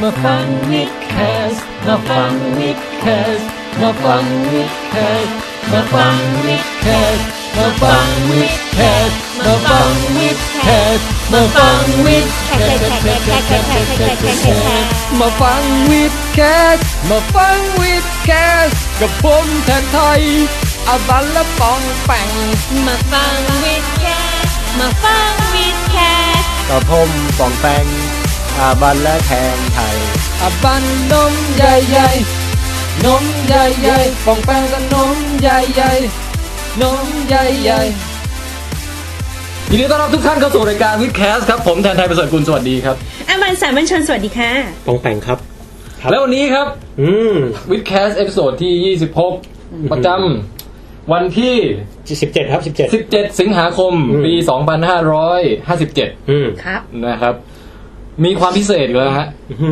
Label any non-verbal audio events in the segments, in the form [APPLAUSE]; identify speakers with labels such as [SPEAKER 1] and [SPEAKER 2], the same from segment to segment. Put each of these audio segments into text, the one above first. [SPEAKER 1] มาฟังวิดแคสต์มาฟังวิดแคสต์มาฟังวิดแคสต์มาฟังวิดแคสต์มาฟังวิดแคสต์มาฟังวิดแคสต์มาฟังวิดแคสต์มาฟังวิดแคสต์มาฟังวิดแคสต์กับผมแทนไทยอาบันและปองแปง
[SPEAKER 2] มาฟังวิดแคสมาฟังวิดแคส
[SPEAKER 3] กับผมปองแปงอาบันและแทงไทย
[SPEAKER 1] อาบันนมใหญ่ๆนมใหญ่ๆปองแปงก็นมใหญ่ๆนมใหญ่ๆ
[SPEAKER 4] ยินดีต้อนรับทุกท่านเข้าสู่รายการวิดแคสครับ ผมแทนไทยประเสริฐกุลสวัสดีครับ
[SPEAKER 2] อามันสามัญชนสวัสดีค่ะ
[SPEAKER 5] ปองแปงครับ ครับ
[SPEAKER 4] และวันนี้ครับ
[SPEAKER 5] อืม
[SPEAKER 4] วิดแคสเอพิโซดที่
[SPEAKER 5] [LAUGHS]
[SPEAKER 4] 26 ประจำวันที่
[SPEAKER 5] สิบเจ็ดครับสิบเจ็ด
[SPEAKER 4] 17 สิงหาคม
[SPEAKER 5] อืม
[SPEAKER 4] ปี
[SPEAKER 2] อืมครับ
[SPEAKER 4] 2557 นะครับ มีความพิเศษอีกแล้วฮะ
[SPEAKER 5] อื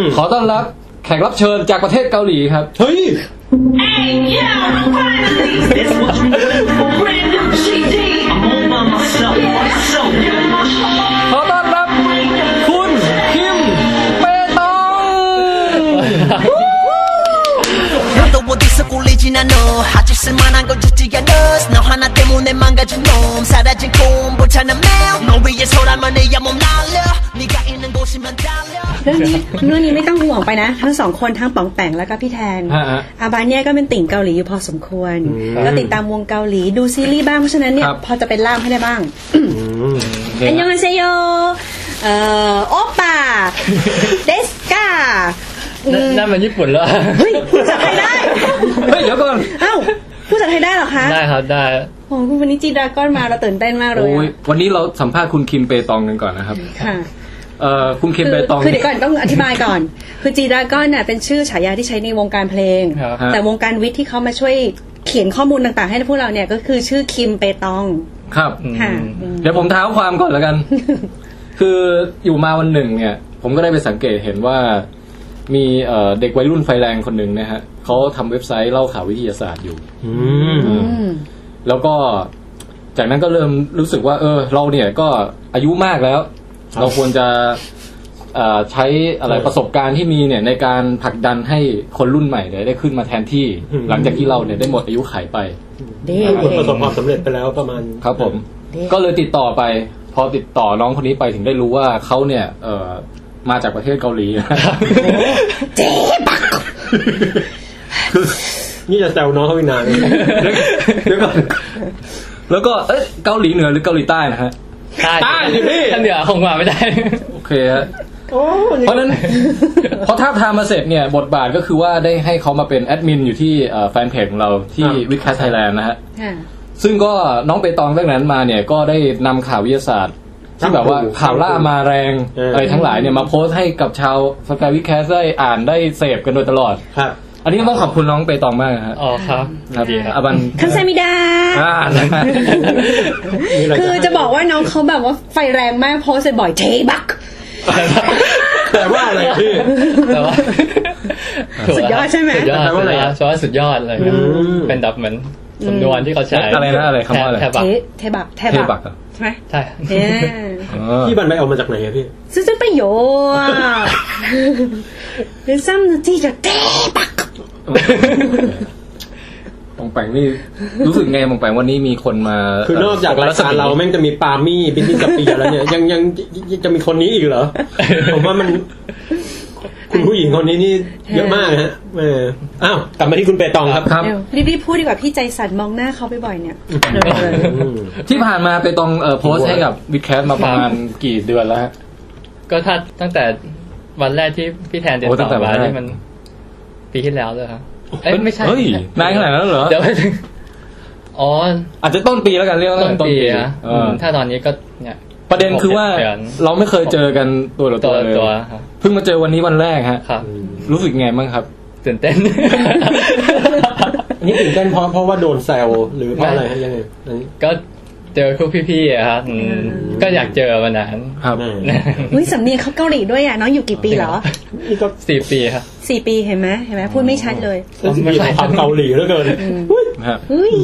[SPEAKER 5] ม
[SPEAKER 4] ขอต้อนรับแขกรับเชิญจากประเทศเกาหลีครับ
[SPEAKER 5] เฮ้ย
[SPEAKER 6] Hey, yo, finally, this was me. A brand new CD. I'm all by myself. So good.
[SPEAKER 4] ขอต้อนรับคุณคิมเปตอง
[SPEAKER 7] 또 어디서 꿀리지나 너 아직 쓸만한 건 짓지 않았어 너 하나 때문에 망가진 몸 사라진 꿈 불타는 매일 너 위해 서라면 내몸 날려 네가 있는 곳이면 달려
[SPEAKER 2] เรื่องนี้เรื่องนี้ไม่ต้องห่วงไปนะ ทั้งสองคนทั้งป๋องแปงแล้วก็พี่แทน
[SPEAKER 4] ฮะฮะ
[SPEAKER 2] อาบานเนี่ยก็เป็นติ่งเกาหลีอยู่พอสมควร ก็ติดตามวงเกาหลีดูซีรีส์บ้างเพราะฉะนั้นเนี่ย
[SPEAKER 4] ครับ
[SPEAKER 2] พอจะเป็นล่ามให้ได้บ้างอันยองอันเซโยเอ่อโอปาเดสกา
[SPEAKER 8] นั่นมันญี่ปุ่นแล้ว
[SPEAKER 2] เฮ้ยพูดภาษาไทยได้
[SPEAKER 4] เฮ้ยเดี๋ยวก่อน
[SPEAKER 2] เอ้าพูดภาษาไทยได้เหรอคะ
[SPEAKER 8] ได้ครับ ได้
[SPEAKER 2] โอ้โหวันนี้จีดราก้อนมาเราตื่นเต้นมากเลย
[SPEAKER 4] โอ้ย
[SPEAKER 2] อะ
[SPEAKER 4] วันนี้เราสัมภาษณ์คุณคิมเปตองกันก่อนนะครับ
[SPEAKER 2] ค่ะ
[SPEAKER 4] เอ่อคุณคิมเปตอง
[SPEAKER 2] คือเดี๋ยวก่อนต้องอธิบายก่อน คือจีดราก้อนน่ะเป็นชื่อฉายาที่ใช้ในวงการเพลง
[SPEAKER 8] ครับ
[SPEAKER 4] ฮะ
[SPEAKER 2] แต่วงการวิทย์ที่เขามาช่วยเขียนข้อมูลต่างๆ ให้พวกเราเนี่ยก็คือชื่อคิมเปตอง
[SPEAKER 4] ครับ
[SPEAKER 2] ค่ะ
[SPEAKER 4] เดี๋ยวผมเท้าความก่อนแล้วกัน คืออยู่มาวันหนึ่งเนี่ย ผมก็ได้ไปสังเกตเห็นว่ามีเอ่อเด็กวัยรุ่นไฟแรงคนหนึ่งนะฮะเขาทำเว็บไซต์เล่าข่าววิทยาศาสตร์อยู่
[SPEAKER 5] อืม
[SPEAKER 2] อืม
[SPEAKER 4] แล้วก็จากนั้นก็เริ่มรู้สึกว่า เออ เราเนี่ยก็อายุมากแล้ว เราควรจะเอ่อใช้อะไรประสบการณ์ที่มีเนี่ยในการผลักดันให้คนรุ่นใหม่เนี่ยได้ขึ้นมาแทนที่ หลังจากที่เราเนี่ยได้หมดอายุขัยไป
[SPEAKER 2] เด้
[SPEAKER 5] คุณประสบความสำเร็จไปแล้วประมาณ
[SPEAKER 4] ครับผมก็เลยติดต่อไป พอติดต่อน้องคนนี้ไปถึงได้รู้ว่าเขาเนี่ย เออมาจากประเทศเกาหลี
[SPEAKER 5] นี่จะแซวน้องเขาอีกนาน
[SPEAKER 3] [LAUGHS]
[SPEAKER 5] เลย
[SPEAKER 4] เดี๋ยวก่อนแล้วก็เอ้ยเกาหลีเหนือหรือเกาหลีใต้นะฮะ
[SPEAKER 8] ได้
[SPEAKER 4] ได้ดิพี่
[SPEAKER 8] ท่านเดี๋ยวคงมาไม่ได้
[SPEAKER 4] โอเคฮะเพราะฉะนั้น พอท้าบทามมาเสร็จเนี่ย บทบาทก็คือว่าได้ให้เขามาเป็นแอดมินอยู่ที่เอ่อแฟนเพจของเราที่วิดแคสไทยแลนด์นะฮะ
[SPEAKER 2] ค่ะ
[SPEAKER 4] ซึ่งก็น้องเปตองตั้งแต่นั้นมาเนี่ยก็ได้นำข่าววิทยาศาสตร์ ที่แบบว่าข่าวล่ามาแรงอะไรทั้งหลายเนี่ยมาโพสต์ให้กับชาวสกายวิดแคสได้อ่านได้เสพกันโดยตลอด
[SPEAKER 5] ครับ
[SPEAKER 4] อันนี้ต้องขอบคุณน้องเปตองมากนะฮะ
[SPEAKER 8] อ๋อครับ
[SPEAKER 4] ครับ
[SPEAKER 8] ดีครับ
[SPEAKER 4] อา
[SPEAKER 8] [LAUGHS]
[SPEAKER 4] บัน
[SPEAKER 2] คันเซมิดา
[SPEAKER 4] อ่านะฮะ
[SPEAKER 5] มีอะไร
[SPEAKER 2] คือจะบอกว่าน้องเขาแบบว่าไฟแรงมากโพสต์บ่อยเทบัก
[SPEAKER 5] แต่ว่าอะไร
[SPEAKER 3] [LAUGHS]
[SPEAKER 5] พี่
[SPEAKER 8] แต่
[SPEAKER 4] [LAUGHS]
[SPEAKER 8] ว่า
[SPEAKER 2] สุดยอดใช่ไหม
[SPEAKER 8] สุดยอด
[SPEAKER 5] แต่ว่าอะไรอะ
[SPEAKER 8] สุดยอดสุดยอดเลยครับ
[SPEAKER 5] อืม
[SPEAKER 8] เป็นดับเหมือนสำนวนที่เขาใช้
[SPEAKER 4] อะไรนะอะไรคำว่าอะไร
[SPEAKER 8] แทบัก
[SPEAKER 2] เทเทบักเท
[SPEAKER 4] เท
[SPEAKER 2] บั
[SPEAKER 4] บั
[SPEAKER 2] ก
[SPEAKER 4] กอ่ะ
[SPEAKER 2] ใช่ไหม
[SPEAKER 8] ใช่
[SPEAKER 2] เนี่ย
[SPEAKER 5] พี่บันไปเอามาจากไหนอะพี่
[SPEAKER 2] ซึ่งจะประโยช [LAUGHS] น์หรือซ้ำที่จะเทบัก
[SPEAKER 4] ปองแปงนี่รู้สึกไงปองแปงวันนี้มีคนมา
[SPEAKER 5] คือนอกจากรายการเราแม่งจะมีปาล์มี่บินนี่กับปีแล้วเนี่ยยังยังยังจะมีคนนี้อีก
[SPEAKER 3] [LAUGHS]
[SPEAKER 5] เหรอ ผมว่ามัน คุณผู้หญิงคนนี้นี่เยอะมากนะฮะเอออ้าวกลับมาที่คุณเปตองครับ
[SPEAKER 4] ครับ
[SPEAKER 2] เดี๋ยวรีบๆพูดดีกว่าพี่ใจสั่นมองหน้าเขาบ่อยๆเนี่ยเร็วๆ
[SPEAKER 4] ที่ผ่านมาเปตองเอ่อโพสต์ให้กับวิดแคสมาประมาณกี่เดือนแล้วฮะ
[SPEAKER 8] ก็ถ้าตั้งแต่วันแรกที่พี่แทนติด
[SPEAKER 4] โอ้ตั้
[SPEAKER 8] ต่
[SPEAKER 4] งแต่
[SPEAKER 8] อ
[SPEAKER 4] วัน
[SPEAKER 8] มา
[SPEAKER 4] แรก
[SPEAKER 8] ที่มัน ปีที่แล้วเลยครับเอ้ยไม่ใช่
[SPEAKER 4] เฮ้ยนานขนาดนั้นเหรอ
[SPEAKER 8] เดี๋ยว [LAUGHS] อ๋อ
[SPEAKER 4] อาจจะต้นปีแล้วกันเรียกว่า
[SPEAKER 8] ต้นปีนะ
[SPEAKER 4] เออ
[SPEAKER 8] ถ้าตอนนี้ก็เนี่ย
[SPEAKER 4] ประเด็นคือว่า
[SPEAKER 8] เดือน
[SPEAKER 4] เราไม่เคยเจอกันตัวต่อ
[SPEAKER 8] ตั
[SPEAKER 4] ตัว วเลย
[SPEAKER 8] ตัวครับ
[SPEAKER 4] เพิ่งมาเจอวันนี้วันแรกฮะ
[SPEAKER 8] ครับ
[SPEAKER 4] รู้สึกไงบ้างครับ
[SPEAKER 8] ตื่นเต้น
[SPEAKER 5] อันนี้ตื่นเต้นเพราะเพราะว่าโดนแซวหรือเพราะอะไรฮะยังไงอันนี้
[SPEAKER 8] ก็เจอพวกพี่ๆอะครับอืมก็อยากเจอมานาน
[SPEAKER 4] ครับ
[SPEAKER 5] แม่
[SPEAKER 2] อุ้ยสำเนียงเขาเกาหลีด้วยอ่ะน้องอยู่กี่ปีเหรอ
[SPEAKER 5] นี่ก็
[SPEAKER 8] สี่ปีครับ
[SPEAKER 2] สี่ปีเห็นไหมเห็นไหมพูดไม่ชัดเลย
[SPEAKER 5] รู้สึกมีความเกาหลีเหลือเกินอุ๊ย
[SPEAKER 4] ครับ
[SPEAKER 2] อุ้ย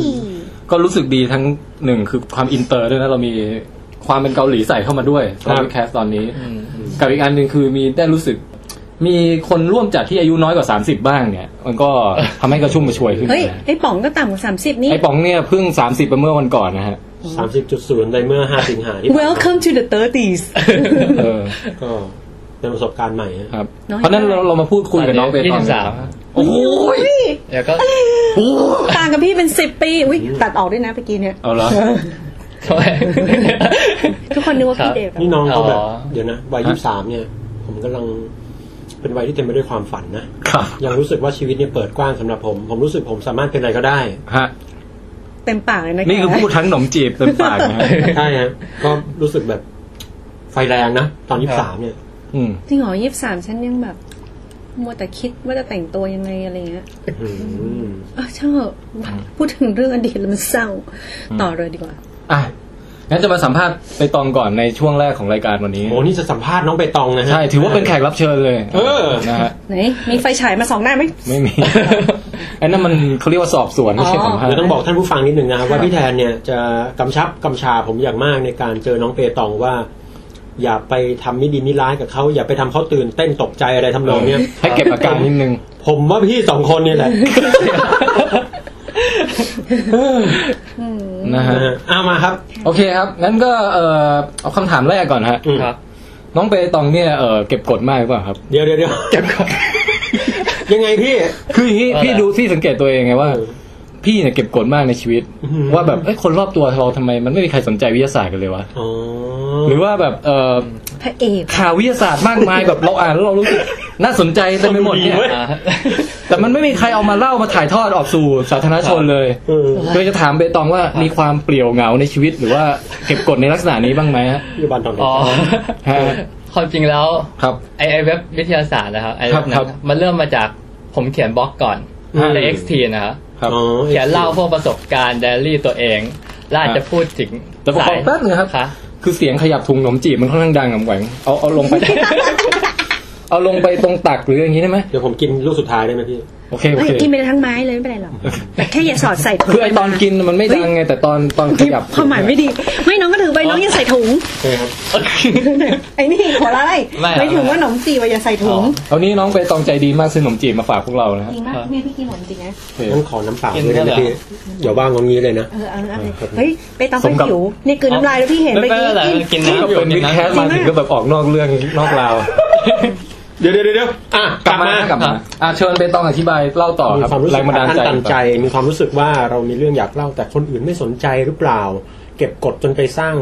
[SPEAKER 4] ก็รู้สึกดีทั้งหนึ่งคือความอินเตอร์ด้วยนะเรามีความเป็นเกาหลีใส่เข้ามาด้วยสำหรับแคสตอนนี้ กับอีกอันหนึ่งคือมีได้รู้สึก มีคนร่วมจัดที่อายุน้อยกว่า 30 บ้างเนี่ย มันก็ทำให้กระชุ่มกระชวยขึ้น
[SPEAKER 2] เฮ้ย
[SPEAKER 4] นะ
[SPEAKER 2] ไอ้ป๋องก็ต่ำกว่าสามสิบนี่
[SPEAKER 4] ไอ้ป๋องเนี่ยเพิ่ง 30ไปเมื่อวันก่อนนะฮะ
[SPEAKER 5] สามสิบจุดศูนย์ในเมื่อห้าสิงหาที่ผ่านมา
[SPEAKER 2] Welcome to the
[SPEAKER 4] [LAUGHS]
[SPEAKER 2] 30s
[SPEAKER 4] เออ
[SPEAKER 5] ก็เป็นประสบการณ์ใหม่ฮะ
[SPEAKER 4] ครับ
[SPEAKER 2] น้อย
[SPEAKER 4] เพราะฉะนั้นเราเรามาพูดคุยกับน้องไป
[SPEAKER 8] ยี่
[SPEAKER 4] ตอน
[SPEAKER 8] สิบสาม
[SPEAKER 4] โอ้โหย
[SPEAKER 8] เดี๋ยวก็
[SPEAKER 2] ต่างกับพี่เป็นสิบปี อุ้ยตัดออกด้วยนะเมื่อกี้เนี่ย
[SPEAKER 4] เอาละ
[SPEAKER 8] ทำไม
[SPEAKER 2] [LAUGHS] ทุกคนนึกว่าพี่เด็ก
[SPEAKER 5] นี่น้องเขาแบบ
[SPEAKER 8] อ๋อ
[SPEAKER 5] เดี๋ยวนะวัยยี่สามเนี่ย ผมกำลังเป็นวัยที่เต็มไปด้วยความฝันนะครับ ยังรู้สึกว่าชีวิตเนี่ยเปิดกว้างสำหรับผม ผมรู้สึกผมสามารถเป็นอะไรก็ได้
[SPEAKER 4] ฮะ
[SPEAKER 2] เต็มปากเลยนะ
[SPEAKER 4] นี่คือ
[SPEAKER 2] แก
[SPEAKER 4] พูดทั้งหนมจีบเต็มปากนะฮะ
[SPEAKER 5] ใช่ฮะก็รู้สึกแบบไฟแรงนะ ตอนยี่สามเนี่ย
[SPEAKER 4] อืม
[SPEAKER 2] จริงเหรอยี่สิบสามฉันยังแบบ มัวแต่คิดว่าจะแต่งตัวยังไงอะไรเงี้ย
[SPEAKER 5] อืม
[SPEAKER 2] เออชอบพูดถึงเรื่องอดีตแล้วมันเศร้า ต่อเลยดีกว่า
[SPEAKER 4] อ่ะงั้นจะมาสัมภาษณ์ไปตองก่อนในช่วงแรกของรายการวันนี้
[SPEAKER 5] โอ้นี่จะสัมภาษณ์น้องใบตองนะฮะ
[SPEAKER 4] ใช่ ถือว่าเป็นแขกรับเชิญเลย
[SPEAKER 5] เออ
[SPEAKER 4] นะฮะ
[SPEAKER 2] ไหน มีไฟฉายมาสองหน้าไหม
[SPEAKER 4] ไม่มี [LAUGHS] ไอ้นั่นมันเขาเรียกว่าสอบสวนไม่ใช่สัมภาษ
[SPEAKER 5] เดี๋ยว
[SPEAKER 4] ณ์
[SPEAKER 5] ต้องบอกท่านผู้ฟังนิดนึงนะครับว่าพี่แทนเนี่ยจะกำชับกำชาผมอย่างมากในการเจอน้องเปตองว่า อย่าไปทำไม่ดีไม่ร้ายกับเขาอย่าไปทำเขาตื่นเต้นตกใจอะไรทำนองเนี้ย
[SPEAKER 4] ให้เก็บอาการนิดนึง
[SPEAKER 5] ผมว่าพี่สองคนนี่แหละ
[SPEAKER 4] นะฮะ
[SPEAKER 5] นะฮะเอามาครับ
[SPEAKER 4] โอเคครับ งั้นก็เอ่อเอาคำถามแรกก่อนฮะ
[SPEAKER 5] อืม
[SPEAKER 8] ครับ
[SPEAKER 4] น้องเปตองเนี่ยเอ่อเก็บกดมากหรือเปล่าครับ
[SPEAKER 5] เดี๋ยวเดี๋ยวเดี๋ยว
[SPEAKER 8] เก็บก่อน
[SPEAKER 5] ยังไงพี่
[SPEAKER 4] คืออย่างนี้
[SPEAKER 8] ว่าอะไร
[SPEAKER 4] พี่ดูพี่สังเกตตัวเองไงว่า
[SPEAKER 5] เออ
[SPEAKER 4] พี่เนี่ยเก็บกดมากในชีวิต
[SPEAKER 5] อื้อหือ
[SPEAKER 4] ว่าแบบเอ้ยคนรอบตัวเราทำไมมันไม่มีใครสนใจวิทยาศาสตร์กันเลยวะ
[SPEAKER 5] อ๋อ
[SPEAKER 4] หรือว่าแบบเอ่อ
[SPEAKER 2] พระเอก
[SPEAKER 4] ข่าววิทยาศาสตร์มากมาย [LAUGHS] แบบเราอ่านแล้วเรารู้สึกน่าสนใจเต็มไปหมดเนี่ย
[SPEAKER 8] อ่าฮะ
[SPEAKER 4] แต่มันไม่มีใครเอามาเล่ามาถ่ายทอดออกสู่สาธารณชนเลย
[SPEAKER 5] เออ
[SPEAKER 4] โดยจะถามเบตองว่ามีความเปลี่ยวเหงาในชีวิตหรือว่าเก็บกดในลักษณะนี้บ้างไหมฮะ
[SPEAKER 5] อยู่บ้านตอนนี้
[SPEAKER 8] อ๋อ
[SPEAKER 4] ฮะ
[SPEAKER 8] ความจริงแล้ว
[SPEAKER 4] ครับ
[SPEAKER 8] ไอไอเว็บวิทยาศาสตร์นะครับไอ
[SPEAKER 4] ครั
[SPEAKER 8] เว็
[SPEAKER 4] บบ
[SPEAKER 8] นั้
[SPEAKER 4] ครับ
[SPEAKER 8] นมันเริ่มมาจากผมเขียนบล็อกก่อนใน XT นะครับ
[SPEAKER 4] ครับ
[SPEAKER 5] อ๋อ
[SPEAKER 8] เขียนเล่าพวกประสบการณ์ไดอารี่ตัวเองและอาจจะพูดถึง
[SPEAKER 4] แต่ผมขอแป๊บนึงครับ
[SPEAKER 8] ค่ะ
[SPEAKER 4] คือเสียงขยับถุงขนมจีบมันค่อนข้างดังกับแหวงเอาเอาลงไป [LAUGHS] เอาลงไปตรงตักหรืออย่างนี้ได้ไหม
[SPEAKER 5] เดี๋ยวผมกินลูกสุดท้ายได้ไหมพี่
[SPEAKER 4] โอเคโอ
[SPEAKER 2] เฮ้ย
[SPEAKER 4] เค
[SPEAKER 2] กินไปทั้งไม้เลยไม่เป็นไรหรอกแค่อย่าสอดใส่ถุง
[SPEAKER 4] คือไอตอนกินมันไม่ดังไง แต่ตอนตอนขยับ
[SPEAKER 2] ความหมายไม่ดี ไม่น้องก็ถือไปน้องอย่าใส่ถุง
[SPEAKER 5] ใช่ครับ
[SPEAKER 2] ไอ้นี่หัวเราะอะไร
[SPEAKER 8] ไม่
[SPEAKER 2] หมายถึงว่าหนมจีบอะอย่าใส่ถุง
[SPEAKER 8] อ๋อ
[SPEAKER 4] เอานี้น้องไปตองใจดีมากซื้อขนมจีบมาฝากพวกเรานะฮะ
[SPEAKER 2] จริงมากแม่พี่กินหนมจริงนะ
[SPEAKER 4] โอเค
[SPEAKER 5] ต้องขอน้ำเปล่า
[SPEAKER 8] กิน
[SPEAKER 5] ด้วยนะ
[SPEAKER 8] ได้เหรอ
[SPEAKER 5] พี่ เดี๋ยวว่างงงี้เลยนะ
[SPEAKER 2] เออเอาเอาเลยเฮ้ย ไปตามไป
[SPEAKER 4] สมกับ
[SPEAKER 2] หิวนี่คือน้ำลายแล้วพี่เห็นไป
[SPEAKER 8] ไม่
[SPEAKER 2] กิ
[SPEAKER 8] เป็นไร
[SPEAKER 2] น
[SPEAKER 8] กินน้ำอยู่
[SPEAKER 4] เป็น
[SPEAKER 8] กิ
[SPEAKER 4] วิ
[SPEAKER 8] น
[SPEAKER 4] ด
[SPEAKER 8] น้ำ
[SPEAKER 4] แคสต์มาถึงก็แบบออกนอกเรื่องนอกราว
[SPEAKER 5] เดี๋ยวเดี๋ยวเดี๋ยวอ่ะ
[SPEAKER 4] กลับมากลับมาอ่ะเชิญไปตองอธิบายเล่าต่อ
[SPEAKER 5] มี
[SPEAKER 4] ครับ
[SPEAKER 5] ความรู้
[SPEAKER 4] แร
[SPEAKER 5] สึก
[SPEAKER 4] งบันดาล
[SPEAKER 5] อั
[SPEAKER 4] ใจ
[SPEAKER 5] ตันใจ มีความรู้สึกว่าเรามีเรื่องอยากเล่า แต่คนอื่นไม่สนใจหรือเปล่า เก็บกดจนไปสร้าง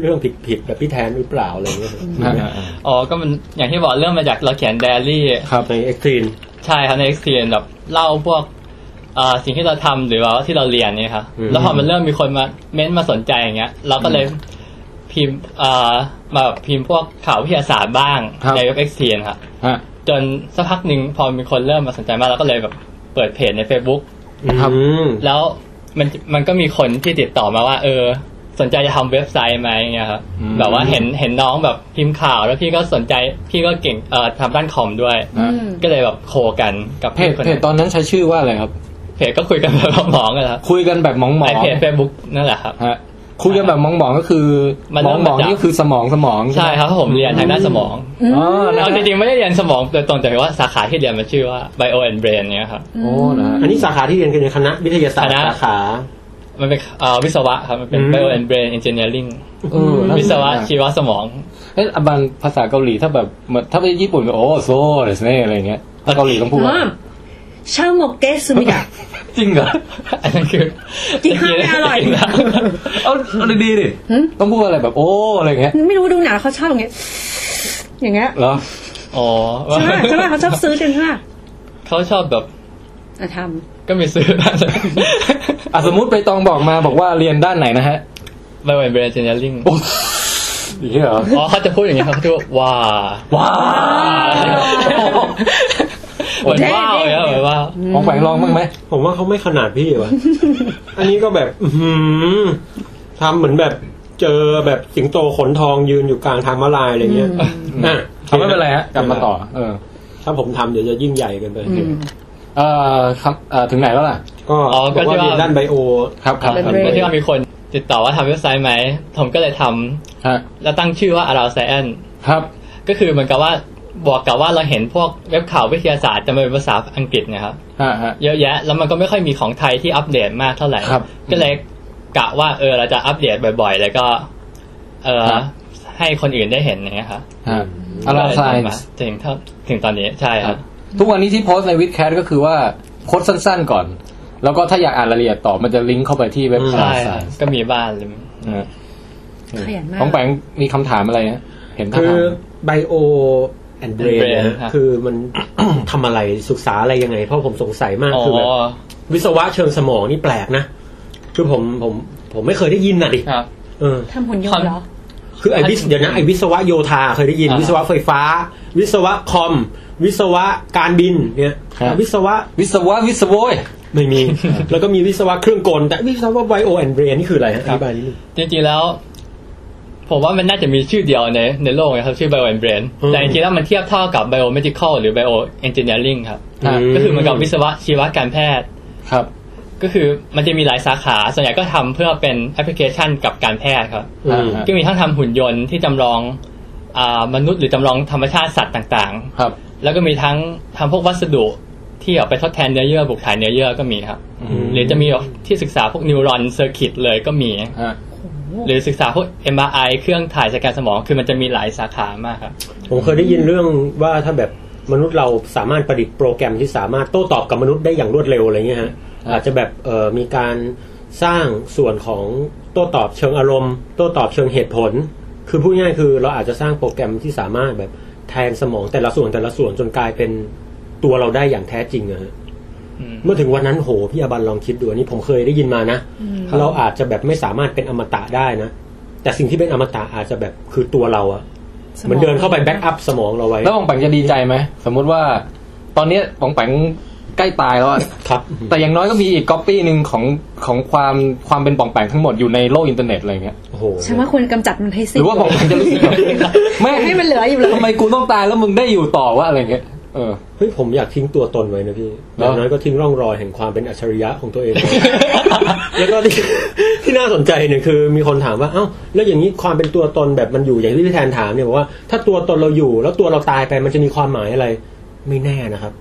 [SPEAKER 5] เรื่องผิดๆแบบพี่แทนหรือเปล่าอะไรอย่างเงี้ย
[SPEAKER 8] อ๋อก็มันอย่างที่บอกเริ่มมาจากเราเขียนไดอารี่
[SPEAKER 4] ครับ
[SPEAKER 5] ในเอ็กซ์ตรีน
[SPEAKER 8] ใช่ครับใน experience แบบเล่าพวกเอ่อสิ่งที่เราทำหรือว่าที่เราเรียนเนี่ยครับ
[SPEAKER 5] อืม
[SPEAKER 8] แล้วพอมันเริ่มมีคนมาเม้นต์มาสนใจอย่างเงี้ย เราก็เลยพิมพ์เอ่อมาแบบพิมพ์พวกข่าววิทยาศาสตร์บ้าง
[SPEAKER 4] ครับ
[SPEAKER 8] ในเว็บ experience ครับ
[SPEAKER 4] ฮะ
[SPEAKER 8] จนสักพักหนึ่งพอมีคนเริ่มมาสนใจมากเราก็เลยแบบเปิดเพจใน Facebook
[SPEAKER 4] ครับ
[SPEAKER 5] อืม
[SPEAKER 8] แล้วมันมันก็มีคนที่ติดต่อมาว่า เออ สนใจจะทำเว็บไซต์ไหมอย่างเงี้ยครับ
[SPEAKER 4] อืม
[SPEAKER 8] แบบว่าเห็นเห็นน้องแบบพิมพ์ข่าวแล้วพี่ก็สนใจพี่ก็เก่งเอ่อทำด้านคอมด้วย
[SPEAKER 4] นะ
[SPEAKER 2] อืม
[SPEAKER 8] ก็เลยแบบโคกันกับ
[SPEAKER 4] เพจ
[SPEAKER 8] คน
[SPEAKER 4] เพจ
[SPEAKER 8] นั้น
[SPEAKER 4] ตอนนั้นใช้ชื่อว่าอะไรครับ
[SPEAKER 8] เพจก็คุยกันแบบหมองๆกันครับ
[SPEAKER 4] คุยกันแบบหมองหมอ
[SPEAKER 8] ไอง เพจเฟซบุ๊กนั่นแหละครับ
[SPEAKER 4] ฮะคุยกันแบบมองหมองก็คือ
[SPEAKER 8] มัน
[SPEAKER 4] ม
[SPEAKER 8] เริ่
[SPEAKER 4] อง
[SPEAKER 8] ม
[SPEAKER 4] หมอง
[SPEAKER 8] มาจาก
[SPEAKER 4] นี่ก็คือสมองสมอง
[SPEAKER 8] ใช่ครับเพราะผมเรียนทางด้านสมอง
[SPEAKER 4] อ๋อนะ
[SPEAKER 8] เอา
[SPEAKER 4] ฮะ
[SPEAKER 8] จริงๆไม่ได้เรียนสมองโดยตรงแต่ว่าสาขาที่เรียนมันชื่อว่า bio and brain เนี่ยครับ
[SPEAKER 4] โอ้นะฮะ
[SPEAKER 5] อันนี้สาขาที่เรียนคือในคณะวิทยาศาสตร์
[SPEAKER 8] คณะ
[SPEAKER 5] สาขา
[SPEAKER 8] มันเป็นเอ่อวิศวะครับมันเป็น
[SPEAKER 5] อืม
[SPEAKER 8] bio and brain engineering
[SPEAKER 4] เออน่าสนใจ
[SPEAKER 8] วิศวะชีวะสมอง
[SPEAKER 4] เอ๊ะอะบันภาษาเกาหลีถ้าแบบเหมือนถ้าไปญี่ปุ่นก็โอ้โซ่เดสเน่อะไรอย่างเงี้ยถ้าเกาหลีต้องพูด
[SPEAKER 2] อ๋
[SPEAKER 4] ว่า
[SPEAKER 2] อเช่าหมกเกสมิดะ
[SPEAKER 4] จริงเหรอ
[SPEAKER 8] อันนั้นคือ
[SPEAKER 2] กินข้าวไม่อร่อย
[SPEAKER 8] จงๆนะ
[SPEAKER 4] เอาเอาดีๆดิต้องพูดอะไรแบบโอ้อะไรอย่างเงี้ย
[SPEAKER 2] ไม่รู้ดูหนังแล้วเขาชอบอย่างเงี้ย อย่างเงี้ย
[SPEAKER 4] เหรอ
[SPEAKER 8] อ๋อ
[SPEAKER 2] ใช่ไหมใช่ไหมเขาชอบซื้อกันใช่ไหม
[SPEAKER 8] เขาชอบแบบ
[SPEAKER 2] อ่ะท
[SPEAKER 8] ก็มีซื้อบ้าง
[SPEAKER 4] [LAUGHS] อ่ะสมมติไปตองบอกมาบอกว่าเรียนด้านไหนนะฮะ
[SPEAKER 8] bio and brain engineering
[SPEAKER 4] โอ้อย่างเงี้ยเหรอ
[SPEAKER 8] อ๋อเขาจะพูดอย่างเงี้ยครับเขาจะพูดว่า
[SPEAKER 4] ว้าว
[SPEAKER 8] เหมือนว้าวอย่างเงี้ยเหมือนว้าว
[SPEAKER 4] ของแฝงลองบ้างไหม
[SPEAKER 5] ผมว่าเขาไม่ขนาดพี่วะ อันนี้ก็แบบ อื้อหือทำเหมือนแบบเจอแบบสิงโตขนทองยืนอยู่กลางทางม้าลายอะไรเงี้ยอ่ะ
[SPEAKER 4] เอาไม่เป็นไรฮะกลับมาต่อ เออ
[SPEAKER 5] ถ้าผมทำเดี๋ยวจะยิ่งใหญ่เกันไป
[SPEAKER 4] เอ่อครับเอ่อถึงไหนแล้วล่ะ
[SPEAKER 5] ก็
[SPEAKER 8] อ๋อก็
[SPEAKER 5] บอกว่า
[SPEAKER 8] จะว่า
[SPEAKER 5] เรียนด้านไบโอ
[SPEAKER 4] ครับครับครับ
[SPEAKER 8] ก็ที่ว่ามีคนติดต่อว่าทำเว็บไซต์ไหม ผมก็เลยท
[SPEAKER 4] ฮะ
[SPEAKER 8] ำแล้วตั้งชื่อว่า Around Science
[SPEAKER 4] ครับ
[SPEAKER 8] ก็คือเหมือนกับว่า บวกกับว่าเราเห็นพวกเว็บข่าววิทยาศาสตร์จะเป็นภาษาอังกฤษเนะครับ
[SPEAKER 4] อ่าฮะ
[SPEAKER 8] เยอะแยะ แล้วมันก็ไม่ค่อยมีของไทยที่อัปเดตมากเท่าไหร่
[SPEAKER 4] ครับ
[SPEAKER 8] ก็เลยกะว่าเออเราจะอัปเดตบ่อยๆ แล้วก็ เออ
[SPEAKER 4] ครับ
[SPEAKER 8] ให้คนอื่นได้เห็นอย่างเงี้ยครับ
[SPEAKER 4] ฮะอาราไซ
[SPEAKER 8] ก็เลยทำมา
[SPEAKER 4] ส์
[SPEAKER 8] ถึงเท่าถึงตอนนี้ใช่ครับ
[SPEAKER 4] ทุกวันนี้ที่โพสต์ในวิดแคสก็คือว่าโพสต์สั้นๆก่อน แล้วก็ถ้าอยากอ่านรายละเอียดต่อมันจะลิงก์เข้าไปที่เว็บอา
[SPEAKER 8] ใช่
[SPEAKER 4] ราไซ
[SPEAKER 8] ครับ
[SPEAKER 4] ส์
[SPEAKER 8] ก็มีบ้านเลย
[SPEAKER 2] ขยันมาก
[SPEAKER 4] ของแปงมีคำถามอะไรนะเห็นท่า
[SPEAKER 5] คือ
[SPEAKER 4] ทาง
[SPEAKER 5] ไบโอแอนเบรนยคือมัน [COUGHS] ทำอะไรศึกษาอะไรยังไง เพราะผมสงสัยมาก
[SPEAKER 8] อ๋อ
[SPEAKER 5] คือแบบวิศวะเชิงสมองนี่แปลกนะ คือผมผมผมไม่เคยได้ยินน่ะดิ
[SPEAKER 8] ครับ
[SPEAKER 5] เออ
[SPEAKER 2] ทำหุ่นยนต์เหรอ
[SPEAKER 5] คือไอ้วิศเดี๋ยวนะไอ้วิศวะโยธาเคยได้ยิน
[SPEAKER 8] อ่า
[SPEAKER 5] วิศวะไฟฟ้า วิศวะคอม วิศวะการบินเนี่ยวิศวะ
[SPEAKER 4] วิศวะวิศโวย
[SPEAKER 5] ไม่มี แล้วก็มีวิศวะเครื่องกล แต่วิศวะไบโอแอนเบรนนี่คืออะไรฮะอธิบายนิดนึง
[SPEAKER 8] จริงๆแล้ว ผมว่ามันน่าจะมีชื่อเดียวในในโลกนะครับ ชื่อ bio and brain
[SPEAKER 5] อืม
[SPEAKER 8] แต่จริงๆแล้วมันเทียบเท่ากับ bio medical หรือ bio engineering ครับ
[SPEAKER 4] ครับ
[SPEAKER 8] ก็คือเหมันกับวิศวะชีวการแพทย์
[SPEAKER 4] ครับ
[SPEAKER 8] ก็คือมันจะมีหลายสาขา ส่วนใหญ่ก็ทำเพื่อเป็นแอปพลิเคชันกับการแพทย์ครับ
[SPEAKER 5] อืม
[SPEAKER 4] ครับ
[SPEAKER 8] ก็มีทั้งทำหุ่นยนต์ที่จำลองอ่ามนุษย์หรือจำลองธรรมชาติสัตว์ต่าง
[SPEAKER 4] ครับ
[SPEAKER 8] ๆ แล้วก็มีทั้งทำพวกวัสดุที่เอาไปทดแทนเนื้อเยื่อบุกถ่ายเนื้อเยื่อก็มีครับ หรือจะมีที่ศึกษาพวกนิวรอนเซอร์กิตเลยก็มี
[SPEAKER 4] ฮะ
[SPEAKER 8] หรือศึกษาพวก MRI เครื่องถ่ายสแกนสมองคือมันจะมีหลายสาขามากครับ
[SPEAKER 5] ผมเคยได้ยินเรื่องว่าถ้าแบบมนุษย์เราสามารถประดิษฐ์โปรแกรมที่สามารถโต้ตอบกับมนุษย์ได้อย่างรวดเร็วอะไรเงี้ยฮะ
[SPEAKER 4] ครับ
[SPEAKER 5] อาจจะแบบเอ่อมีการสร้างส่วนของโต้ตอบเชิงอารมณ์ โต้ตอบเชิงเหตุผล คือพูดง่ายๆคือเราอาจจะสร้างโปรแกรมที่สามารถแบบแทนสมองแต่ละส่วนแต่ละส่วนจนกลายเป็นตัวเราได้อย่างแท้จริงอะฮะ
[SPEAKER 8] อืม
[SPEAKER 5] เมื่อถึงวันนั้นโหพี่อบันลองคิดดูอันนี่ผมเคยได้ยินมานะ เราอาจจะแบบไม่สามารถเป็นอมตะได้นะ แต่สิ่งที่เป็นอมตะอาจจะแบบคือตัวเราอะ เหมือนเดินเข้าไปแบ็กอัพสมองเราไว้
[SPEAKER 4] แล้วปองแปงจะดีใจไหม สมมุติว่า ตอนเนี้ยปองแปงใกล้ตายแล้วอะ
[SPEAKER 5] ครับ
[SPEAKER 4] แต่อย่างน้อยก็มีอีกก๊อปปี้หนึ่งของของความความเป็นปองแปงทั้งหมดอยู่ในโลกอินเทอร์เน็ตอะไรเงี้ย
[SPEAKER 5] โอ้โห
[SPEAKER 2] ฉันว่าควรกำจัดมันให้
[SPEAKER 4] ห
[SPEAKER 2] สิ้น
[SPEAKER 4] รือว่าปองแปงจะรู้สึกแบบไม่
[SPEAKER 2] ให้มันเหลืออยู่เลย
[SPEAKER 4] ทำไมกูต้องตายแล้วมึงได้อยู่ต่อวะอะไรเงี้ย เออ
[SPEAKER 5] เฮ้ยผมอยากทิ้งตัวตนไว้นะพี่
[SPEAKER 4] เหรอ
[SPEAKER 5] อย่างน้อยก็ทิ้งร่องรอยแห่งความเป็นอัจฉริยะของตั
[SPEAKER 4] [LAUGHS]
[SPEAKER 5] วเอง แล้วก็ที่ที่น่าสนใจเนี่ยคือมีคนถามว่า เอ้า แล้วอย่างนี้ความเป็นตัวตนแบบมันอยู่อย่างที่พี่แทนถามเนี่ยบอกว่าถ้าตัวตนเราอยู่ แล้วตัวเราตายไปมันจะมีความหมายอะไร ไม่แน่นะครับ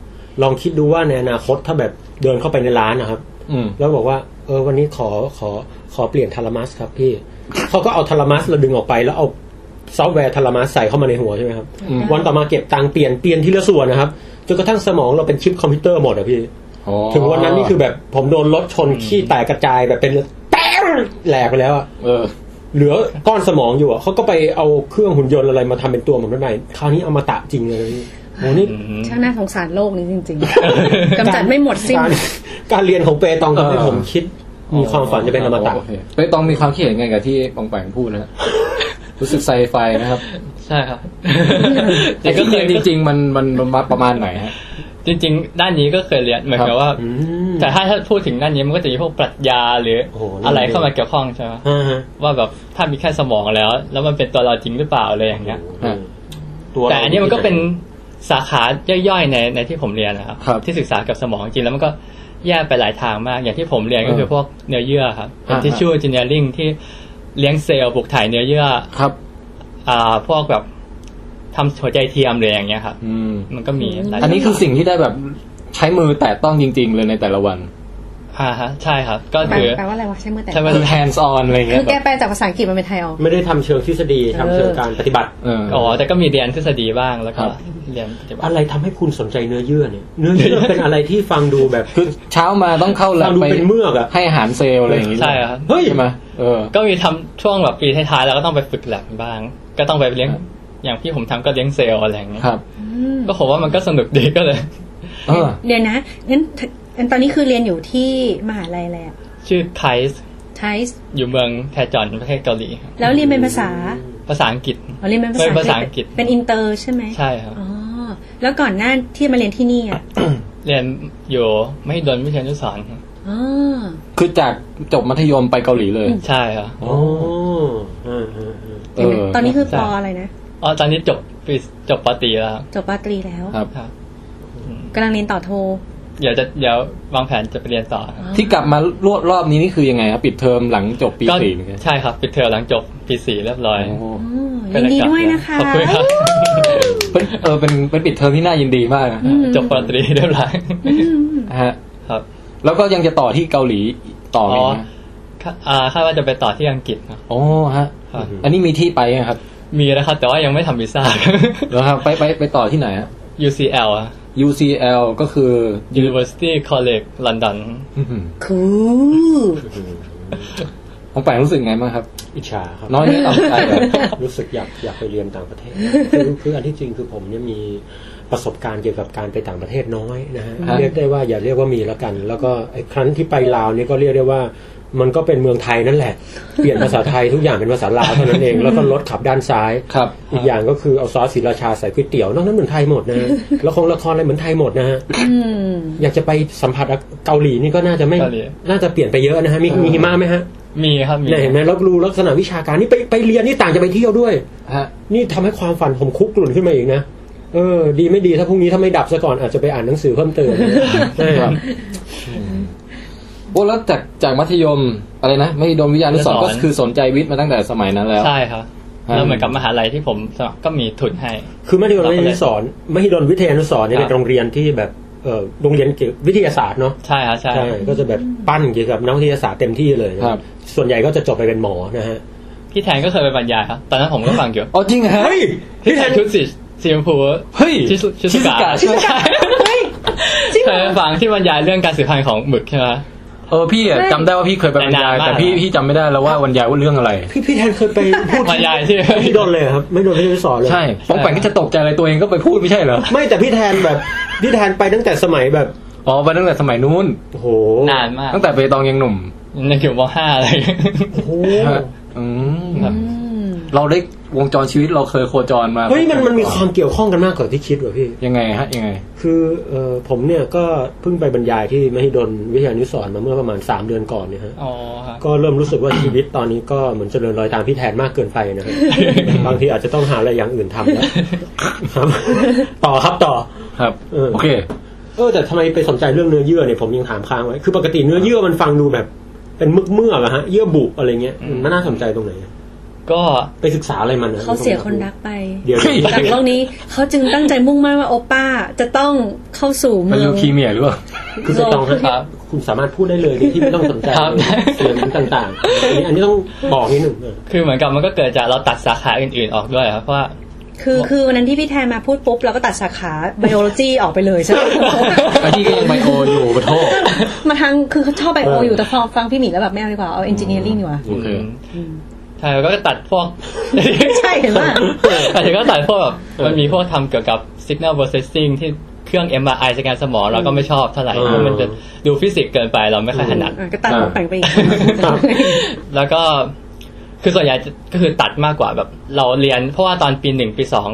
[SPEAKER 5] ลองคิดดูว่าในอนาคตถ้าแบบเดินเข้าไปในร้านนะครับ
[SPEAKER 4] อืม
[SPEAKER 5] แล้วบอกว่า เออ วันนี้ขอ ขอ ขอเปลี่ยนทารามัสครับพี่ เขาก็เอาทารามัสเราดึงออกไป แล้วเอาซอฟต์แวร์ทารามัสใส่เข้ามาในหัวใช่ไหมครับ
[SPEAKER 4] อืม
[SPEAKER 5] วันต่อมาเก็บตังค์เปลี่ยน เปลี่ยนทีละส่วนนะครับ จนกระทั่งสมองเราเป็นชิปคอมพิวเตอร์หมดอะพี่
[SPEAKER 4] อ๋อ
[SPEAKER 5] ถึงวันนั้นนี่คือแบบผมโดนรถชนขี้แตกกระจายแบบเป็นแป๊วแหลกไปแล้วอะ
[SPEAKER 4] เออ
[SPEAKER 5] เหลือก้อนสมองอยู่อะเขาก็ไปเอาเครื่องหุ่นยนต์อะไรมาทำเป็นตัวเหมือนใหม่คราวนี้เอามาตะจริงเลยนะพี่โอ้นี่
[SPEAKER 2] ช่างน่าสงสารโลกนี้จริงๆ กำจัดไม่หมดสิ้น
[SPEAKER 5] การการเรียนของเปตองทำให้
[SPEAKER 4] เออ
[SPEAKER 5] ผมคิด มีความฝันจะเป็นอมตะ
[SPEAKER 4] โเคเฮ้ยต้องมีความคิดเห็นไงกับที่ปองแปงพูดนะฮะรู้สึกไซไฟนะครับ
[SPEAKER 8] ใช่ครับ
[SPEAKER 4] แต่ที่เรียนจริง ๆ มันมันมันประมาณไหนฮะ
[SPEAKER 8] จริง ๆ ด้านนี้ก็เคยเรียนเหมือนกับว่า
[SPEAKER 5] อืม
[SPEAKER 8] แต่ถ้าถ้าพูดถึงด้านนี้มันก็จะมีพวกปรัชญาหรือ
[SPEAKER 5] โอ้โหเรื่อง
[SPEAKER 8] อะไรเข้ามาเกี่ยวข้องใช่ไหม
[SPEAKER 5] อ่าฮะ
[SPEAKER 8] ว่าแบบถ้ามีแค่สมองแล้ว แล้วมันเป็นตัวเราจริงหรือเปล่าอะไรอย่างเงี้ย
[SPEAKER 4] ฮะ
[SPEAKER 5] วเรา
[SPEAKER 8] แต่อันนี้มันก็เป็นสาขาย่อยๆในในที่ผมเรียนนะครับ
[SPEAKER 4] ครับ
[SPEAKER 8] ที่ศึกษากับสมองจริงแล้วมันก็แยกไปหลายทางมาก อย่างที่ผมเรียนก็คือ
[SPEAKER 4] เออ
[SPEAKER 8] พวกเนื้อเยื่อครับเป็น
[SPEAKER 4] อ่า
[SPEAKER 8] ทิชชู่จิเนียริงที่เลี้ยงเซลล์ปลูกถ่ายเนื้อเยื่อ
[SPEAKER 4] ครับ
[SPEAKER 8] อ่าพวกแบบทำหัวใจเทียมหรืออย่างเงี้ยครับ
[SPEAKER 4] อืม
[SPEAKER 8] มันก็มีหลาย
[SPEAKER 4] อันนี้คือสิ่งที่ได้แบบใช้มือแตะต้องจริง ๆ เลยในแต่ละวัน
[SPEAKER 8] อ่าฮะใช่ครับ ก็
[SPEAKER 2] แปล
[SPEAKER 8] คือ
[SPEAKER 2] แปลว่าอะไรวะใช้มือแต่
[SPEAKER 8] ใช่ไหม
[SPEAKER 4] hands on อะไร
[SPEAKER 2] คื
[SPEAKER 4] เงี้
[SPEAKER 2] อย แกแปลจากภาษาอังกฤษมาเป็นไทยเอา
[SPEAKER 5] ไม่ได้ทำเชิงทฤษฎีทำเชิงการปฏิบัติ
[SPEAKER 4] เออ
[SPEAKER 8] อ๋อแต่ก็มีเรียนทฤษฎีบ้างแล้วก็
[SPEAKER 4] ครับ
[SPEAKER 8] เรียนปฏิบัติ
[SPEAKER 5] อะไรทำให้คุณสนใจเนื้อเยื่อเนี่ย เนื้อเยื่อเป็นอะไรที่ฟังดูแบบ
[SPEAKER 4] คือเช้ามาต้องเข้าแลบ
[SPEAKER 5] เราดู
[SPEAKER 4] ไป
[SPEAKER 5] เป็นเมือกอะ
[SPEAKER 4] ให้อาหารเซลล์อะไรอย่างงี้
[SPEAKER 8] ใช่ครับ
[SPEAKER 5] เฮ้ย
[SPEAKER 4] ใช่ไหมเออ
[SPEAKER 8] ก็มีทำช่วงแบบปีท้ายๆแล้วก็ต้องไปฝึกแลบบ้าง ก็ต้องไปเลี้ยง
[SPEAKER 4] ครับ
[SPEAKER 8] อย่างที่ผมทำก็เลี้ยงเซลล์อะไรอย่างเงี้ย
[SPEAKER 4] ครับ
[SPEAKER 8] ก็ผมว่ามันก็สนุกดี [LAUGHS] ก็เลย
[SPEAKER 4] เออ
[SPEAKER 2] เดี๋ยวนะงั้นงั้นตอนนี้คือเรียนอยู่ที่มหาลัยอะไรอะ
[SPEAKER 8] ชื่อไคส์
[SPEAKER 2] ไทส์
[SPEAKER 8] อยู่เมืองแทจอนประเทศเกาหลีครับ
[SPEAKER 2] แล้วเรียนเป็นภาษา
[SPEAKER 8] ภาษาอังกฤษ
[SPEAKER 2] อ๋อเรียนเป็นภาษา
[SPEAKER 8] เป็นภาษาอังกฤษ
[SPEAKER 2] เป็นอินเตอร์ใช่ไหม
[SPEAKER 8] ใช่ครับ
[SPEAKER 2] อ๋อ แล้วก่อนหน้าที่มาเรียนที่นี่อ่ะ
[SPEAKER 8] เรียนอยู่ไม่ดนวิทยานุสรณ์ครับ
[SPEAKER 2] อ๋อ
[SPEAKER 4] คือจากจบมัธยมไปเกาหลีเลย
[SPEAKER 8] ใช่ครับ
[SPEAKER 5] โอ้อ่าๆ
[SPEAKER 4] เออ
[SPEAKER 2] ตอนนี้คือปออะไรนะ
[SPEAKER 8] อ๋อตอนนี้จบปีจบปตรีแล้วครับ
[SPEAKER 2] จบปาตรีแล้ว
[SPEAKER 4] ครับ
[SPEAKER 8] ครับ
[SPEAKER 2] กำลังเรียนต่อโท
[SPEAKER 8] เดี๋ยวจะเดี๋ยววางแผนจะไปเรียนต่อครับ
[SPEAKER 4] ที่กลับมารวดรอบนี้นี่คือยังไงครับปิดเทอมหลังจบปี
[SPEAKER 8] ก็
[SPEAKER 4] สี่เหมือนกัน
[SPEAKER 8] ใช่ครับปิดเทอมหลังจบปีสี่เรียบร้อย
[SPEAKER 4] โอ้โห
[SPEAKER 2] ยินดีด้วยนะคะ
[SPEAKER 8] ขอบคุณครับ
[SPEAKER 4] เป็นเออเป็นเป็นปิดเทอมที่น่ายินดีมากนะ
[SPEAKER 8] จบปริญญาตรีเรียบร้อย
[SPEAKER 4] ฮะ
[SPEAKER 8] ครับ
[SPEAKER 4] แล้วก็ยังจะต่อที่เกาหลีต่อ
[SPEAKER 8] อ๋อ
[SPEAKER 4] ไหมฮะ
[SPEAKER 8] ค่ะอ่าคาดว่าจะไปต่อที่อังกฤษครับ
[SPEAKER 4] โอ้ฮะ
[SPEAKER 8] ครับ
[SPEAKER 4] อันนี้มีที่ไปไหมครับ
[SPEAKER 8] มีนะครับ แต่ว่ายังไม่ทำวีซ่า [LAUGHS]
[SPEAKER 4] แล้วครับไปไปไปต่อที่ไหนฮะ
[SPEAKER 8] UCL อะ
[SPEAKER 4] UCL ก็คือ
[SPEAKER 8] University College London
[SPEAKER 2] คูล
[SPEAKER 4] ของแปงรู้สึกไงบ้างครับ
[SPEAKER 5] อิจฉาครับ
[SPEAKER 4] น้อยเนื้อต่ำใจเหร [LAUGHS] อ
[SPEAKER 5] [LAUGHS] รู้สึกอยากอยากไปเรียนต่างประเทศ คือคืออันที่จริงคือผมเนี่ยมีประสบการณ์เกี่ยวกับการไปต่างประเทศน้อยนะฮะ
[SPEAKER 4] ฮะ
[SPEAKER 5] เรียกได้ว่าอย่าเรียกว่ามีแล้วกัน แล้วก็ไอ้ครั้งที่ไปลาวเนี่ยก็เรียกได้ว่า มันก็เป็นเมืองไทยนั่นแหละ เปลี่ยนภาษาไทยทุกอย่างเป็นภาษาลาวเท่านั้นเอง แล้วก็รถขับด้านซ้าย
[SPEAKER 4] ครับ
[SPEAKER 5] อีกอย่างก็คือเอาซอสศรีราชาใส่ก๋วยเตี๋ยวนอกนั้นเหมือนไทยหมดนะ
[SPEAKER 8] [LAUGHS]
[SPEAKER 5] ฮะละครละครอะไรเหมือนไทยหมดนะฮะอยากจะไปสัมผัสเกาหลีนี่ก็น่าจะไม่
[SPEAKER 8] เกาหลี
[SPEAKER 5] น่าจะเปลี่ยนไปเยอะนะฮะมีมีหิมะไหมฮะ
[SPEAKER 8] มีครับมี
[SPEAKER 5] เนี่ยเห็นไหมรับรู้ลักษณะวิชาการนี่ไปไปเรียนนี่ต่างจะไปเที่ยวด้วย
[SPEAKER 4] ฮะ
[SPEAKER 5] นี่ทำให้ความฝันผมคุกกลุ่นขึ้นมาอีกนะเออ ดีไม่ดีถ้าพรุ่งนี้ถ้าไม่ดับซะก่อนอาจจะไปอ่านหนังสือเพิ่มเติมนะครับ
[SPEAKER 4] โอ้แล้วจากจากมัธยมอะไรนะมัธยมวิทยานุสรณ์ก็คือสนใจวิทย์มาตั้งแต่สมัยนั้นแล้ว
[SPEAKER 8] ใช่ครับ
[SPEAKER 4] ฮะ
[SPEAKER 8] แล้วเหมือนกับมหาลัยที่ผมสมัครก็มีทุนให้
[SPEAKER 5] คือมหิดลวิทยานุสรณ์มหิดลวิทยานุสรณ์เนี่ยเป็นโรงเรียนที่แบบเออโรงเรียนเกี่ยววิทยาศาสตร์เนาะ
[SPEAKER 8] ใช่ครับใช่
[SPEAKER 5] ใช่ก็จะแบบปั้นเกี่ยวกับนักวิทยาศาสตร์เต็มที่เลยนะครับ ส่วนใหญ่ก็จะจบไปเป็นหมอนะฮะ
[SPEAKER 8] พี่แทนก็เคยไปบรรยายครับ ตอนนั้นผมก็ฟังอยู่
[SPEAKER 4] อ๋อจริงเหรอฮะ
[SPEAKER 5] เฮ้ย
[SPEAKER 8] พี่แทนชุดสีสีชมพู
[SPEAKER 4] เฮ้ย
[SPEAKER 8] ชิสุชิสุกะ
[SPEAKER 4] ชิสุกะ
[SPEAKER 8] เคยไปฟังที่บรรยายเรื่องการสืบพันธุ์ของหมึกใช่ไหม
[SPEAKER 4] เออพี่อะจำได้ว่าพี่เคยไปบรรยาย
[SPEAKER 8] แต่นานมาก
[SPEAKER 4] แต่พี่พี่จำไม่ได้แล้วว่าบรรยายว่าเรื่องอะไร
[SPEAKER 5] พี่พี่แทนเคยไปพูด
[SPEAKER 8] บรรยายที่
[SPEAKER 5] มหิดลเลยเหรอครับมหิดลวิทยานุสรณ์เลย
[SPEAKER 4] ใช่ป้องแปงก็จะตกใจอะไรตัวเองก็ไปพูดไม่ใช่เหรอ
[SPEAKER 5] ไม่แต่พี่แทนแบบพี่แทนไปตั้งแต่สมัยแบบ
[SPEAKER 4] อ๋อไปตั้งแต่สมัยนู้น
[SPEAKER 5] โอ้โห
[SPEAKER 8] นานมาก
[SPEAKER 4] ตั้งแต่เปตองยังหนุ่ม
[SPEAKER 8] ในอยู่ม .5 อะไรอย่างเงี้ย
[SPEAKER 4] ฮะอืม
[SPEAKER 8] ครับ
[SPEAKER 4] เราได้วงจรชีวิตเราเคยโคจรมา
[SPEAKER 5] เฮ้ยมันมันมีความเกี่ยวข้องกันมากกว่าที่คิดว่ะพี่
[SPEAKER 4] ยังไงฮะยังไง
[SPEAKER 5] คือเอ่อผมเนี่ยก็เพิ่งไปบรรยายที่มหิดลวิทยานุสรณ์มาเมื่อประมาณ 3 เดือนก่อนเนี่ยฮะ
[SPEAKER 8] อ๋อครับ
[SPEAKER 5] ก็เริ่มรู้สึกว่า ชีวิตตอนนี้ก็เหมือนเจริญรอยตามพี่แทนมากเกินไปนะฮะ บางทีอาจจะต้องหาอะไรอย่างอื่นทำแล้วครับ ต่อครับต่อ
[SPEAKER 4] ครับ
[SPEAKER 5] เออ
[SPEAKER 4] โอเค
[SPEAKER 5] เออแต่ทำไมไปสนใจเรื่องเนื้อเยื่อเนี่ยผมยังถามค้างไว้ คือปกติเนื้อเยื่อมันฟังดูแบบ เป็นมึกเมื่อกๆอะฮะเยื่อบุอะไรเงี้ยมันน่าสนใจตรงไหนอะ
[SPEAKER 8] ก็
[SPEAKER 5] ไปศึกษาอะไรมันอะ
[SPEAKER 2] เขาเสียคนรักไป
[SPEAKER 5] เดี๋ยว
[SPEAKER 2] หลังโลกนี้เขาจึงตั้งใจมุ่งมั่นว่าโอป้าจะต้องเข้าสู่
[SPEAKER 4] เป็น
[SPEAKER 2] เมื
[SPEAKER 4] ลู
[SPEAKER 2] อง
[SPEAKER 4] คีเมียหรือเปล่า
[SPEAKER 5] คือไปต้องนะครับ คุณสามารถพูดได้เลยโดยที่ไม่ต้องสนใจเสียงต่างๆอันนี้อันนี้ต้องบอกนิดหนึ่งเออ
[SPEAKER 8] คือเหมือนกับมันก็เกิดจากเราตัดสาขาอื่น ๆออกด้วยครับเพราะว่า
[SPEAKER 2] คือคือวันนั้นที่พี่แทนมาพูดปุ๊บ เราก็ตัดสาขาไบโอโลจีออกไปเลยใช่ไหม
[SPEAKER 4] ไอที่ก็ยังไบโออยู่ปะโทษ
[SPEAKER 2] มาทางคือเขาชอบไบโออยู่แต่ฟังฟังพี่หมีแล้วแบบไม่เอาดีกว่า เอาเอนจิเนียริ่งดีกว่า
[SPEAKER 4] โอเค
[SPEAKER 8] ใช่แล้วก็ตัดพวก
[SPEAKER 2] [LAUGHS] ใช่เห็นป่ะ
[SPEAKER 8] แต่ถึงก็ตัดพวกแบบมันมีพวกทำเกี่ยวกับ signal processing ที่เครื่อง MRI สแกนสมองเราก็ไม่ชอบเท่าไหร่
[SPEAKER 5] อืม
[SPEAKER 8] เพราะมันจะดูฟิสิกส์เกินไปเราไม่ค่อยถนัด
[SPEAKER 2] อ่ะก็ตัด
[SPEAKER 4] อ่า
[SPEAKER 2] หัวแปลงไปอีก
[SPEAKER 8] แล้วก็คือส่วนใหญ่ก็คือตัดมากกว่าแบบเราเรียน เพราะว่าตอนปีหนึ่งปีสอง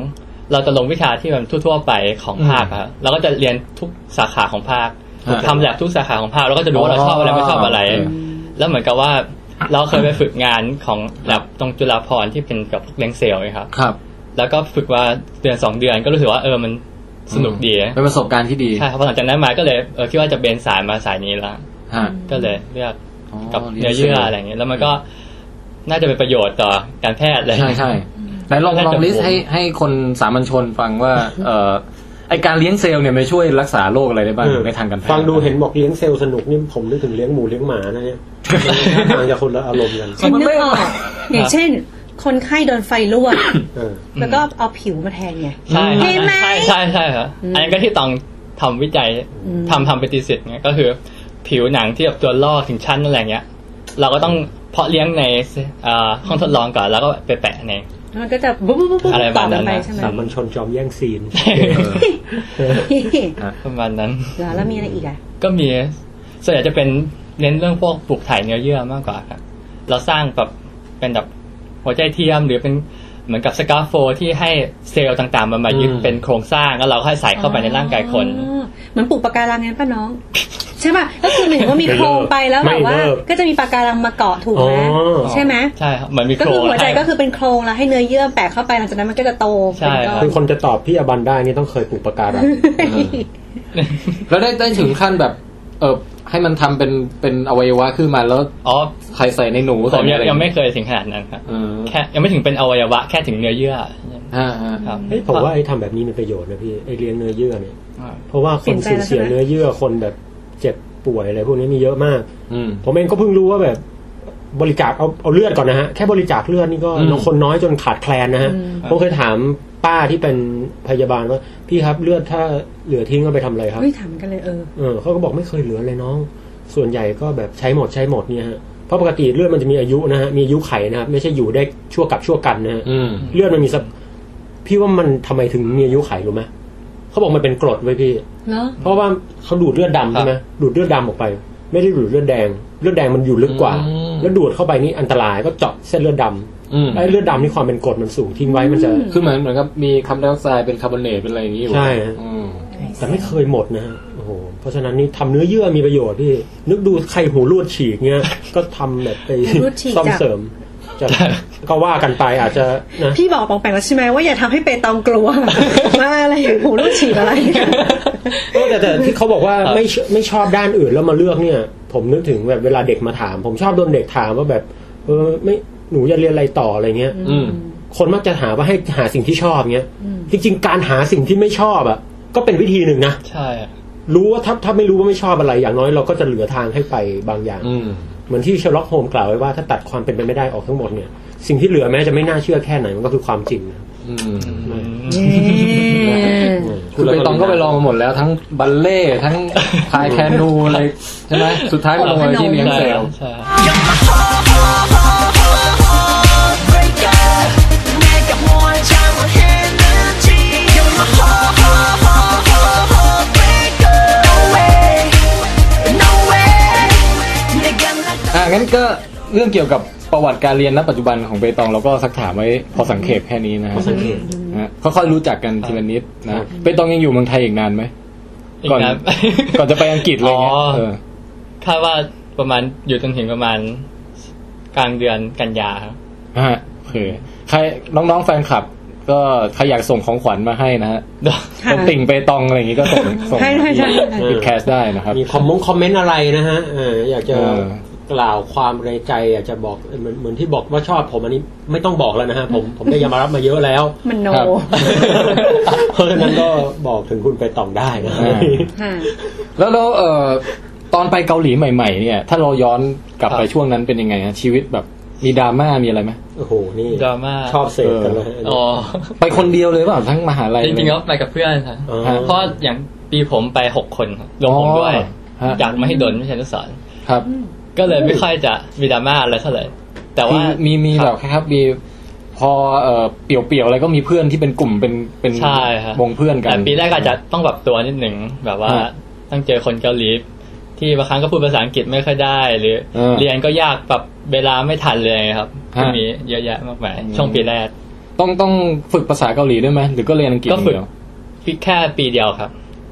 [SPEAKER 8] เราจะลงวิชาที่มันทั่วๆไปของภาคอะเราก็จะเรียนทุกสาขาของภาค
[SPEAKER 4] อ่า
[SPEAKER 8] ทำแลบทุกสาขาของภาคเราก็จะรู้ว่าเราชอบอะไรไม่ชอบอะไร
[SPEAKER 4] อ๋อ
[SPEAKER 8] แล้วเหมือนกับว่า เราเคยไปฝึกงานของแลบตรงจุฬาภรณ์ที่เป็นกับพวกเลี้ยงเซลล์ไงครับ
[SPEAKER 4] ครับ
[SPEAKER 8] แล้วก็ฝึกมาเดือนสองเดือนก็รู้สึกว่าเออมันสนุกดี
[SPEAKER 4] เป็นประสบการณ์ที่ดี
[SPEAKER 8] ใช่ครับพอหลังจากนั้นมาก็เลยเออคิดว่าจะเบนสายมาสายนี้ละ
[SPEAKER 4] ฮะ
[SPEAKER 8] ก็เลยเลือก
[SPEAKER 4] อ๋อ
[SPEAKER 8] กับเนื้อเยื่ออะไรอย่างเงี้ยแล้วมันก็น่าจะเป็นประโยชน์ต่อการแพทย์เลย
[SPEAKER 4] ใช่ใช่ไหนลองลองลิสต์ให้ให้คนสามัญชนฟังว่า เอ่อไอการเลี้ยงเซลล์เนี่ยมันช่วยรักษาโรคอะไรได้บ้าง
[SPEAKER 5] เออ
[SPEAKER 4] ในทางการแพทย์
[SPEAKER 5] ฟังดูเห็นบอกเลี้ยงเซลล์สนุกนี่ผมนึกถึงเลี้ยงหมูเลี้ยงหมานะเนี่ยทางจะคนละอารมณ์กัน
[SPEAKER 2] ฉันนึกออกอย่างเช่น คนไข้โดนไฟลวก
[SPEAKER 5] เออ
[SPEAKER 2] แล้วก็เอาผิวมาแทนไง
[SPEAKER 8] ใช่
[SPEAKER 2] เห็นไหม
[SPEAKER 8] ใช่ใช่ใช่ครับอันนั้นก็ที่ต้องทำวิจัยทำทำเป็นทีสิทธ์เนี่ยก็คือผิวหนังที่แบบตัวลอกถึงชั้นอะไรเงี้ย เราก็ต้องเพาะเลี้ยงในเอ่อห้องทดลองก่อนแล้วก็ไปแปะใน
[SPEAKER 2] แล้วมันก็จะบุ๊บบุ๊บบุ๊บบุ๊บ
[SPEAKER 8] อะไรป
[SPEAKER 2] ต่อ
[SPEAKER 8] ระ
[SPEAKER 2] กั
[SPEAKER 8] มาณนั้
[SPEAKER 2] น
[SPEAKER 8] น
[SPEAKER 2] ไป
[SPEAKER 8] นะ
[SPEAKER 2] ใช่ไหม
[SPEAKER 5] สามัญชนจอมแย่งซีน
[SPEAKER 8] ประมาณนั้น
[SPEAKER 2] แล้วแล้วมีอะไรอีกอ่ะ
[SPEAKER 8] ก็มีส่วนใหญ่จะเป็นเน้นเรื่องพวกปลูกถ่ายเนื้อเยื่อมากกว่าครับเราสร้างแบบเป็นแบบหัวใจเทียมหรือเป็นเหมือนกับสกาโฟที่ให้เซลล์ต่างๆ มันมายึด
[SPEAKER 5] อืม
[SPEAKER 8] เป็นโครงสร้างแล้วเราค่อยใส่เข้าไปในร่างกายคน
[SPEAKER 2] อ๋อเหมือนปลูกปะการังงั้นป่ะน้อง ใช่ป่ะก็คือเหมือนว่ามีโครงไปแล้วแบบว่า
[SPEAKER 5] ไม่เลิก
[SPEAKER 2] ก็จะมีปะการังมาเกาะถูกไหม
[SPEAKER 5] อ๋อ
[SPEAKER 2] ใช่ไหม
[SPEAKER 8] ใช่ครับเหมือนมี
[SPEAKER 2] ก็
[SPEAKER 8] โคร
[SPEAKER 2] คือง หัวใจก็
[SPEAKER 8] ให้
[SPEAKER 2] คือเป็นโครงแล้วให้เนื้อเยื่อแปะเข้าไปหลังจากนั้นมันก็จะโตเป็น
[SPEAKER 8] ใช่
[SPEAKER 2] ก้อ
[SPEAKER 8] รั
[SPEAKER 2] น
[SPEAKER 8] บ
[SPEAKER 5] คือคนจะตอบพี่อบันได้นี่ต้องเคยปลูกปะการัง
[SPEAKER 4] แล้วได้ได้ถึงขั้นแบบ เออให้มันทำเป็นเป็นอวัยวะขึ้นมาแล้ว
[SPEAKER 8] อ๋อ
[SPEAKER 4] ใครใส่ในหนู
[SPEAKER 8] ผ
[SPEAKER 4] ใส่
[SPEAKER 8] ม
[SPEAKER 4] ใน
[SPEAKER 8] ยัง
[SPEAKER 4] อะไร
[SPEAKER 8] ยังไม่เคยถึงขนาดนั้นครับ
[SPEAKER 4] เออ
[SPEAKER 8] แค่ยังไม่ถึงเป็นอวัยวะแค่ถึงเนื้อเยื่อ
[SPEAKER 4] อ่าอ่า
[SPEAKER 8] ครับ
[SPEAKER 5] เฮ้ยผมว่าไอ้ทำแบบนี้มีประโยชน์นะพี่ไอ้เลี้ยงเนื้อเยื่อเนี่ย
[SPEAKER 8] อ่า
[SPEAKER 5] เพราะว่าคนสูญเสียเนื้อเยื่อคนแบบเจ็บป่วยอะไรพวกนี้มีเยอะมาก
[SPEAKER 4] อืม
[SPEAKER 5] ผมเองก็เพิ่งรู้ว่าแบบ บริจาคเอาเอาเลือดก่อนนะฮะแค่บริจาคเลือดนี่ก็
[SPEAKER 4] อืม
[SPEAKER 5] น้องคนน้อยจนขาดแคลนนะฮะผมเคยถามป้าที่เป็นพยาบาลว่าพี่ครับเลือดถ้าเหลือทิ้งเอาไปทำอะไรครับ
[SPEAKER 2] เฮ้ยถามกันเลยเออ
[SPEAKER 5] เออเขาก็บอกไม่เคยเหลือเลยน้อง ส่วนใหญ่ก็แบบใช้หมดใช้หมดเนี่ยฮะเพราะปกติเลือดมันจะมีอายุนะฮะมีอายุไขนะครับไม่ใช่อยู่ได้ชั่วกับชั่วกันนะฮะ
[SPEAKER 4] อืม
[SPEAKER 5] เลือดมันมีสภพี่ว่ามันทำไมถึงมีอายุไขรู้ไหมเขาบอกมันเป็นกรดไว้ยพี่
[SPEAKER 2] เหรอ
[SPEAKER 5] เพราะว่าเขาดูดเลือดดำใช่ไหมดูดเลือดดำออกไป ไม่ได้ดูดเลือดแดง เลือดแดงมันอยู่ลึกกว่า
[SPEAKER 4] อืม
[SPEAKER 5] แล้วดูดเข้าไปนี่อันตรายก็เจาะเส้นเลือดด
[SPEAKER 4] อืม
[SPEAKER 5] ำไอ้เลือดดำนี่ความเป็นกรดมันสูงทิ้งไว้มันจะ
[SPEAKER 4] คือเหมือนเหมือนกับมีคาร์บอนไดออกไซด์เป็นคาร์บอนเนตเป็นอะไรอย่างนี้อยู่
[SPEAKER 5] ใช่
[SPEAKER 4] อืม
[SPEAKER 5] แต่ไม่เคยหมดนะฮะโอ้โหเพราะฉะนั้นนี่ทำเนื้อเยื่อมีประโยชน์พี่นึกดูใครหูรูดฉีกเงี้ย ก็ทำแบบไป
[SPEAKER 2] หูรูดฉีก
[SPEAKER 5] ซ่อม
[SPEAKER 2] จาก
[SPEAKER 5] เสริมจากก็ว่ากันไปอาจจะนะ
[SPEAKER 2] พี่บอกปองแปงแล้วใช่ไหมว่าอย่าทำให้เปตองกลัว มาอะไรอย่างหูลูกฉีดอะไร
[SPEAKER 5] เออแต่แต่ที่เขาบอกว่าไม่ชไม่ชอบด้านอื่นแล้วมาเลือกเนี่ย ผมนึกถึงแบบเวลาเด็กมาถาม ผมชอบโดนเด็กถามว่าแบบ เออไม่หนูจะเรียนอะไรต่ออะไรเงี้ย
[SPEAKER 4] อืม
[SPEAKER 5] คนมักจะหาว่าให้หาสิ่งที่ชอบเงี้ยจริงๆการหาสิ่งที่ไม่ชอบอ่ะ ก็เป็นวิธีหนึ่งนะ
[SPEAKER 8] ใช่อะ
[SPEAKER 5] รู้ว่าถ้าถ้าไม่รู้ว่าไม่ชอบอะไรอย่างน้อยเราก็จะเหลือทางให้ไปบางอย่าง
[SPEAKER 4] อืม
[SPEAKER 5] เหมือนที่เชลล็อกโฮมส์กล่าวไว้ว่าถ้าตัดความเป็นไปไม่ได้ออกทั้งหมดเนี่ย สิ่งที่เหลือแม้จะไม่น่าเชื่อแค่ไหนมันก็คือความจริงนะ
[SPEAKER 4] อืม
[SPEAKER 5] อืม
[SPEAKER 4] คือไปตองก็ไปลองมาหมดแล้วทั้งบัลเล่ต์ [LAUGHS] ทั้งพายแคนูอะไรใช่ไหมสุดท้ายมาลงไว้ที่เลี้ยง
[SPEAKER 8] ใช่
[SPEAKER 4] เซล
[SPEAKER 8] ครั
[SPEAKER 4] ล์
[SPEAKER 8] บใช่
[SPEAKER 7] You're my heart, heart, heart, heart, heartbreaker. 내가 뭘 잘못했는지. You're my heart, heart, heart, heart, heartbreaker. No way, no way. 내가 날
[SPEAKER 4] อ่ะงั้นก็เรื่องเกี่ยวกับประวัติการเรียนณปัจจุบันของเปตองเราก็สักถามไว้พอสังเขปแค่นี้นะฮะฮะค่อยๆรู้จักกันทีละนิดนะเปตองยังอยู่เมืองไทยอีกนานไหม
[SPEAKER 8] อีก
[SPEAKER 4] ก่อน
[SPEAKER 8] นะ
[SPEAKER 4] ก่อนจะไปอังกฤษอะไรเงี้ย
[SPEAKER 8] อ๋อ
[SPEAKER 4] เออ
[SPEAKER 8] คาดว่าประมาณอยู่จนถึงประมาณกลางเดือนกันยา
[SPEAKER 4] [LAUGHS]
[SPEAKER 8] ครับ
[SPEAKER 4] ฮะโอเคใครน้องๆแฟนคลับ ก็ใครอยากส่งของขวัญมาให้นะฮะเป็นติ่งเปตองอะไรอย่างงี้ก็ส่งส่ง
[SPEAKER 2] ให้ให้ให้
[SPEAKER 4] ปิดแคสได้นะครับ
[SPEAKER 5] มีคอมมงคอมเมนต์อะไรนะฮะเอออยากจะ
[SPEAKER 4] เออ
[SPEAKER 5] กล่าวความในใจอยากจะบอกเหมือนเหมือนที่บอกว่าชอบผมอันนี้ไม่ต้องบอกแล้วนะฮะ
[SPEAKER 4] [LAUGHS]
[SPEAKER 5] ผมผมได้ยามารับมาเยอะแล้ว [LAUGHS]
[SPEAKER 2] มันโน
[SPEAKER 4] ครับ
[SPEAKER 5] เพราะฉะนั้นก็บอกถึงคุณไปต่องได้นะ
[SPEAKER 4] อ่า
[SPEAKER 2] ค่ะ
[SPEAKER 4] แล้วแล้วเอ่อตอนไปเกาหลีใหม่ ๆ เนี่ย ถ้าเราย้อนกลับไปช่วงนั้นเป็นยังไงฮะชีวิตแบบมีดราม่ามีอะไรไหม
[SPEAKER 5] [LAUGHS] โอ้โหนี่
[SPEAKER 8] ดราม่า
[SPEAKER 5] ชอบเสกกันเลยฮะ
[SPEAKER 8] อ๋อ
[SPEAKER 4] ไปคนเดียวเลยเปล่าทั้งมหาลัย
[SPEAKER 8] [LAUGHS] จริงๆแล้วไปกับเพื่อนครับ
[SPEAKER 5] อ๋อ
[SPEAKER 8] เพราะอย่างปีผมไปหกคนครับรวมผมด้วย
[SPEAKER 4] อ๋อ
[SPEAKER 8] อ
[SPEAKER 4] ฮะ
[SPEAKER 8] ยากมาให้ดนไม่ใช่นุสอน
[SPEAKER 4] ครับ
[SPEAKER 8] ก็เลยไม่ค่อยจะมีดราม่าอะไรเท่าไหร่แต่
[SPEAKER 4] คือ
[SPEAKER 8] ว่า
[SPEAKER 4] มีมีแบบครับมีพอเอ่อเปี่ยวเปี่ยวๆอะไรก็มีเพื่อนที่เป็นกลุ่มเป็นเป็น
[SPEAKER 8] ใช่ฮะ
[SPEAKER 4] วงเพื่อนกัน
[SPEAKER 8] แต่ปีแรกอาจจะต้องปรับตัวนิดหนึ่งแบบว่า
[SPEAKER 4] ฮะ
[SPEAKER 8] ต้องเจอคนเกาหลีที่บางครั้งก็พูดภาษาอังกฤษไม่ค่อยได้หรือ
[SPEAKER 4] เออ
[SPEAKER 8] เรียนก็ยากปรับเวลาไม่ทันเลยครับ
[SPEAKER 4] ฮะ
[SPEAKER 8] ก็มีเยอะแยะมากมายช่วงปีแรก
[SPEAKER 4] ต้องต้องฝึกภาษาเกาหลีด้วยไหมหรือก็เรียนอังกฤษ
[SPEAKER 8] ก็ฝึก
[SPEAKER 4] อย่างเดียว
[SPEAKER 8] พี่แค่ปีเดียวครับ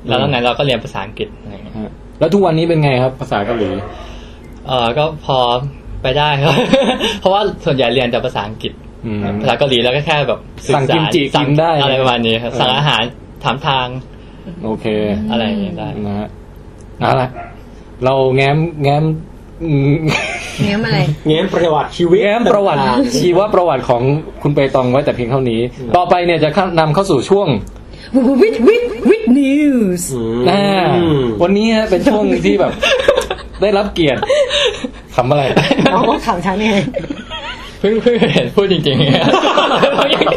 [SPEAKER 8] แล้ว
[SPEAKER 4] อืม
[SPEAKER 8] ตั้งนั้นเราก็เรียนภาษาอังกฤษอะไรอย่างเงี้ย
[SPEAKER 4] ฮะแล้วทุกวันนี้เป็นไงครับภาษาเกาหลี
[SPEAKER 8] เออก็พอไปได้ [LAUGHS] ครับ เพราะว่าส่วนใหญ่เรียนแต่ภาษาอังกฤษ
[SPEAKER 4] อืม
[SPEAKER 8] ภาษาเกาหลีแล้วก็แค่แบบอ
[SPEAKER 4] สั่ง
[SPEAKER 8] สาร
[SPEAKER 4] กิมจิกินได้
[SPEAKER 8] สั่งอะไรประมาณนี้ครับ
[SPEAKER 4] เออ
[SPEAKER 8] สั่งอาหารถามทาง
[SPEAKER 4] โอเค
[SPEAKER 8] อะไรอย่างเงี้ยได้
[SPEAKER 4] นะฮะเอาละเราแง้มแง้มอืม
[SPEAKER 2] เนี้ยอะไร
[SPEAKER 5] แง้มประวัติชีวิต
[SPEAKER 4] แย้มประวัติ
[SPEAKER 5] ต่าง
[SPEAKER 4] ชีวประวัติของคุณเปตองไว้แต่เพียงเท่านี้ ต่อไปเนี่ยจะเข้านำเข้าสู่ช่วง
[SPEAKER 2] วิดวิดวิดนิวส์
[SPEAKER 4] หน้า
[SPEAKER 5] อืม
[SPEAKER 4] วันนี้ฮะเป็นช่วงที่แบบ ได้รับเกียรติทำ
[SPEAKER 5] [LAUGHS]
[SPEAKER 4] อะไร
[SPEAKER 2] น้องก็ขำฉันไง
[SPEAKER 8] เพิ่งเพิ่งเห็นพูดจริง
[SPEAKER 4] [LAUGHS]
[SPEAKER 8] ๆ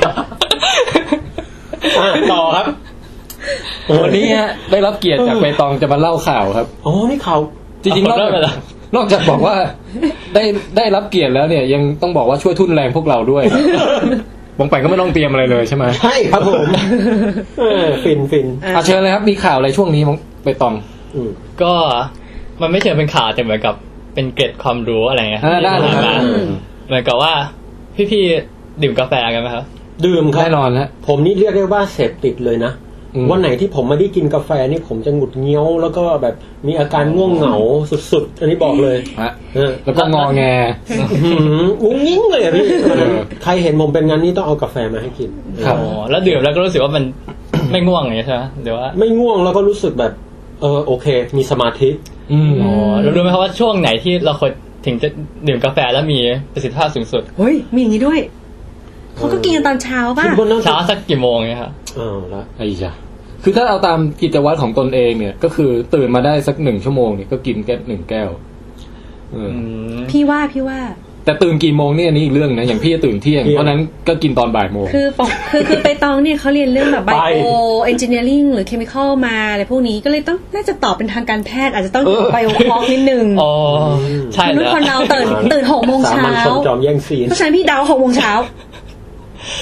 [SPEAKER 5] ๆอ่ะต่อครับ
[SPEAKER 4] วันนี้ฮะได้รับเกียรติจากเปตองจะมาเล่าข่าวครับ
[SPEAKER 5] อ๋อนี่เขา
[SPEAKER 4] จริงๆนอก
[SPEAKER 8] เอาผมเริ่
[SPEAKER 4] จาม ก
[SPEAKER 8] เลยเหรอ
[SPEAKER 4] นอกจากบอกว่าได้ได้รับเกียรติแล้วเนี่ย ยังต้องบอกว่าช่วยทุ่นแรงพวกเราด้วยบงแปงก็ไม่ต้องเตรียมอะไรเลยใช่
[SPEAKER 5] [LAUGHS]
[SPEAKER 4] ไหม
[SPEAKER 5] ใช่ครับ
[SPEAKER 4] [LAUGHS]
[SPEAKER 5] ผมเออฟินฟิน
[SPEAKER 4] อ่ะเชิญเลยครับมีข่าวอะไรช่วงนี้มงเปตอง
[SPEAKER 5] อืม
[SPEAKER 8] ก็มันไม่เชิงเป็นข่าวแต่เหมือนกับเป็นเกร็ดความรู้อะไรเงี้ย
[SPEAKER 4] อ่าได้เลย
[SPEAKER 8] ที่
[SPEAKER 4] ครับ
[SPEAKER 8] มาเหมือนกับว่าพี่ๆดื่มกาแฟกันไหมครับ
[SPEAKER 5] ดื่มครับ
[SPEAKER 4] แน่นอนฮะ
[SPEAKER 5] ผมนี่เรียกได้ว่าเสพติดเลยนะ
[SPEAKER 4] อืม
[SPEAKER 5] วันไหนที่ผมไม่ได้กินกาแฟนี่ผมจะหงุดเงี้ยว แล้วก็แบบมีอาการง่วงเหงาสุดๆ อันนี้บอกเลย
[SPEAKER 4] ฮะ
[SPEAKER 5] เออ
[SPEAKER 4] แล้วก็งอแง
[SPEAKER 5] หืองุ้งงิ้งเลยอะพี่
[SPEAKER 4] เออ
[SPEAKER 5] ใครเห็นผมเป็นงั้นนี่ต้องเอากาแฟมาให้กิน
[SPEAKER 4] ครับ
[SPEAKER 8] [COUGHS] อ๋อแล้วดื่มแล้วก็รู้สึกว่ามัน ไม่ง่วงอย่างเงี้ยใช่ไหมหรือว่า
[SPEAKER 5] ไม่ง่วงแล้วก็รู้สึกแบบ เออโอเค มีสมาธิ
[SPEAKER 4] อืม
[SPEAKER 8] อ๋อแล้วรู้ไหมครับว่าช่วงไหนที่เราควรถึงจะดื่มกาแฟแล้วมีประสิทธิภาพสูงสุด
[SPEAKER 2] เฮ้ย มีอย่างนี้ด้วยเขาก็กินกันตอนเช้าป่ะ
[SPEAKER 5] คิดว่าน่าจะ
[SPEAKER 8] เช้าสักกี่โมงเนี่ยครับ
[SPEAKER 5] เอ้าวละ
[SPEAKER 4] ไอ้ยาคือถ้าเอาตามกิจวัตรของตนเองเนี่ย ก็คือตื่นมาได้สักหนึ่งชั่วโมงเนี่ยก็กินแค่หนึ่งแก้วเอออ
[SPEAKER 2] พี่ว่าพี่ว่า
[SPEAKER 4] แต่ตื่นกี่โมงเนี่ยอันนี่อีกเรื่องนะอย่างพี่ตื่นเที่ยงเพราะฉะนั้นก็กินตอนบ่ายโมง
[SPEAKER 2] คือปกคือคือไปตองเนี่ยเขาเรียนเรื่องแบบไบโอเอนจิเนียริงหรือเคมีคอลมาอะไรพวกนี้ก็เลยต้องน่าจะตอบเป็นทางการแพทย์อาจจะต้องไบโอคล็อกนิดนึง
[SPEAKER 8] อ๋อใช่
[SPEAKER 2] มนุษย์
[SPEAKER 8] แล้ว
[SPEAKER 2] คนเราตื่นตื่นหกโมง
[SPEAKER 5] สา
[SPEAKER 2] เช้า
[SPEAKER 5] มัญชนจอมแย่งซีน
[SPEAKER 2] เพราะฉะนั้นพี่เดาหกโมงเช้า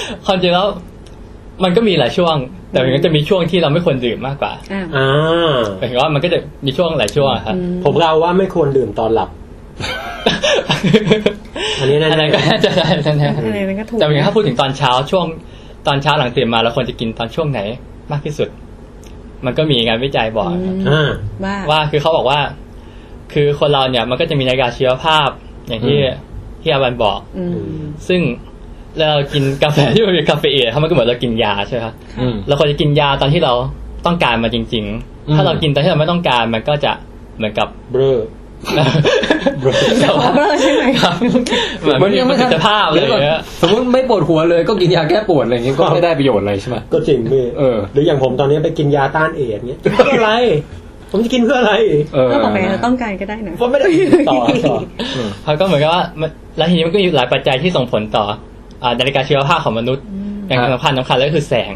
[SPEAKER 8] [LAUGHS] ความจริงแล้ว มันก็มีหลายช่วง แต่มันก็จะมีช่วงที่เราไม่ควรดื่มมากกว่า
[SPEAKER 5] อ่า
[SPEAKER 8] หมายถึงว่ามันก็จะมีช่วงหลายช่วงอะครับ
[SPEAKER 5] ผมเราว่าไม่ควรดื่มตอนหลับ อันนี้แน่ๆ
[SPEAKER 8] อัก็น่าจะได้แน่ๆ
[SPEAKER 2] อันไหนมันก็ถูก
[SPEAKER 8] แต่ว่าถ้าพูดถึงตอนเช้าช่วงตอนเช้าหลังตื่นมาเราควรจะกินตอนช่วงไหนมากที่สุด มันก็มีงานวิจัยบอกครับ
[SPEAKER 5] อ่า
[SPEAKER 2] ว่า
[SPEAKER 8] ว่าคือเขาบอกว่า คือคนเราเนี่ยมันก็จะมีนาฬิกาชีวภาพ อย่างที่ที่อาบันบอก
[SPEAKER 2] อืม
[SPEAKER 8] ซึ่งเรากินกาแฟที่มันมีคาเฟอีนเขามันก็เหมือนเรากินยาใช่ไหมครับ
[SPEAKER 4] อืม
[SPEAKER 8] เราควรจะกินยาตอนที่เราต้องการมันจริง
[SPEAKER 4] อืม
[SPEAKER 8] ๆ ถ้าเรากินตอนที่เราไม่ต้องการมันก็จะเหมือนกับ
[SPEAKER 5] เบลอ
[SPEAKER 8] แต่ว่า
[SPEAKER 2] เบลอใช่ไหม
[SPEAKER 8] ครับเหมือนมีประสิทธิภาพอะไรอย่างเงี้ย
[SPEAKER 4] สมมติไม่ปวดหัวเลยก็กินยาแก้ปวดอะไรอย่างเงี้ยก็ไม่ได้ประโยชน์อะไรใช่ไหม
[SPEAKER 5] ก็จริงพี่
[SPEAKER 4] เออ
[SPEAKER 5] หรืออย่างผมตอนนี้ไปกินยาต้านเอดส์เนี้ย เพื่ออะไร ผมจะกินเพื่ออะไร
[SPEAKER 4] เออ
[SPEAKER 2] ก็ต่อไปเราต้องการก็ได้นะ
[SPEAKER 5] ผมไม่ได้ต่อต่อ
[SPEAKER 8] เขาก็เหมือนกับว่ามันแล้วทีนี้มันก็มีหลายปัจจัยที่ส่งผลต่ออ่านาฬิกาชีวภาพของมนุษย์ อย่าง
[SPEAKER 4] ครับ
[SPEAKER 8] สำคัญสำคัญแล้วก็คือแสง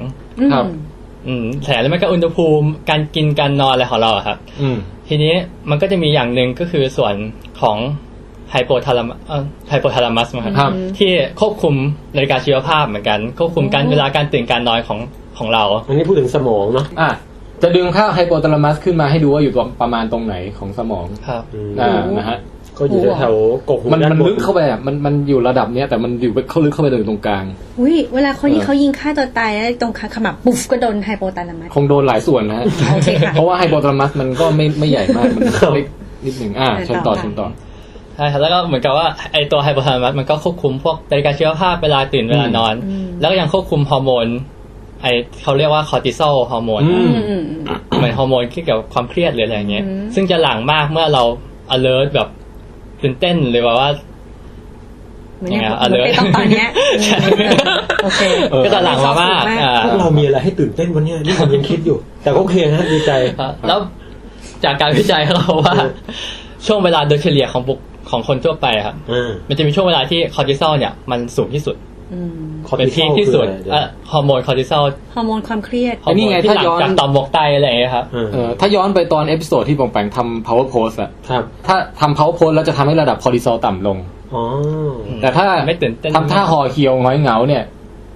[SPEAKER 4] ครับ
[SPEAKER 8] อืมแสงแล้วมันก็อุณหภูมิ การกินการนอนอะไรของเราอะครับ
[SPEAKER 4] อืม
[SPEAKER 8] ทีนี้มันก็จะมีอย่างหนึ่งก็คือส่วนของไฮโปทาลามัสไฮโปทาลามัสมั้ง
[SPEAKER 4] ค
[SPEAKER 8] ค
[SPEAKER 4] รั
[SPEAKER 8] รับ บ ที่ควบคุมนาฬิกาชีวภาพเหมือนกัน ควบคุมการเวลาการตื่นการนอนของของเรา
[SPEAKER 5] [LAUGHS] อันนี้พูดถึงสมองเนาะ
[SPEAKER 4] อ่ะจะดึงค่าไฮโปทาลามัสขึ้นมาให้ดูว่าอยู่ตรงประมาณตรงไหนของสมอง
[SPEAKER 8] ครับ
[SPEAKER 4] อ่านะฮะ
[SPEAKER 5] ก็อยู่แถวๆกกหู
[SPEAKER 4] มัน
[SPEAKER 5] ด้า
[SPEAKER 4] มัน
[SPEAKER 5] บ
[SPEAKER 4] ลึกเข้าไปอ่ะมันมันอยู่ระดับเนี้ยแต่มันอยู่ไปเข้าลึกเข้าไปถึงตรงกลาง
[SPEAKER 2] อุ้ยเวลาคนที่
[SPEAKER 4] เออ
[SPEAKER 2] เขายิงฆ่าตัวตายแล้วตรงขมับปุ๊บก็โดนไฮโปตาลามัส
[SPEAKER 4] คงโดนหลายส่วนนะฮะ
[SPEAKER 2] โอเคค่ะ
[SPEAKER 4] เพราะว่าไฮโปทาลามัสมันก็ไม่ไม่ใหญ่มากมัน
[SPEAKER 5] ครับ
[SPEAKER 4] เล็กนิดหนึ่งอ่า
[SPEAKER 2] เออ
[SPEAKER 4] เชิญต่อ
[SPEAKER 2] ต่อ
[SPEAKER 4] เชิญต่อ
[SPEAKER 8] ใช่ครับแล้วก็เหมือนกับว่าไอตัวไฮโปทาลามัสมันก็ควบคุมพวกนาฬิกาชีวภาพเวลาตื่นเวลานอน แล้วก็ยังควบคุมฮอร์โมนไอเขาเรียกว่าคอร์ติซอลฮอร์โมน
[SPEAKER 4] อืม
[SPEAKER 2] อืม
[SPEAKER 8] เหมือนฮอร์โมนที่เกี่ยวกับความเครียดหรืออะไรอย่างเงี้ย
[SPEAKER 2] อืม
[SPEAKER 8] ซึ่งจะหลั่งมากเมื่อเรา alert แบบตื่นเต้นหรือแบบว่า
[SPEAKER 2] เหมือนเนี่ย
[SPEAKER 8] ยังไงอะ
[SPEAKER 2] เหมือนไปต้อง
[SPEAKER 8] alert
[SPEAKER 2] ตอนเนี้ย
[SPEAKER 8] ใช่
[SPEAKER 2] โอเค
[SPEAKER 8] ก็จะหลั่งมามาก
[SPEAKER 2] เออ
[SPEAKER 8] อ่า
[SPEAKER 5] พวกเรามีอะไรให้ตื่นเต้นวันเนี้ยนี่ผมยังคิดอยู่ แต่ก็โอเคนะดีใจ
[SPEAKER 8] ครับแล้วจากการวิจัยเขาว่า ช่วงเวลาโดยเฉลี่ยของบุคของคนทั่วไปครับ
[SPEAKER 5] อ่า
[SPEAKER 8] มันจะมีช่วงเวลาที่คอร์ติซอลเนี่ยมันสูงที่สุด
[SPEAKER 5] คอร์
[SPEAKER 8] เป็น
[SPEAKER 5] ติซ
[SPEAKER 8] พี
[SPEAKER 5] อ
[SPEAKER 8] ค
[SPEAKER 5] ล
[SPEAKER 8] ที่สุด
[SPEAKER 5] คืออะไรเดี๋ยว
[SPEAKER 8] เอ่อฮอร์โมนคอร์ติซอล
[SPEAKER 2] ฮอร์โมนความเครียด
[SPEAKER 8] ฮอร์
[SPEAKER 4] ไอ้
[SPEAKER 8] โม
[SPEAKER 4] นี่ไง
[SPEAKER 8] ที่
[SPEAKER 4] ถ้า
[SPEAKER 8] หลัง
[SPEAKER 4] ย้อน
[SPEAKER 8] จากต่อมหมวกไตอะไรอย่างเงี้ยครับ
[SPEAKER 5] อ่า
[SPEAKER 4] เออถ้าย้อนไปตอนเอพิโซดที่ปองแปงทำ power pose อะ
[SPEAKER 5] ครับ
[SPEAKER 4] ถ้าทำ power pose แล้วจะทำให้ระดับคอร์ติซอลต่ำลง
[SPEAKER 5] อ๋อ
[SPEAKER 4] แต่ถ้า
[SPEAKER 8] ไม่ตื่นเต้น
[SPEAKER 4] ทำท่าห่อเคียวง้อยเหงาเนี่ย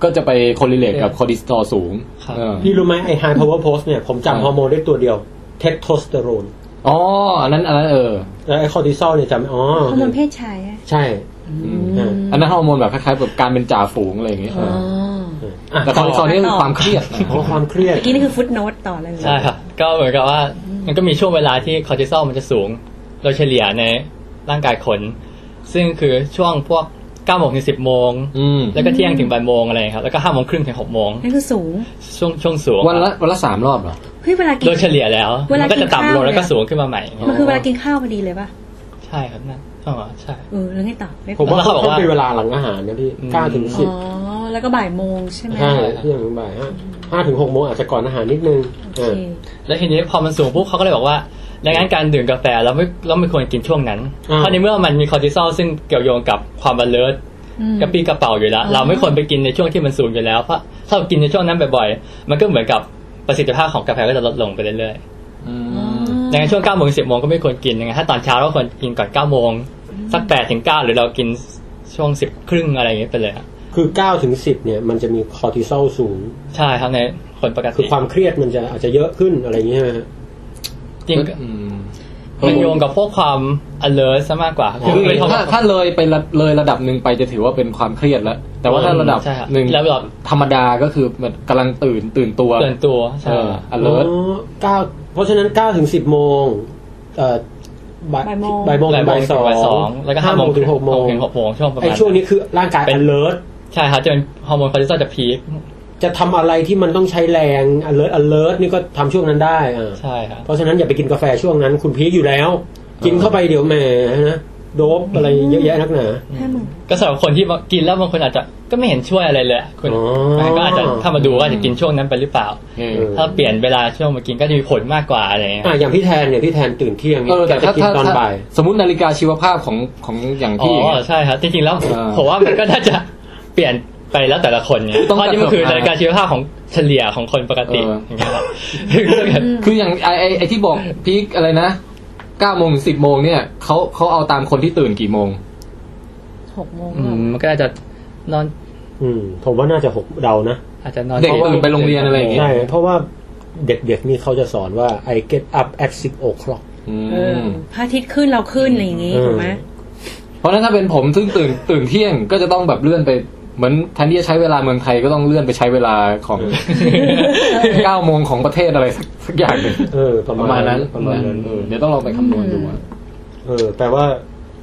[SPEAKER 4] ก็จะไปคอลิเลตกับคอร์ติซอลสูง
[SPEAKER 8] ครับ
[SPEAKER 4] เออ
[SPEAKER 5] พี่รู้ไหมไอ้ high power post เนี่ย ผม
[SPEAKER 4] อ่า
[SPEAKER 5] จำฮอร์โมนได้ตัวเดียว เทสโทสเตอโรน
[SPEAKER 4] อ๋ออันนั้นอันนั้นเออ
[SPEAKER 5] แล้วไอ้คอร์ติซอลเนี่ยจำอ๋อ
[SPEAKER 2] ฮอร์โมนเพศชายอะ
[SPEAKER 5] ใช่อ่า
[SPEAKER 4] อันนั้นฮอร์โมนแบบคล้ายๆแบบการเป็นจ่าฝูงอะไรอย่างเงี้ยเออ
[SPEAKER 5] อ่ะ
[SPEAKER 4] แต่คอร์ติซอลนี่คือความเครียด
[SPEAKER 5] เพราะความเครียด
[SPEAKER 2] เมื่อกี้นี่คือฟุตโนตต่อเลยนะ
[SPEAKER 8] ใช่ครับ ก็เหมือนกับว่ามันก็มีช่วงเวลาที่คอร์ติซอลมันจะสูง โดยเฉลี่ยในร่างกายคน ซึ่งคือช่วงพวก9โมงถึง10โมง
[SPEAKER 4] อืม
[SPEAKER 8] แล้วก็เที่ยงถึงบ่ายโมงอะไรครับ แล้วก็5โมงครึ่งถึง6โมง
[SPEAKER 2] นั่นคือสูง
[SPEAKER 8] ช่วงช่วงสูง
[SPEAKER 4] วันละวันละสามรอบเหรอ
[SPEAKER 2] เฮ้ยเวลากิน
[SPEAKER 8] โดยเฉลี่ยแล้ว
[SPEAKER 2] เวลามั
[SPEAKER 8] มันก็
[SPEAKER 2] กิ
[SPEAKER 8] จะ
[SPEAKER 2] น
[SPEAKER 8] ต่ำล
[SPEAKER 2] ข้าว
[SPEAKER 8] ง
[SPEAKER 2] เนี่ย
[SPEAKER 8] แล้วก็สูงขึ้นมาใหม่
[SPEAKER 2] มันคือเวลากินข้าวพอดีเลยป่ะ
[SPEAKER 8] ใช่ครับนั่นอ๋อใช่
[SPEAKER 2] เออแล้วไงต่อไม่
[SPEAKER 5] ผมว่า
[SPEAKER 8] แล้ว
[SPEAKER 5] เขา
[SPEAKER 8] เขาบอกว่า
[SPEAKER 5] เป็นเวลาหลังอาหารนะพี่
[SPEAKER 8] อืม
[SPEAKER 5] เก้าถึงสิบ
[SPEAKER 2] อ๋อ แล้วก็บ่ายโมงใช่ไหม
[SPEAKER 5] ห้าเที่ยงถึงบ่ายห้าห้าถึงหกโมงอาจจะก่อนอาหารนิดนึง
[SPEAKER 2] โอเค
[SPEAKER 8] แล้วทีนี้พอมันสูงปุ๊บเขาก็เลยบอกว่าดังนั้นการดื่มกาแฟเราไม่เราไม่ควรกินช่วงนั้น เพราะในเมื่อมันมีคอร์ติซอลซึ่งเกี่ยวโยงกับความบันเลิศกระปี้กระเป๋าอยู่แล้ว เราไม่ควรไปกินในช่วงที่มันสูงอยู่แล้วเพราะถ้าเรากินในช่วงนั้นบ่อยๆมันก็เหมือนกับประสิทธิภาพของกาแฟก็จะลดลงไปเรื่อยๆดังนั้นช่วง9โมง10โมงก็ไม่ควรกินดังนั้นถ้าตอนเช้าเราควรกินก่อน9โมงสัก8ถึง9หรือเรากินช่วง10ครึ่งอะไรอย่างเงี้ยไปเลยครับ
[SPEAKER 5] คือเก้าถึงสิบเนี่ยมันจะมีคอร์ติซอลสูง
[SPEAKER 8] ใช่ครับในคนปก
[SPEAKER 5] คือ
[SPEAKER 8] ติ
[SPEAKER 5] ความเครียดมันจะอาจจะเยอะขึ้นอะไรอย่างเงี้ยฮะ
[SPEAKER 8] จริง
[SPEAKER 4] อืม
[SPEAKER 8] ๆมันโยงกับพวกความ alert ซะมากกว่า
[SPEAKER 4] คือ
[SPEAKER 8] เป็น
[SPEAKER 4] ถ้าถ้าเลยไประเลยระดับหนึ่งไปจะถือว่าเป็นความเครียดแล้ว แต่ว่าถ้าระดับ
[SPEAKER 8] ใช่ครับ
[SPEAKER 4] หนึ่ง
[SPEAKER 8] ระดับ
[SPEAKER 4] ธรรมดาก็คือมันกำลังตื่นตื่นตัว
[SPEAKER 8] เตือนตัวใช่
[SPEAKER 4] เออ alert
[SPEAKER 5] อ๋อเก้าเพราะฉะนั้นเก้าถึงสิบโมงเอ่อบ่าย
[SPEAKER 2] บ่ายโมง
[SPEAKER 5] บ่ายโมง
[SPEAKER 8] บ่ายโมงถึงบ่ายสองแล้วก็ห้าโมง
[SPEAKER 5] ถึงหกโมง
[SPEAKER 8] ถึงหกโมงช่วงประมาณ
[SPEAKER 5] ไอ้ช่วงนี้คือร่างกาย
[SPEAKER 8] เป็น
[SPEAKER 5] alert
[SPEAKER 8] ใช่ครับจะเป็นฮอร์โมนคอร์ติซอลจะพีค
[SPEAKER 5] จะทำอะไรที่มันต้องใช้แรง alert alert นี่ก็ทำช่วงนั้นได้อ่า
[SPEAKER 8] ใช่ครับ
[SPEAKER 5] เพราะฉะนั้นอย่าไปกินกาแฟช่วงนั้น คุณพีคอยู่แล้ว กินเข้าไปเดี๋ยวแหมนะโดบอะไรเยอะแยะนักหนา
[SPEAKER 2] ห้าหมื่น
[SPEAKER 8] ก็สำหรับคนที่กินแล้วบางคนอาจจะก็ไม่เห็นช่วยอะไรเลยคุณ
[SPEAKER 5] อ๋อ
[SPEAKER 8] มันก็อาจจะถ้ามาดูว่าจะกินช่วงนั้นไปหรือเปล่า
[SPEAKER 4] อืม
[SPEAKER 8] ถ้าเปลี่ยนเวลาช่วงมากินก็จะมีผลมากกว่าอะไรเงี้ย
[SPEAKER 5] อ่ะอย่างพี่แทนเนี่ยพี่แทนตื่นเที่ยง
[SPEAKER 4] เออแต่
[SPEAKER 5] แกจะ
[SPEAKER 4] ถ้า
[SPEAKER 5] กิน
[SPEAKER 4] ถ้า
[SPEAKER 5] ตอนบ่าย
[SPEAKER 4] สมมตินาฬิกาชีวภาพของของอย่าง
[SPEAKER 8] อ๋
[SPEAKER 4] พี่
[SPEAKER 8] อใช่ครับจริงๆแล้ว
[SPEAKER 4] อ่า
[SPEAKER 8] ผมว่ามันก็น่าจะเปลี่ยนไปแล้วแต่ละคนเนี่ย
[SPEAKER 4] ต้อง
[SPEAKER 8] เพราะนี่มันคือนาฬิกาชีวภาพของเฉลี่ยของคนปกติ
[SPEAKER 4] เอออ
[SPEAKER 8] ย่างเงี้ยครับคือแบบ [LAUGHS]
[SPEAKER 4] คืออย่างไอไอ้ไอที่บอกพีคอะไรนะเก้าโมงสิบโมงเนี่ยเขาเขาเอาตามคนที่ตื่นกี่โมง
[SPEAKER 2] หกโมง
[SPEAKER 8] อืมมันก็อาจจะนอน
[SPEAKER 5] อืมผมว่าน่าจะหกเดานะ
[SPEAKER 8] อาจจะนอน
[SPEAKER 4] เด็กตื่นไปโรงเรียนอะไรอย่างเงี้ย
[SPEAKER 5] ใช่ เพราะว่าเด็กๆนี่เขาจะสอนว่า I get up at six o'clock
[SPEAKER 4] อืม
[SPEAKER 2] เออพระอาทิตย์ขึ้นเราขึ้นอะไรอย่างงี้ถูกไหม
[SPEAKER 4] เพราะฉะนั้นถ้าเป็นผมซึ่งตื่นตื่นเที่ยงก็จะต้องแบบเลื่อนไปเหมือนแทนที่จะใช้เวลาเมืองไทยก็ต้องเลื่อนไปใช้เวลาของเก้าโมงของประเทศอะไรสักสักอย่างหนึ่ง
[SPEAKER 5] เออ ประ
[SPEAKER 4] ประมา
[SPEAKER 5] มา
[SPEAKER 4] ณ
[SPEAKER 5] ณ
[SPEAKER 4] นั้
[SPEAKER 5] นั้น น
[SPEAKER 4] ประมาณนั้นเออเดี๋ยวต้องลองไปคำนวณดูอะ
[SPEAKER 5] เออ แปลว่า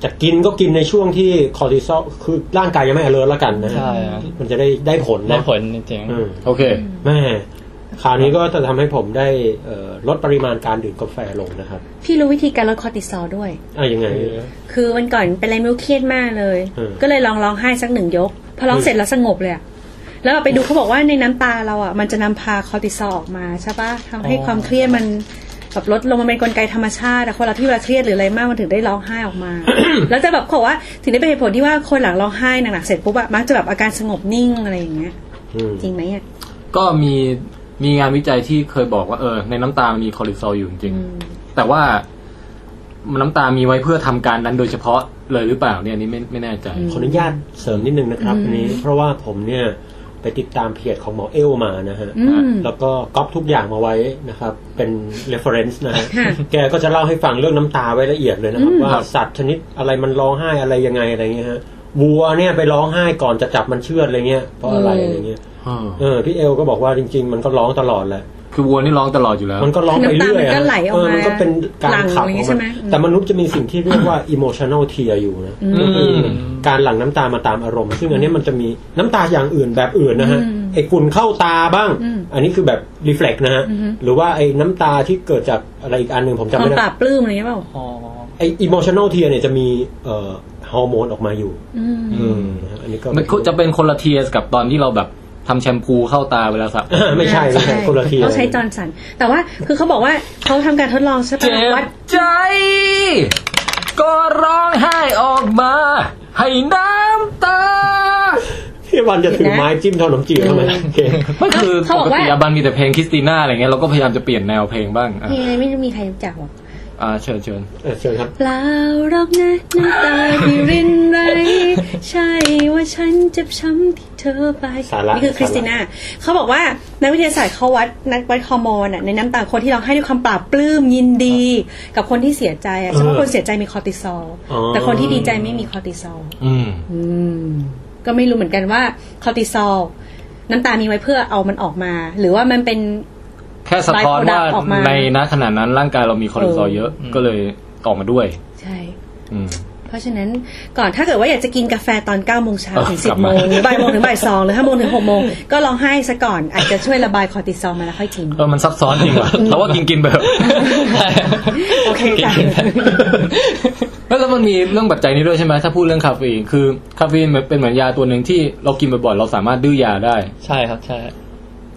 [SPEAKER 5] จะกินก็กินในช่วงที่คอร์ติซอลคือร่างกายยังไม่ alert ละกันนะ
[SPEAKER 8] ใช่ครับ
[SPEAKER 5] มันจะได้ได้ผล
[SPEAKER 8] ได้
[SPEAKER 5] นะ
[SPEAKER 8] ผลจริง
[SPEAKER 5] เออ
[SPEAKER 4] โอเค
[SPEAKER 5] แม่คราวนี้ก็จะทำให้ผมได้เอ่อลดปริมาณการดื่มกาแฟลงนะครับ
[SPEAKER 2] พี่รู้วิธีการลดคอร์ติซอลด้วย
[SPEAKER 5] อ่ะยังไง
[SPEAKER 2] คือวันก่อนเป็นอะไรไม่รู้เครียดมากเลย
[SPEAKER 5] เออ
[SPEAKER 2] ก็เลยลองร้องไห้สักหนึ่งยก พอร้องเสร็จแล้วสงบเลยอะแล้วเราไปดูเขาบอกว่าในน้ำตาเราอ่ะมันจะนำพาคอร์ติซอลออกมาใช่ปะทำให้ความเครียดมันแบบลดลงมันเป็นกลไกธรรมชาติอะคนเราที่เวลาเครียดหรืออะไรมากมันถึงได้ร้องไห้ออกมา แล้วจะแบบเขาบอกว่าถึงได้เป็นเหตุผลที่ว่าคนหลังร้องไห้หนักๆเสร็จปุ๊บอะมักจะแบบอาการสงบนิ่งอะไรอย่างเงี้ย
[SPEAKER 5] อืม
[SPEAKER 2] จริงไหมอะ
[SPEAKER 4] ก็มีมีงานวิจัยที่เคยบอกว่าเออในน้ำตาลมีคอเลสเตอรอลอยู่จริงๆ แต่ว่าน้ำตามีไว้เพื่อทำการนั้นโดยเฉพาะเลยหรือเปล่าเนี่ยอันนี้ไม่ไม่แน่ใจ
[SPEAKER 5] ขออนุญาตเสริมนิดนึงนะครับอันนี้เพราะว่าผมเนี่ยไปติดตามเพจของหมอเอลมานะฮะ
[SPEAKER 2] อืม
[SPEAKER 5] แล้วก็ก๊อปทุกอย่างมาไว้นะครับ เป็น reference นะฮะ
[SPEAKER 2] ค่ะ
[SPEAKER 5] แกก็จะเล่าให้ฟังเรื่องน้ำตาไว้ละเอียดเลยนะครับ
[SPEAKER 2] อืม
[SPEAKER 5] ว่าสัตว์ชนิดอะไรมันร้องไห้อะไรยังไงอะไรเงี้ยฮะวัวเนี่ยไปร้องไห้ก่อนจะจับมันเชือดอะไรเงี้ยเพราะอะไรอะไรเงี้ย
[SPEAKER 4] เออ
[SPEAKER 5] เออพี่เอลก็บอกว่าจริง ๆ มันก็ร้องตลอดแหละ
[SPEAKER 4] คือวัวนี่ร้องตลอดอยู่แล้ว
[SPEAKER 5] มันก็ร้องไปเรื่อย
[SPEAKER 2] คือน้ำตามันก็ไหลออกมา
[SPEAKER 5] เมันก็เป็นการขับ
[SPEAKER 2] ห
[SPEAKER 5] ข
[SPEAKER 2] ลั่งอะไรอย่าง
[SPEAKER 5] อ
[SPEAKER 2] งี้
[SPEAKER 5] ง
[SPEAKER 2] ใช่
[SPEAKER 5] มัน
[SPEAKER 2] ไหมอืม
[SPEAKER 5] แต่มนุษย์จะมีสิ่งที่เรียกว่า emotional tear อยู่นะก็คือ
[SPEAKER 4] ม
[SPEAKER 5] อการหลั่งน้ำตามาตามอารมณ์ ซึ่งอันเนี้ยมันจะมีน้ำตาอย่างอื่นแบบอื่นนะฮะไอ้กุ่นเข้าตาบ้าง
[SPEAKER 2] อืม
[SPEAKER 5] อันนี้คือแบบ reflect นะฮะ หรือว่าไอ้น้ำตาที่เกิดจากอะไรอีกอันหนึ่งผมจำ
[SPEAKER 2] ความ
[SPEAKER 5] ไม่
[SPEAKER 2] ป
[SPEAKER 5] ได้
[SPEAKER 2] ราบปลื้มอะไรอย่างเงี้ยเปล่า
[SPEAKER 8] ๆอ๋อ
[SPEAKER 5] ไอ้ emotional tear เนี่ยจะมีเอ่อฮอร์โมนออกมาอยู่
[SPEAKER 2] อืม
[SPEAKER 5] อืมนะฮะอันนี้ก็
[SPEAKER 4] มันจะเป็นคนละเทียสกับตอนที่เราแบบทำแชมพูเข้าตาเวลาสระผม [LAUGHS]
[SPEAKER 5] อ่าไม่ใช่ไม่ใช่คนละที
[SPEAKER 2] ต้องใช้จอร์นสัน แต่ว่าคือเขาบอกว่าเขาทำการทดลองใช่ปะ
[SPEAKER 4] เจ็
[SPEAKER 2] วั
[SPEAKER 4] บ
[SPEAKER 2] ด
[SPEAKER 4] ใจ ก็ร้องไห้ออกมา ให้น้ำตา
[SPEAKER 5] พี่วันจะถือไม้จิ้มเท่าขนมจีบทำไมโอเค
[SPEAKER 4] ไม่คือ
[SPEAKER 2] เขา
[SPEAKER 4] ป
[SPEAKER 2] บอก
[SPEAKER 4] ก
[SPEAKER 2] ว่า
[SPEAKER 4] ติอาบันมีแต่เพลงคริสติน่าอะไรเงี้ยเราก็พยายามจะเปลี่ยนแนวเพลงบ้างอ่ะ
[SPEAKER 2] เพลงอะไรไม่มีใครรู้จักหรอก
[SPEAKER 4] อ่าเชิญเชิญ
[SPEAKER 5] เออเชิญครับ
[SPEAKER 2] เปล่าหรอกนะน้ำตาที่รินไหลใช่ว่าฉันเจ็บช้ำที่เธอไปนี่คือคริสติน่าเขาบอกว่านักวิทยาศาสตร์เขาวัดนักวัดฮอร์โมนอะในน้ำตาคนที่ร้องไห้ด้วยความปลาบปลื้มยินดี กับคนที่เสียใจอะเฉพาะคนเสียใจมีคอร์ติซอลแต่คนที่ดีใจไม่มีคอร์ติซอล
[SPEAKER 4] อืม
[SPEAKER 2] ก็ไม่รู้เหมือนกันว่าคอร์ติซอลน้ำตามีไว้เพื่อเอามันออกมา หรือว่ามันเป็น
[SPEAKER 4] แค่สะท้อนว่า
[SPEAKER 2] Byproduct ออกมา
[SPEAKER 4] ในณขณะนั้นร่างกายเรามีคอเลสเตอรอลเยอะก็เลยออกมาด้วย
[SPEAKER 2] ใช่
[SPEAKER 4] อืม
[SPEAKER 2] เพราะฉะนั้นก่อนถ้าเกิดว่าอยากจะกินกาแฟตอน9ก้าโมงเช้าถึง
[SPEAKER 4] เออ
[SPEAKER 2] สิ
[SPEAKER 4] กลั
[SPEAKER 2] บบ โม
[SPEAKER 4] มา
[SPEAKER 2] งหรือบ่ายโมงถึงบ่ายสองหรือห้าโมงถึงหกโมงก็ลองให้ซะก่อน อาจจะช่วยระบายคอร์ติซอลมาแล้วค่อยกิน
[SPEAKER 4] เออมันซับซ้อนจริงว่ะแต่ว่ากินกิน
[SPEAKER 2] [LAUGHS]
[SPEAKER 4] ไปเถอะ
[SPEAKER 2] โอเคจ้ะ
[SPEAKER 4] แล้วแล้วมันมีเรื่องปัจจัยนี้ด้วยใช่ไหมถ้าพูดเรื่องคาเฟอีนคือคาเฟอีนเป็นเหมือนยาตัวหนึ่งที่เรากินบ่อยๆเราสามารถดื้อยาได้
[SPEAKER 8] ใช่ครับใช่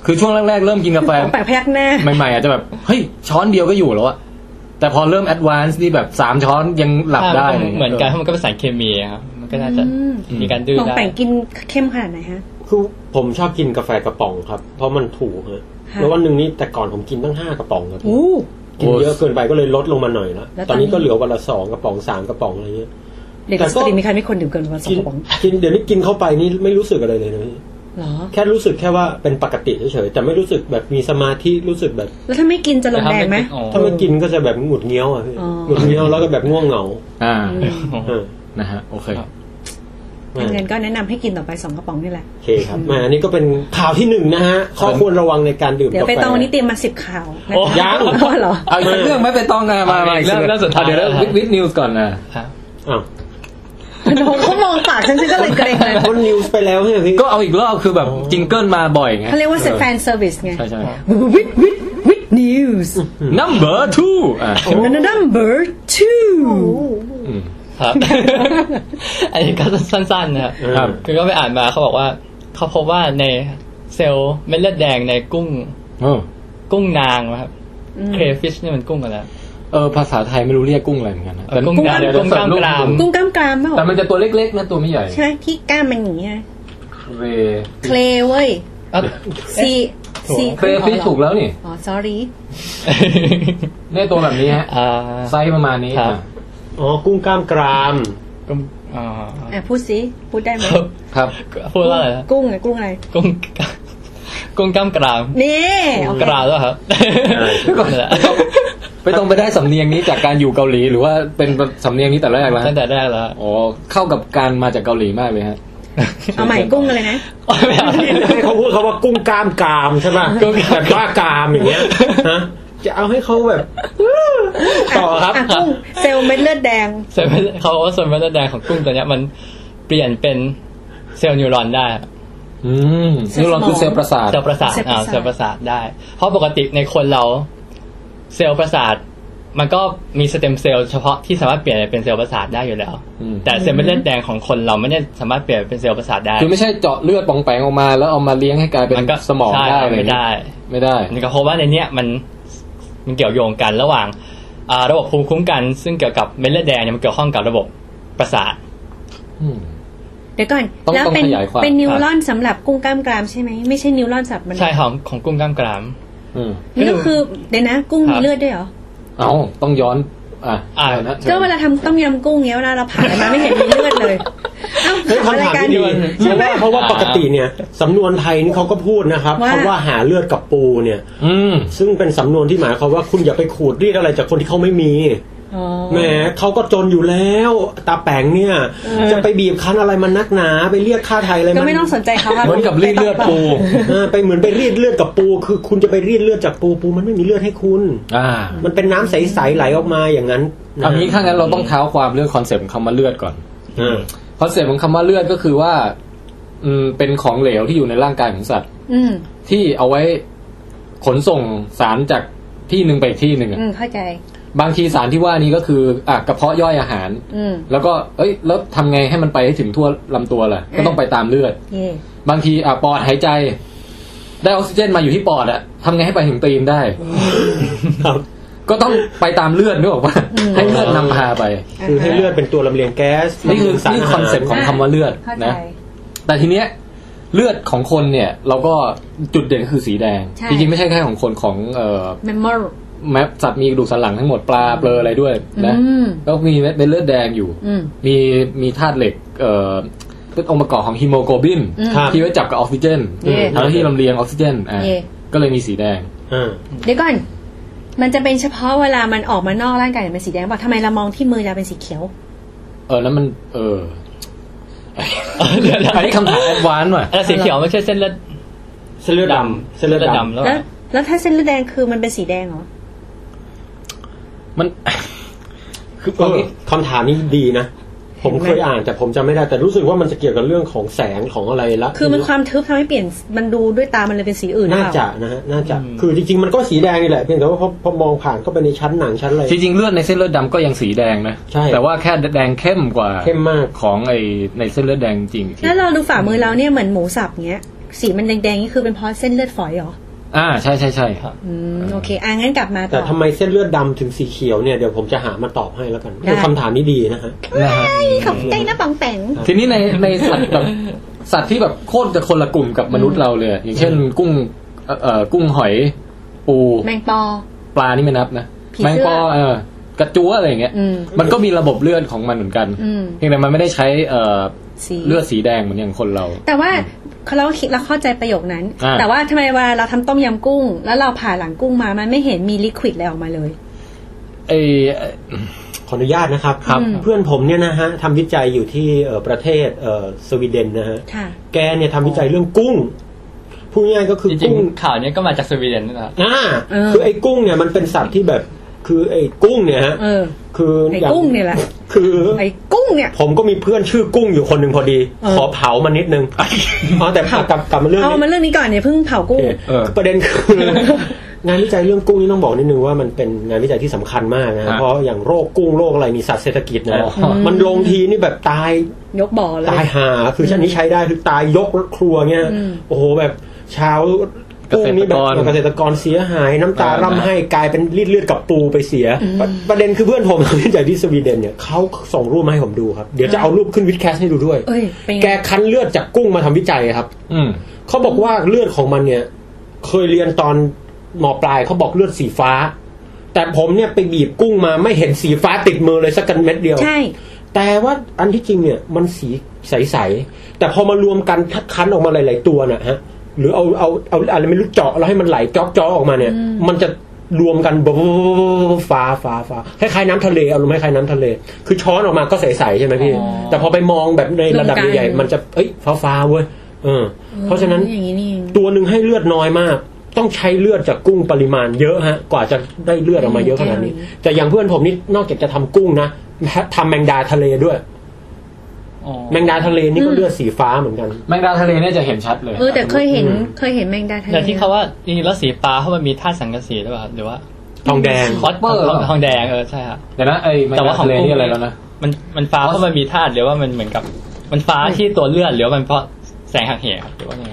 [SPEAKER 4] คือช่วงแรกๆเริ่มกินกาแฟ
[SPEAKER 2] แปะพยักหน้า
[SPEAKER 4] ใหม่ๆอาจจะแบบ เฮ้ย ช้อนเดียวก็อยู่แล้วอะแต่พอเริ่มแอดวานซ์นี่แบบสามช้อนยังหลับได้
[SPEAKER 8] อ่ามันก็เหมือนกันเพราะมันก็เป็นสารเคมีครับมันก็น่าจะ
[SPEAKER 2] อืม
[SPEAKER 8] มีการดื้อ
[SPEAKER 2] ลอง
[SPEAKER 8] ได้
[SPEAKER 2] แป่งกินเข้มขนาดไหนฮะ
[SPEAKER 5] คือผมชอบกินกาแฟกระป๋องครับ เพราะมันถูกฮะ
[SPEAKER 2] ค่ะ
[SPEAKER 5] แล้ววันหนึ่งนี่แต่ก่อนผมกินตั้งห้ากระป๋องครับ
[SPEAKER 2] อู้
[SPEAKER 5] กินเยอะเกินไปก็เลยลดลงมาหน่อยละ
[SPEAKER 2] แล้วต
[SPEAKER 5] ต
[SPEAKER 2] อ
[SPEAKER 5] อน น
[SPEAKER 2] นี้
[SPEAKER 5] นี้ก็เหลือวันละสองกระป๋องสามกระป๋องอะไรเงี้ย
[SPEAKER 2] เด็ก
[SPEAKER 5] แต่ก็
[SPEAKER 2] สตรีมีใครไม่คนดื่มเกินวันสอง
[SPEAKER 5] กิน
[SPEAKER 2] กระป๋อง
[SPEAKER 5] กินเดี๋ยวนี้กินเข้าไปนี่ไม่รู้สึกอะไรเลยนะพี่
[SPEAKER 2] เหรอ
[SPEAKER 5] แค่รู้สึกแค่ว่าเป็นปกติเฉยๆแต่ไม่รู้สึกแบบมีสมาธิรู้สึกแบบ
[SPEAKER 2] แล้วถ้าไม่กินจะลงแดงไหม
[SPEAKER 5] ถ้าไม่กินก็จะแบบหงุดเงี้ยวอ่ะพี่
[SPEAKER 2] อ๋อ
[SPEAKER 5] หงุดเงี้ยวแล้วก็แบบง่วงเหงา
[SPEAKER 4] อ่า
[SPEAKER 5] เออ
[SPEAKER 4] นะฮะ โอเค
[SPEAKER 5] อ่ะ
[SPEAKER 2] งั้นก็แนะนำให้กินต่อไปสองกระป๋องนี่แหละ
[SPEAKER 5] โอเคครับมาอันนี้ก็เป็นข่าวที่หนึ่งนะฮะข้อควรระวังในการดื่ม
[SPEAKER 2] เดี๋ยว
[SPEAKER 5] กาแฟ
[SPEAKER 2] ไปตองวันนี้เตรียมมาสิบข่าวนะ
[SPEAKER 5] โอ้
[SPEAKER 2] คะ
[SPEAKER 5] ยัง
[SPEAKER 2] เอาเหรอ
[SPEAKER 4] เอาอีกสักเรื่องไหม่ไปต้องนะมามา
[SPEAKER 8] เอาอีกเรื่องเรื่องสุดท้าย
[SPEAKER 4] ะเดี๋ยว
[SPEAKER 8] แล้วนะ
[SPEAKER 4] วิดวิดนิวส์ก่อนนะ
[SPEAKER 8] ครับ
[SPEAKER 5] อ้าว
[SPEAKER 2] งเขามองปากฉันฉันก็เลยเกรงเลย
[SPEAKER 5] พ้นนิวส์ไปแล้วใช่ไหมพี่
[SPEAKER 4] ก็เอาอีกรอบคือแบบจิงเกิลมาบ่อยไง
[SPEAKER 2] เขาเรียกว่าแฟนเซอร์วิสไง
[SPEAKER 4] ใช่ใช่
[SPEAKER 2] วิดวิดวิดนิวส์
[SPEAKER 4] number two อ่ะ
[SPEAKER 2] number two
[SPEAKER 8] ครับ [LAUGHS] อันนี้ก็สั้นๆนะครับ
[SPEAKER 4] ครับ
[SPEAKER 8] คือก็ไปอ่านมาเขาบอกว่า เขาพบว่าในเซลล์เม็ดเลือดแดงในกุ้ง
[SPEAKER 4] เออ
[SPEAKER 8] กุ้งนางนะครับเครฟิชนี่มันกุ้งอะไรนะ
[SPEAKER 4] เออภาษาไทยไม่รู้เรียกกุ้งอะไรเหมือนกันนะ
[SPEAKER 8] เออกุ้งกล้าม
[SPEAKER 4] เดี๋ยว
[SPEAKER 8] กุ้งกล้าม
[SPEAKER 4] เดี๋ยว
[SPEAKER 8] กราม
[SPEAKER 4] เสิร์ฟรูป
[SPEAKER 2] กุ้งกล้ามกรามเปล่า
[SPEAKER 4] แต่มันจะตัวเล็กๆนะตัวไม่ใหญ่
[SPEAKER 2] ใช่ไหมที่กล้ามมันอย่างเงี้ย
[SPEAKER 4] เว
[SPEAKER 2] เคลเว้ย
[SPEAKER 4] [LAUGHS]
[SPEAKER 8] เอ้า
[SPEAKER 2] ซีซี
[SPEAKER 4] เครฟิชถูกแล้วนี่
[SPEAKER 2] อ๋อ sorry
[SPEAKER 4] เนี่ยตัวแบบนี้ฮะ
[SPEAKER 8] อ่า
[SPEAKER 4] [LAUGHS] ไซส์ประมาณนี้
[SPEAKER 8] ครับ
[SPEAKER 4] อ่ะ
[SPEAKER 5] อ๋อกุ้งกล้ามกราม
[SPEAKER 8] กุ้งอ่า
[SPEAKER 2] อ่ะพูดสิพูดได้ไหม
[SPEAKER 8] ครับ
[SPEAKER 4] ครับ
[SPEAKER 8] [LAUGHS] พูดว่าอะไรนะ
[SPEAKER 2] กุ้งอะกุ้งอะไร
[SPEAKER 8] กุ้งกุ้งกล้ามกราม
[SPEAKER 2] นี่โอเค
[SPEAKER 8] กราวแล้วครับนั่นแหละ
[SPEAKER 4] ไปต้องไปได้สำเนียงนี้จากการอยู่เกาหลี หรือว่าเป็นสำเนียงนี้แต่แรกแล้วฮะ
[SPEAKER 8] ตั้งแต่แรกแล้ว
[SPEAKER 4] อ๋อเข้ากับการมาจากเกาหลีมากเลยฮะ
[SPEAKER 2] เอาใหม่กุ้งอะไรนะ
[SPEAKER 8] ไม่เอา
[SPEAKER 5] ให้เขาพูดเขาว่ากุ้งกล้ามกรามใช่ป่ะ
[SPEAKER 8] กุ้งกล้าม
[SPEAKER 5] แบบว่ากรามอย่างเงี้ยฮะจะเอาให้เขาแบบ ต่อครับ
[SPEAKER 2] อ่ะกุ้งเซลล์เม็ดเลือดแดง
[SPEAKER 8] เซลล์มันเขาบอกว่าส่วนเม็ดเลือดแดงของกุ้งตัวเนี้ยมันเปลี่ยนเป็นเซลล์นิวรอนได้
[SPEAKER 4] อืมนิวรอนคือเซลล์ประสาท
[SPEAKER 8] เซลล์ประสาท
[SPEAKER 2] เซลล์ประสาท
[SPEAKER 8] อ่าเซลล์ประสาทได้ เพราะปกติในคนเราเซลล์ประสาท มันก็มีสเต็มเซลล์เฉพาะที่สามารถเปลี่ยนเป็นเซลล์ประสาทได้อยู่แล้ว
[SPEAKER 4] อืม
[SPEAKER 8] แต่เซลล์เม็ดเลือดแดงของคนเราไม่ได้สามารถเปลี่ยนเป็นเซลล์ประสาทได้
[SPEAKER 4] คือไม่ใช่เจาะเลือดปองแปงออกมา แล้วเอามาเลี้ยงให้กลายเป็น
[SPEAKER 8] มันก็
[SPEAKER 4] สมอง
[SPEAKER 8] ใช่
[SPEAKER 4] ได้อะไรอย่าง
[SPEAKER 8] ไม่
[SPEAKER 4] งี้
[SPEAKER 8] ได้
[SPEAKER 4] ไม่ได้
[SPEAKER 8] นี่ก็พบว่าในเนี้ยมันมันเกี่ยวโยงกันระหว่างอ่าระบบภูมิคุ้มกัน ซึ่งเกี่ยวกับเม็ดเลือดแดงเนี่ยมันเกี่ยวข้องกับระบบประสาท
[SPEAKER 4] อืม
[SPEAKER 2] เดี๋ยวก่อน
[SPEAKER 4] ต้อง
[SPEAKER 2] แล้ว
[SPEAKER 4] ต้อง
[SPEAKER 2] เป็น
[SPEAKER 4] ขยายความ
[SPEAKER 2] เป็นนิวรอนสำหรับกุ้งกล้ามกรามใช่ไหม ไม่ใช่นิวรอนสำหรับมัน
[SPEAKER 8] ใช่ของของกุ้งกล้ามก
[SPEAKER 5] [LAUGHS]
[SPEAKER 8] ราม
[SPEAKER 4] อืม
[SPEAKER 2] นี่ก็คือเดี๋ยวนะ กุ้ง
[SPEAKER 8] ครับ
[SPEAKER 2] มีเลือดด้วยเหรอ
[SPEAKER 4] เอาต้องย้อน อ่ะ
[SPEAKER 8] อ่ะ
[SPEAKER 4] เนะ
[SPEAKER 2] ก็เวลาทำต้มยำกุ้งเงี้ยเวลาเราผ่านมาไม่เห็นมีเลือดเลยเอ้า
[SPEAKER 5] เฮ้ย
[SPEAKER 2] อะ
[SPEAKER 5] คำ
[SPEAKER 2] ไร
[SPEAKER 5] ถาม
[SPEAKER 2] กัน
[SPEAKER 5] ที่ดีเพ
[SPEAKER 2] ใช่
[SPEAKER 5] ราะ
[SPEAKER 2] ไหม
[SPEAKER 5] ว่าเพราะว่าปกติเนี่ยสำนวนไทยนี่เขาก็พูดนะครับคำว่าหาเลือดกับปูเนี่ย
[SPEAKER 4] อืม
[SPEAKER 5] ซึ่งเป็นสำนวนที่หมายความว่าคุณอย่าไปขูดรีดอะไรจากคนที่เขาไม่มี
[SPEAKER 2] อ๋อ
[SPEAKER 5] แหมเขาก็จนอยู่แล้วตาแปงเนี่ย จะไปบีบคั้นอะไรมันนักหนา ไปเรียกค่าไทยอะไร
[SPEAKER 2] ก็
[SPEAKER 5] มัน
[SPEAKER 2] ไม่ต้องสนใจเขาอะ
[SPEAKER 4] เหมือนกับรีดเลือดปู
[SPEAKER 5] เออไปเหมือนไปรีดเลือดกับปู คือคุณจะไปรีดเลือดจากปูปูมันไม่มีเลือดให้คุณ
[SPEAKER 4] อ่า
[SPEAKER 5] มันเป็นน้ำใสๆไหลออกมาอย่างนั้นนะ
[SPEAKER 4] เอางี้ถ้างั้นเราต้องเท้าความเรื่องคอนเซปต์ของคำว่าเลือดก่อน
[SPEAKER 5] เออ
[SPEAKER 4] คอนเซปต์ของคำว่าเลือดก็คือว่า อืม เป็นของเหลวที่อยู่ในร่างกายของสัตว์
[SPEAKER 2] อืม
[SPEAKER 4] ที่เอาไว้ขนส่งสารจากที่หนึ่งไปอีกที่หนึ่งอะ
[SPEAKER 2] อืมเข้าใจ
[SPEAKER 4] บางทีสารที่ว่านี้ก็คืออ่ะกระเพาะย่อยอาหาร
[SPEAKER 2] อืม
[SPEAKER 4] แล้วก็ เอ้ย แล้วทำไงให้มันไปให้ถึงทั่วลำตัวล่ะ ก็ต้องไปตามเลือด
[SPEAKER 2] เย่
[SPEAKER 4] บางทีอ่ะปอดหายใจ ได้ออกซิเจนมาอยู่ที่ปอดอะทำไงให้ไปถึงตีนได้
[SPEAKER 5] ครับ
[SPEAKER 4] ก็ต้องไปตามเลือดนึกออกปะให้เลือดนำพาไป
[SPEAKER 5] คือให้เลือดเป็นตัวลำเลียงแก๊ส
[SPEAKER 4] นี่คือ
[SPEAKER 5] สาร
[SPEAKER 4] นี่
[SPEAKER 5] อา
[SPEAKER 4] ค
[SPEAKER 5] หา
[SPEAKER 4] อน
[SPEAKER 5] ร
[SPEAKER 4] เซ็ปต์ของคำว่าเลือด
[SPEAKER 2] เข้าใจ
[SPEAKER 4] นะ แต่ทีเนี้ยเลือดของคนเนี่ย เราก็จุดเด่นก็คือสีแดง
[SPEAKER 2] ใช่
[SPEAKER 4] จริงๆไม่ใช่แค่ของคนของเอ่อ
[SPEAKER 2] memory
[SPEAKER 4] แมปสัตว์มีกระดูกสันหลังทั้งหมดปลาเปลืออะไรด้วยนะ
[SPEAKER 2] อืม
[SPEAKER 4] แล้วมีเม็ดเป็นเลือดแดงอยู่
[SPEAKER 2] อืม
[SPEAKER 4] มีมีธาตุเหล็ก เอ่อเป็นองค์ประกอบของฮีโมโกลบิน
[SPEAKER 5] ครับ
[SPEAKER 4] ที่ไว้จับกับออกซิเจน
[SPEAKER 2] เย่
[SPEAKER 4] ทั้งที่ลำเลียงออกซิเจนอ่ะ
[SPEAKER 2] เย่
[SPEAKER 4] ก็เลยมีสีแดง
[SPEAKER 5] อ่า
[SPEAKER 2] เดี๋ยวก่อน มันจะเป็นเฉพาะเวลามันออกมานอกร่างกายเป็นสีแดงป่ะทำไมเรามองที่มือเราเป็นสีเขียว
[SPEAKER 4] เออนั้นมัน เออ [LAUGHS]
[SPEAKER 8] เดี๋ยว
[SPEAKER 4] อันนี้คำถามแอดวานซ์ว่ะ
[SPEAKER 8] อันนั้นสีเขียวไม่ใช่เส้นเลือด
[SPEAKER 5] เส้นเลือดดำเส้นเลือดด
[SPEAKER 8] ดำแล้ว
[SPEAKER 2] แล้ว แล้วถ้าเส้นเลือดแดงคือมันเป็นสีแดงเหรอ
[SPEAKER 4] มัน
[SPEAKER 5] ำคือเออคำถามนี้ดีนะ ผมเคยอ่านแต่ผมจำไม่ได้แต่รู้สึกว่ามันจะเกี่ยวกับเรื่องของแสงของอะไรละ
[SPEAKER 2] คือมันความทึบทำให้เปลี่ยน มันดูด้วยตา มันเลยเป็นสีอื่นหรือ
[SPEAKER 5] น่า
[SPEAKER 2] เปล่า
[SPEAKER 5] จะนะฮะน่าจะคือจริงๆมันก็สีแดงนี่แหละเพียงแต่ว่าพอพอมองผ่านเข้าไปในชั้นหนังชั้นอะไร
[SPEAKER 4] จริงๆเลือดในเส้นเลือดดำก็ยังสีแดงนะ
[SPEAKER 5] ใช่
[SPEAKER 4] แต่ว่าแค่แดงเข้มกว่า
[SPEAKER 5] เข้มมาก
[SPEAKER 4] ของไอในเส้นเลือดแดงจริงๆอีกที
[SPEAKER 2] แล้วเราดูฝ่ามือเราเนี่ยเหมือนหมูสับเงี้ย สีมันแดงๆนี่คือเป็นเพราะเส้นเลือดฝอยเหรอ
[SPEAKER 4] อ่าใช่ใช่ใช่
[SPEAKER 2] อืม โอเค อ่ะงั้นกลับมาต่
[SPEAKER 5] แต่
[SPEAKER 2] อ
[SPEAKER 5] ทำไมเส้นเลือดดำถึงสีเขียวเนี่ยเดี๋ยวผมจะหามาตอบให้แล้วกัน
[SPEAKER 2] ได้
[SPEAKER 5] คือคำถามนี้ดีนะฮะ
[SPEAKER 4] นะฮะ
[SPEAKER 2] ขอบใจนะปองแปง
[SPEAKER 4] ทีนี้ในในสัตว์แบบสัตว์ที่แบบโคตรจะคนละกลุ่มกับมนุษย์เราเลยอะอย่างเช่น กุ้งเอ่อเอ่อกุ้งหอยปู
[SPEAKER 2] แมงปอ
[SPEAKER 4] ปลานี่ไม่นับนะ
[SPEAKER 2] ผี
[SPEAKER 4] แมง
[SPEAKER 2] เสื้อ
[SPEAKER 4] ปอเออกระจัวอะไรอย่างเงี้ย
[SPEAKER 2] อืม
[SPEAKER 4] มันก็มีระบบเลือดของมันเหมือนกัน
[SPEAKER 2] อืม
[SPEAKER 4] เพียงแต่มันไม่ได้ใช้เอ่อ
[SPEAKER 2] สี
[SPEAKER 4] เลือดสีแดงเหมือนอย่างคนเรา
[SPEAKER 2] แต่ว่าเราคิดเราเข้าใจประโยคนั้น
[SPEAKER 4] อ่า
[SPEAKER 2] แต่ว่าทำไมเวลาเราทำต้มยำกุ้ง แล้วเราผ่าหลังกุ้งมา มันไม่เห็นมีลิควิดอะไรออกมาเลย
[SPEAKER 4] ไอ้
[SPEAKER 5] ขออนุญาตนะครับ
[SPEAKER 4] ครับ
[SPEAKER 5] เพื่อนผมเนี่ยนะฮะทำวิจัยอยู่ที่เอ่อประเทศเอ่อสวีเดนนะฮะ
[SPEAKER 2] ค่ะ
[SPEAKER 5] แกเนี่ยทำวิจัยเรื่องกุ้งพูดง่ายๆก็คือ
[SPEAKER 8] จริง
[SPEAKER 5] กุ้ง
[SPEAKER 8] ๆข่าวเนี้ยก็มาจากสวีเดนนะครับ
[SPEAKER 5] อ่า
[SPEAKER 2] เออ
[SPEAKER 5] คือไอ้กุ้งเนี่ยมันเป็นสัตว์ที่แบบ คือไอ้กุ้งเนี่ยฮะ
[SPEAKER 2] เออ
[SPEAKER 5] คือ
[SPEAKER 2] ไอ้
[SPEAKER 5] ย่า
[SPEAKER 2] กุ้งเนี่ยแหละ
[SPEAKER 5] คือ
[SPEAKER 2] ไอ้กุ้งเนี่ย
[SPEAKER 5] ผมก็มีเพื่อนชื่อกุ้งอยู่คนหนึ่งพอดี
[SPEAKER 2] เออ
[SPEAKER 5] ขอเผามันนิด
[SPEAKER 2] [LAUGHS]
[SPEAKER 5] นึงเอาแต่กลับกลับกลับมาเรื่อง
[SPEAKER 2] เอา
[SPEAKER 5] นี้
[SPEAKER 2] มาเรื่องนี้ก่อนเนี่ยเพิ่งเผากุ้ง
[SPEAKER 4] เออ
[SPEAKER 5] ประเด็นคือ งานวิจัยเรื่องกุ้งนี่ต้องบอกนิดนึงว่ามันเป็นงานวิจัยที่สำคัญมากนะ
[SPEAKER 4] ฮะ
[SPEAKER 5] เพราะอย่างโรคกุ้งโรคอะไรมีสัตว์เศรษฐกิจนะ
[SPEAKER 4] อ๋อ
[SPEAKER 5] มันลงทีนี่แบบตาย
[SPEAKER 2] ยกบ่อเลย
[SPEAKER 5] ตายหา คือชั้นนี้ใช้ได้คือตายยกรถครัวเงี้ยโอ้โหแบบเช้ากุ้งนี่แบบเกษตรกรเสียหายน้ำตาร่ำให้กลายเป็นรีดเลือดกับปูไปเสีย ประประเด็นคือเพื่อนผม [LAUGHS] วิจัยที่สวีเดนเนี่ยเขาส่งรูปมาให้ผมดูครับเดี๋ยวจะเอารูปขึ้นวิดแคสให้ดูด้วย
[SPEAKER 2] เอ้ยเป็นไง
[SPEAKER 5] แกคั้นเลือดจากกุ้งมาทำวิจัยครับ
[SPEAKER 4] อืม
[SPEAKER 5] เขาบอกว่าเลือดของมันเนี่ย เคยเรียนตอนหมอปลายเขาบอกเลือดสีฟ้า แต่ผมเนี่ยไปบีบกุ้งมาไม่เห็นสีฟ้าติดมือเลยสักกันเม็ดเดียว
[SPEAKER 2] ใช่
[SPEAKER 5] แต่ว่าอันที่จริงเนี่ยมันสีใสๆแต่พอมารวมกันทัดคั้นออกมาหลาย ๆ ตัวนะฮะ หรือเอาเอาเอาอะไรไม่รู้เจาะแล้วให้มันไหลจอกๆออกมาเนี่ย มันจะรวมกันบบฟ้าฟ้าฟ้าคล้ายๆน้ำทะเลเอาลงคล้ายๆน้ำทะเล คือช้อนออกมาก็ใสๆใช่ไหมพี่
[SPEAKER 4] อ๋อ
[SPEAKER 5] แต่พอไปมองแบบในระดับ
[SPEAKER 2] รวมกัน
[SPEAKER 5] ใหญ่ๆมันจะเอ้ยฟ้าๆเว้ยเออ เพราะฉะนั้น
[SPEAKER 2] อย่างนี้นี่เอง
[SPEAKER 5] ตัวหนึ่งให้เลือดน้อยมาก ต้องใช้เลือดจากกุ้งปริมาณเยอะฮะ กว่าจะได้เลือดออกมาเยอะขนาดนี้ แต่อย่างเพื่อนผมนี่นอกจากจะทำกุ้งนะทำแมงดาทะเลด้วย
[SPEAKER 4] อ๋อ
[SPEAKER 5] แมงดาทะเลนี่ก็เลือดสีฟ้าเหมือนกัน
[SPEAKER 4] แมงดาทะเลเนี่ยจะเห็นชัดเลย
[SPEAKER 2] เออแต่เคยเห็นเคยเห็นแมงดาทะเล
[SPEAKER 8] แต่ที่เขาว่าจริงๆแล้วสีฟ้าเพราะมันมีธาตุสังกะสีหรือเปล่าครับหรือว่า
[SPEAKER 5] ทองแดง
[SPEAKER 8] คอสเปอ
[SPEAKER 4] Copper
[SPEAKER 8] ร์
[SPEAKER 4] เหรอ
[SPEAKER 8] ทองแดงเออใช่ครับ
[SPEAKER 4] เดี๋ยวนะไอ้แมง
[SPEAKER 8] แต่ว่า
[SPEAKER 4] ดา
[SPEAKER 8] ของ
[SPEAKER 4] ทะเล
[SPEAKER 8] กุ้ง
[SPEAKER 4] นี่อะไรแล้วนะ
[SPEAKER 8] มันมันฟ้าเพราะมันมีธาตุหรือว่ามันเหมือนกับ มันฟ้าที่ตัวเลือดหรือว่ามันเพราะแสงหักเหครับหรือว่าไง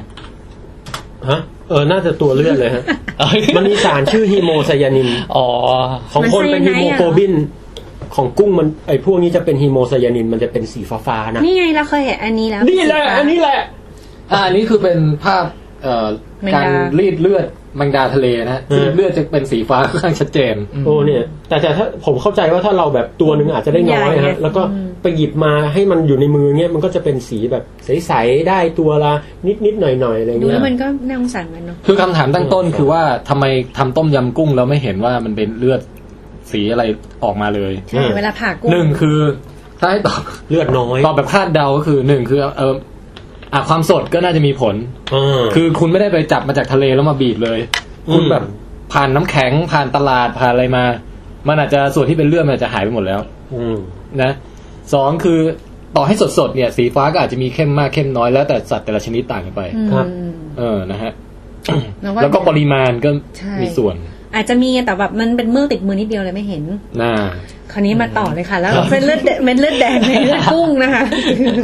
[SPEAKER 5] ฮะ เออ น่าจะตัวเลือดเลย [LAUGHS] ฮะ
[SPEAKER 8] เอ้ย
[SPEAKER 5] มันมีสารชื่อฮีโมไซยานิน
[SPEAKER 8] อ๋อ
[SPEAKER 5] ของคนเป็นฮีโมโกลบิน ของกุ้งมันไอพวกนี้จะเป็นฮีโมไซยานิน มันจะเป็นสีฟ้าๆนะ
[SPEAKER 2] นี่ไงเราเคยเห็นอันนี้แล้ว
[SPEAKER 5] นี่แหละ อันนี้แหละ
[SPEAKER 4] อ่าอันนี้คือเป็นภาพเอ่อ
[SPEAKER 2] แมง
[SPEAKER 4] กา
[SPEAKER 2] ดา
[SPEAKER 4] รรีดเลือดแมงดาทะเลนะฮะ
[SPEAKER 5] อืม
[SPEAKER 4] รีดเลือดจะเป็นสีฟ้าค่อนข้างชัดเจน
[SPEAKER 5] โอ้เนี่ยแต่แต่ถ้าผมเข้าใจว่าถ้าเราแบบตัวหนึ่งอาจจะได้น้อย
[SPEAKER 2] ใหญ่ไง
[SPEAKER 5] ฮะแล้วก็ไปหยิบมาให้มันอยู่ในมือเงี้ยมันก็จะเป็นสีแบบใสๆได้ตัวละนิดนิดๆหน่อยหน่อยๆอะไร
[SPEAKER 2] ดู
[SPEAKER 5] เงี้
[SPEAKER 2] แล้ว
[SPEAKER 5] ย
[SPEAKER 2] มันก็น่าสงสารมันเนาะ
[SPEAKER 4] คือคำถามตั้งต้นคือว่าทำไมทำต้มยำกุ้งแล้วไม่เห็นว่ามันเป็นเลือดสีอะไรออกมาเลย
[SPEAKER 2] ใช่เวลาผ่ากุ้ง
[SPEAKER 4] หนึ่งคือถ้าให้ตอบ
[SPEAKER 5] เลือดน้อย
[SPEAKER 4] ตอบแบบคาดเดาก็คือหนึ่งคือเอออ่ะความสดก็น่าจะมีผล
[SPEAKER 5] า
[SPEAKER 4] คือคุณไม่ได้ไปจับมาจากทะเลแล้วมาบีบเลย คุณ
[SPEAKER 5] อืม
[SPEAKER 4] แบบผ่านน้ำแข็งผ่านตลาดผ่านอะไรมา มันอาจจะส่วนที่เป็นเลือดมันอาจจะหายไปหมดแล้ว
[SPEAKER 5] ม
[SPEAKER 4] นะสองคือต่อให้สดๆเนี่ยสีฟ้าก็อาจจะมีเข้มมากเข้มน้อยแล้วแต่สัตว์แต่ละชนิดต่างกันไป
[SPEAKER 5] ครับ
[SPEAKER 4] เออนะฮะ
[SPEAKER 2] เรา
[SPEAKER 4] แล้วก็ปริมาณก็
[SPEAKER 2] ใช่
[SPEAKER 4] มีส่วน
[SPEAKER 2] อาจจะมีไงแต่แบบมันเป็นเมือกติดมือนิดเดียวเลยไม่เห็น
[SPEAKER 4] น่า
[SPEAKER 2] คราวนี้มาต่อเลยค่ะ แล้วเส้นเลือดแดงเม็ดเลือดแดงในเลือดกุ้งนะคะ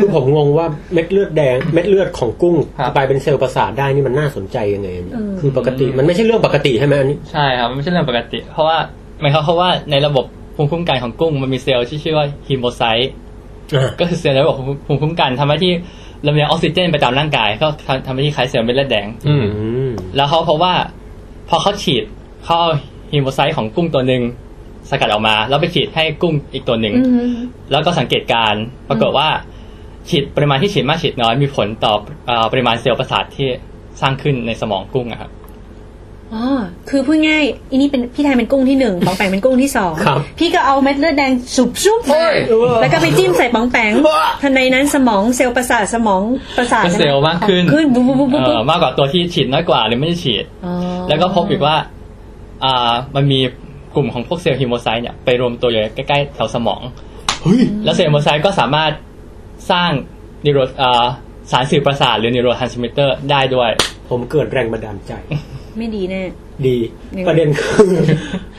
[SPEAKER 5] คือผมงงว่าเม็ดเลือดแดงเม็ดเลือดของกุ้งกลายเป็นเซลล์ประสาทได้นี่มันน่าสนใจยังไงเนี่ยคือปกติมันไม่ใช่เรื่องปกติใช่ไหมอันนี้
[SPEAKER 8] ใช่ครับมันไม่ใช่เรื่องปกติ เพราะว่าหมายความว่าในระบบภูมิคุ้มกันของกุ้งมันมีเซลล์ที่ชื่อว่าฮีโมไซต์ ก็คือเซลล์ในระบบภูมิคุ้มกันทำหน้าที่ลำเลียงออกซิเจนไปตามร่างกาย ก็ทำทำหน้าที่คล้ายเซลล์เม็ดเลือดแดง
[SPEAKER 4] อืม
[SPEAKER 8] แล้วเขาพบว่าพอเขาฉีดเขาเอาฮีโมไซต์ของกุ้งตัวหนึ่งสกัดออกมา แล้วไปฉีดให้กุ้งอีกตัวหนึ่ง แล้วก็สังเกตการณ์ปรากฏว่า ฉีดปริมาณที่ฉีดมากฉีดน้อยมีผลต่อเอ่อปริมาณเซลล์ประสาทที่สร้างขึ้นในสมองกุ้งอะครับ
[SPEAKER 2] อ๋อ คือพูดง่ายอันนี้เป็นพี่ไทยเป็นกุ้งที่หนึ่งป๋องแปงเป็นกุ้งที่สอง
[SPEAKER 5] ครับ
[SPEAKER 2] พี่ก็เอาเม็ดเลือดแดงสุบชุบ
[SPEAKER 4] โอ้ย
[SPEAKER 2] แล้วก็ไปจิ้มใส่ป๋องแปง
[SPEAKER 5] ว้า
[SPEAKER 2] ทันใดนั้นสมองเซลล์ประสาทสมองประสาท
[SPEAKER 8] ก็เซลล์มากขึ้น
[SPEAKER 2] ขึ้นบุ๊บบุ๊บบุ๊บ
[SPEAKER 8] เอ่
[SPEAKER 2] บุ๊
[SPEAKER 8] อบ มากกว่าตัวที่ฉีดน้อยกว่าหรือไม่ได้ฉีด
[SPEAKER 2] อ๋อ
[SPEAKER 8] แล้วก็พบอีกว่า อ่า มันมีกลุ่มของพวกเซลล์ฮีโมไซต์เนี่ยไปรวมตัวอยู่ใกล้ๆแถวสมอง
[SPEAKER 5] เฮ้ย
[SPEAKER 8] แล้วเซลล์ฮีโมไซต์ก็สามารถสร้างนิโรอ่าสารสื่อประสาทหรือนิโรทรานสมิเตอร์ได้ด้วย
[SPEAKER 5] ผมเกิดแรงบันดาลใจ
[SPEAKER 2] ไม่ดีแน่
[SPEAKER 5] ดี
[SPEAKER 2] ยังไง
[SPEAKER 5] ประเด็นคือ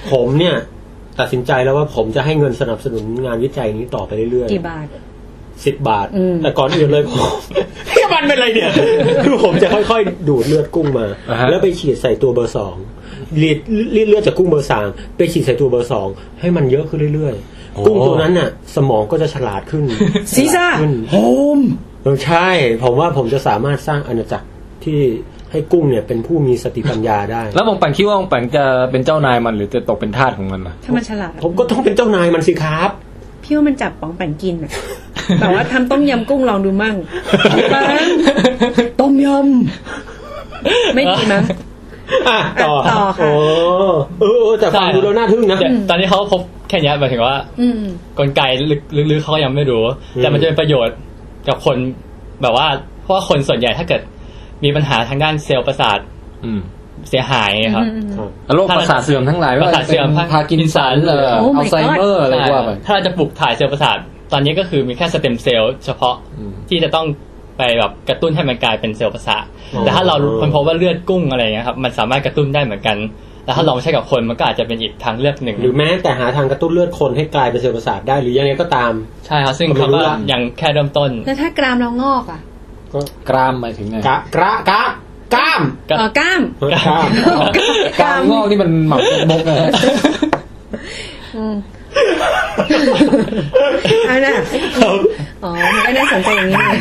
[SPEAKER 5] [LAUGHS] ผมเนี่ย ตัดสินใจแล้วว่าผมจะให้เงินสนับสนุนงานวิจัยนี้ต่อไปเรื่อย
[SPEAKER 2] กี่บาท
[SPEAKER 5] ๆสิบบาท
[SPEAKER 2] อืม
[SPEAKER 5] แต่ก่อนอื่นเลย [LAUGHS] ผม เฮียมันเป็นอะไรเนี่ย [LAUGHS] คือผมจะค่อยๆ ดูดเลือดกุ้งมา
[SPEAKER 4] อ่าฮะ
[SPEAKER 5] แล้วไปฉีดใส่ตัวเบอร์สองรีดรีดเลือดจากกุ้งเบอร์สามไปฉีดใส่ตัวเบอร์สองให้มันเยอะขึ้นเรื่อยๆ กุ้งตัวนั้นน่ะ สมองก็จะฉลาดขึ้ [LAUGHS] น
[SPEAKER 2] ซีซ่า
[SPEAKER 5] ขึ้นโฮมใช่ ผมว่าผมจะสามารถสร้างอาณาจักรที่ให้กุ้งเนี่ยเป็นผู้มีสติปัญญาได้
[SPEAKER 4] แล้วมองปังคิดว่ามองปังจะเป็นเจ้านายมันหรือจะตกเป็นทาสของมันนะ
[SPEAKER 2] ถ้ามันฉลาด
[SPEAKER 5] ผมก็ต้องเป็นเจ้านายมันสิครับ
[SPEAKER 2] พี่ว่ามันจับป๋องแปงกินอะแต่ว่าทำต้มยำกุ้งลองดูมั่งป๋องแปงต้มยำไม่ดีมั้ง
[SPEAKER 5] อ่ะต่อ
[SPEAKER 2] อ่ะต่อค่ะ
[SPEAKER 5] โอ้เออเออแต่ฟัง
[SPEAKER 8] ใช่
[SPEAKER 5] ดูแล้วน่าทึ่งนะ
[SPEAKER 8] แต่ตอนนี้เขาพบแค่เนี้ยหมายถึงว่า
[SPEAKER 2] อืม
[SPEAKER 8] กลไกลึกๆเขาก็ยังไม่รู้
[SPEAKER 5] อืม
[SPEAKER 8] แต่มันจะเป็นประโยชน์กับคนแบบว่าเพราะว่าคนส่วนใหญ่ถ้าเกิดมีปัญหาทางด้านเซลล์ประสาท
[SPEAKER 4] อืม
[SPEAKER 8] เสียหายไงครับ
[SPEAKER 2] อืม
[SPEAKER 5] ครับ
[SPEAKER 4] โรคประสาทเสื่อมทั้งหลาย
[SPEAKER 8] ประสาทเสื่อม
[SPEAKER 4] พากินสัน
[SPEAKER 8] Parkinson
[SPEAKER 4] เอ่อ
[SPEAKER 2] Oh my
[SPEAKER 4] อัลไซเมอร์อะไร
[SPEAKER 8] ใช่
[SPEAKER 4] ว่าไป
[SPEAKER 8] ถ้าเราจะปลูกถ่ายเซลล์ประสาทตอนนี้ก็คือมีแค่สเต็มเซลล์เฉพาะ
[SPEAKER 4] อืม
[SPEAKER 8] ที่จะต้องไปแบบกระตุ้นให้มันกลายเป็นเซลล์ประสาท
[SPEAKER 5] อ๋อ
[SPEAKER 8] แต่ถ้าเราค้นพบว่าเลือดกุ้งอะไรเงี้ยครับมันสามารถกระตุ้นได้เหมือนกัน แล้วถ้าลองใช้กับคนมันก็อาจจะเป็นอีกทางเลือกหนึ่ง
[SPEAKER 5] หรือแม้แต่หาทางกระตุ้นเลือดคนให้กลายเป็นเซลล์ประสาทได้หรือยังไงก็ตาม
[SPEAKER 8] ใช่ครับซึ่ง
[SPEAKER 5] ผมไม่
[SPEAKER 8] เขา
[SPEAKER 5] รู้
[SPEAKER 8] ก็
[SPEAKER 5] ละ
[SPEAKER 8] ยังแค่เริ่มต้น
[SPEAKER 2] แล้วถ้ากรามเรางอกอ่ะ
[SPEAKER 5] ก็
[SPEAKER 4] กรามหมายถึงไง
[SPEAKER 5] กะกระกะกล้าม
[SPEAKER 8] ก็
[SPEAKER 2] เออกล้าม
[SPEAKER 5] เออกล้าม
[SPEAKER 4] กรามงอกนี่มันหมักบกเลย
[SPEAKER 2] อืมเอาน่ะอ๋อไม่ได้สนใจอย่างนี้เลย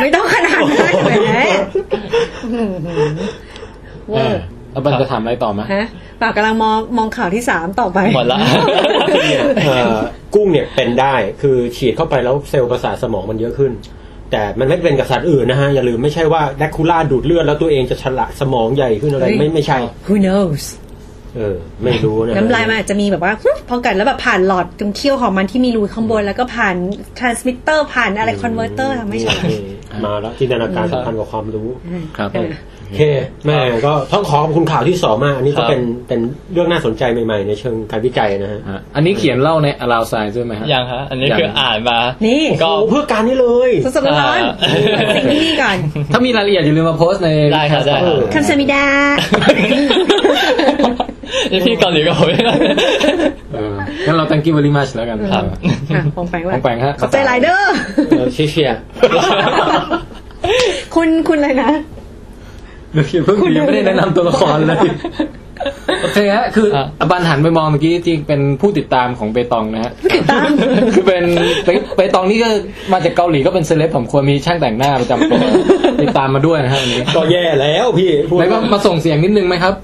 [SPEAKER 2] ไม่ต้องขนาดนั้นแหมอืมเวอร์
[SPEAKER 4] แล้วบันจะถามอะไรต่อไหม
[SPEAKER 2] ฮะเปล่ากำลังมองมองข่าวที่สามต่อไป
[SPEAKER 8] หมดละ
[SPEAKER 5] เนี่ยเอ่อกุ้งเนี่ยเป็นได้คือฉีดเข้าไปแล้วเซลล์ประสาทสมองมันเยอะขึ้น แต่มันไม่เป็นกับสัตว์อื่นนะฮะ อย่าลืมไม่ใช่ว่าแดกคูล่าดูดเลือดแล้วตัวเองจะฉลาดสมองใหญ่ขึ้นอะไรไม่ไม่ใช่
[SPEAKER 2] [LAUGHS] Who knows
[SPEAKER 5] เออ ไม่รู้นะ
[SPEAKER 2] น้ำลายมันอาจจะมีแบบว่าพอกัดแล้วแบบผ่านหลอดตรงเขี้ยวของมันที่มีรูข้างบน แล้วก็ผ่านทรานสมิเตอร์ผ่านอะไรคอนเวอร์เตอร์ทำให้ฉลาด
[SPEAKER 5] นี่มาแล้วจินตนาการสำคัญกว่าความรู้
[SPEAKER 4] ครับ
[SPEAKER 5] โอเคแม่ก็ต้องขอขอบคุณข่าวที่สองมาก อันนี้ก็เป็นเป็นเรื่องน่าสนใจใหม่ๆ ในเชิงการวิจัยนะฮะ
[SPEAKER 4] ฮะอันนี้เขียนเล่าใน Allow Science ด้วยไหมฮะ
[SPEAKER 8] ยังฮะอันนี้คือ
[SPEAKER 4] ยัง
[SPEAKER 8] อ่านมา
[SPEAKER 2] นี่
[SPEAKER 8] ก็
[SPEAKER 5] โอ้เพื่อการนี้เลย
[SPEAKER 2] สดๆร้อน
[SPEAKER 8] อ่า
[SPEAKER 2] ๆสิ่งนี้ก่อน
[SPEAKER 4] ถ้ามีรายละเอียดอย่าลืมมาโพสต์ใน
[SPEAKER 8] ได้ครับได้ครับ
[SPEAKER 2] คำสมิดา
[SPEAKER 8] นี่พี่เกาหลีกับผมเนี่ย
[SPEAKER 4] เอองั้นเรา thank you very much แล้วกัน
[SPEAKER 8] ครับ
[SPEAKER 4] เออ
[SPEAKER 2] อ่ะปองแปงว่า
[SPEAKER 4] ปองแปงฮะ
[SPEAKER 2] ขอบใจไรเดอร์
[SPEAKER 5] เออเชียร์เชียร์
[SPEAKER 2] คุณคุณอะไรนะ
[SPEAKER 4] เดี๋ยวเพิ่งดียังไม่ได้แนะนำตัวละครเลย โอเคฮะ คือ
[SPEAKER 8] ครับ
[SPEAKER 4] อบันหันไปมองเมื่อกี้ที่เป็นผู้ติดตามของเปตองนะฮะ
[SPEAKER 2] ผู้ติดตาม
[SPEAKER 4] คือ [LAUGHS] เป็นเปเปตองนี่ก็มาจากเกาหลีก็เป็นเซเลบผมควรมีช่างแต่งหน้าประ
[SPEAKER 8] [LAUGHS]
[SPEAKER 4] จำตัวติดตามมาด้วยนะฮะวันนี้
[SPEAKER 5] ก็แย่แล้วพี่พูด
[SPEAKER 4] ไหนว่ามาส่งเสียงนิดนึงไหมครับ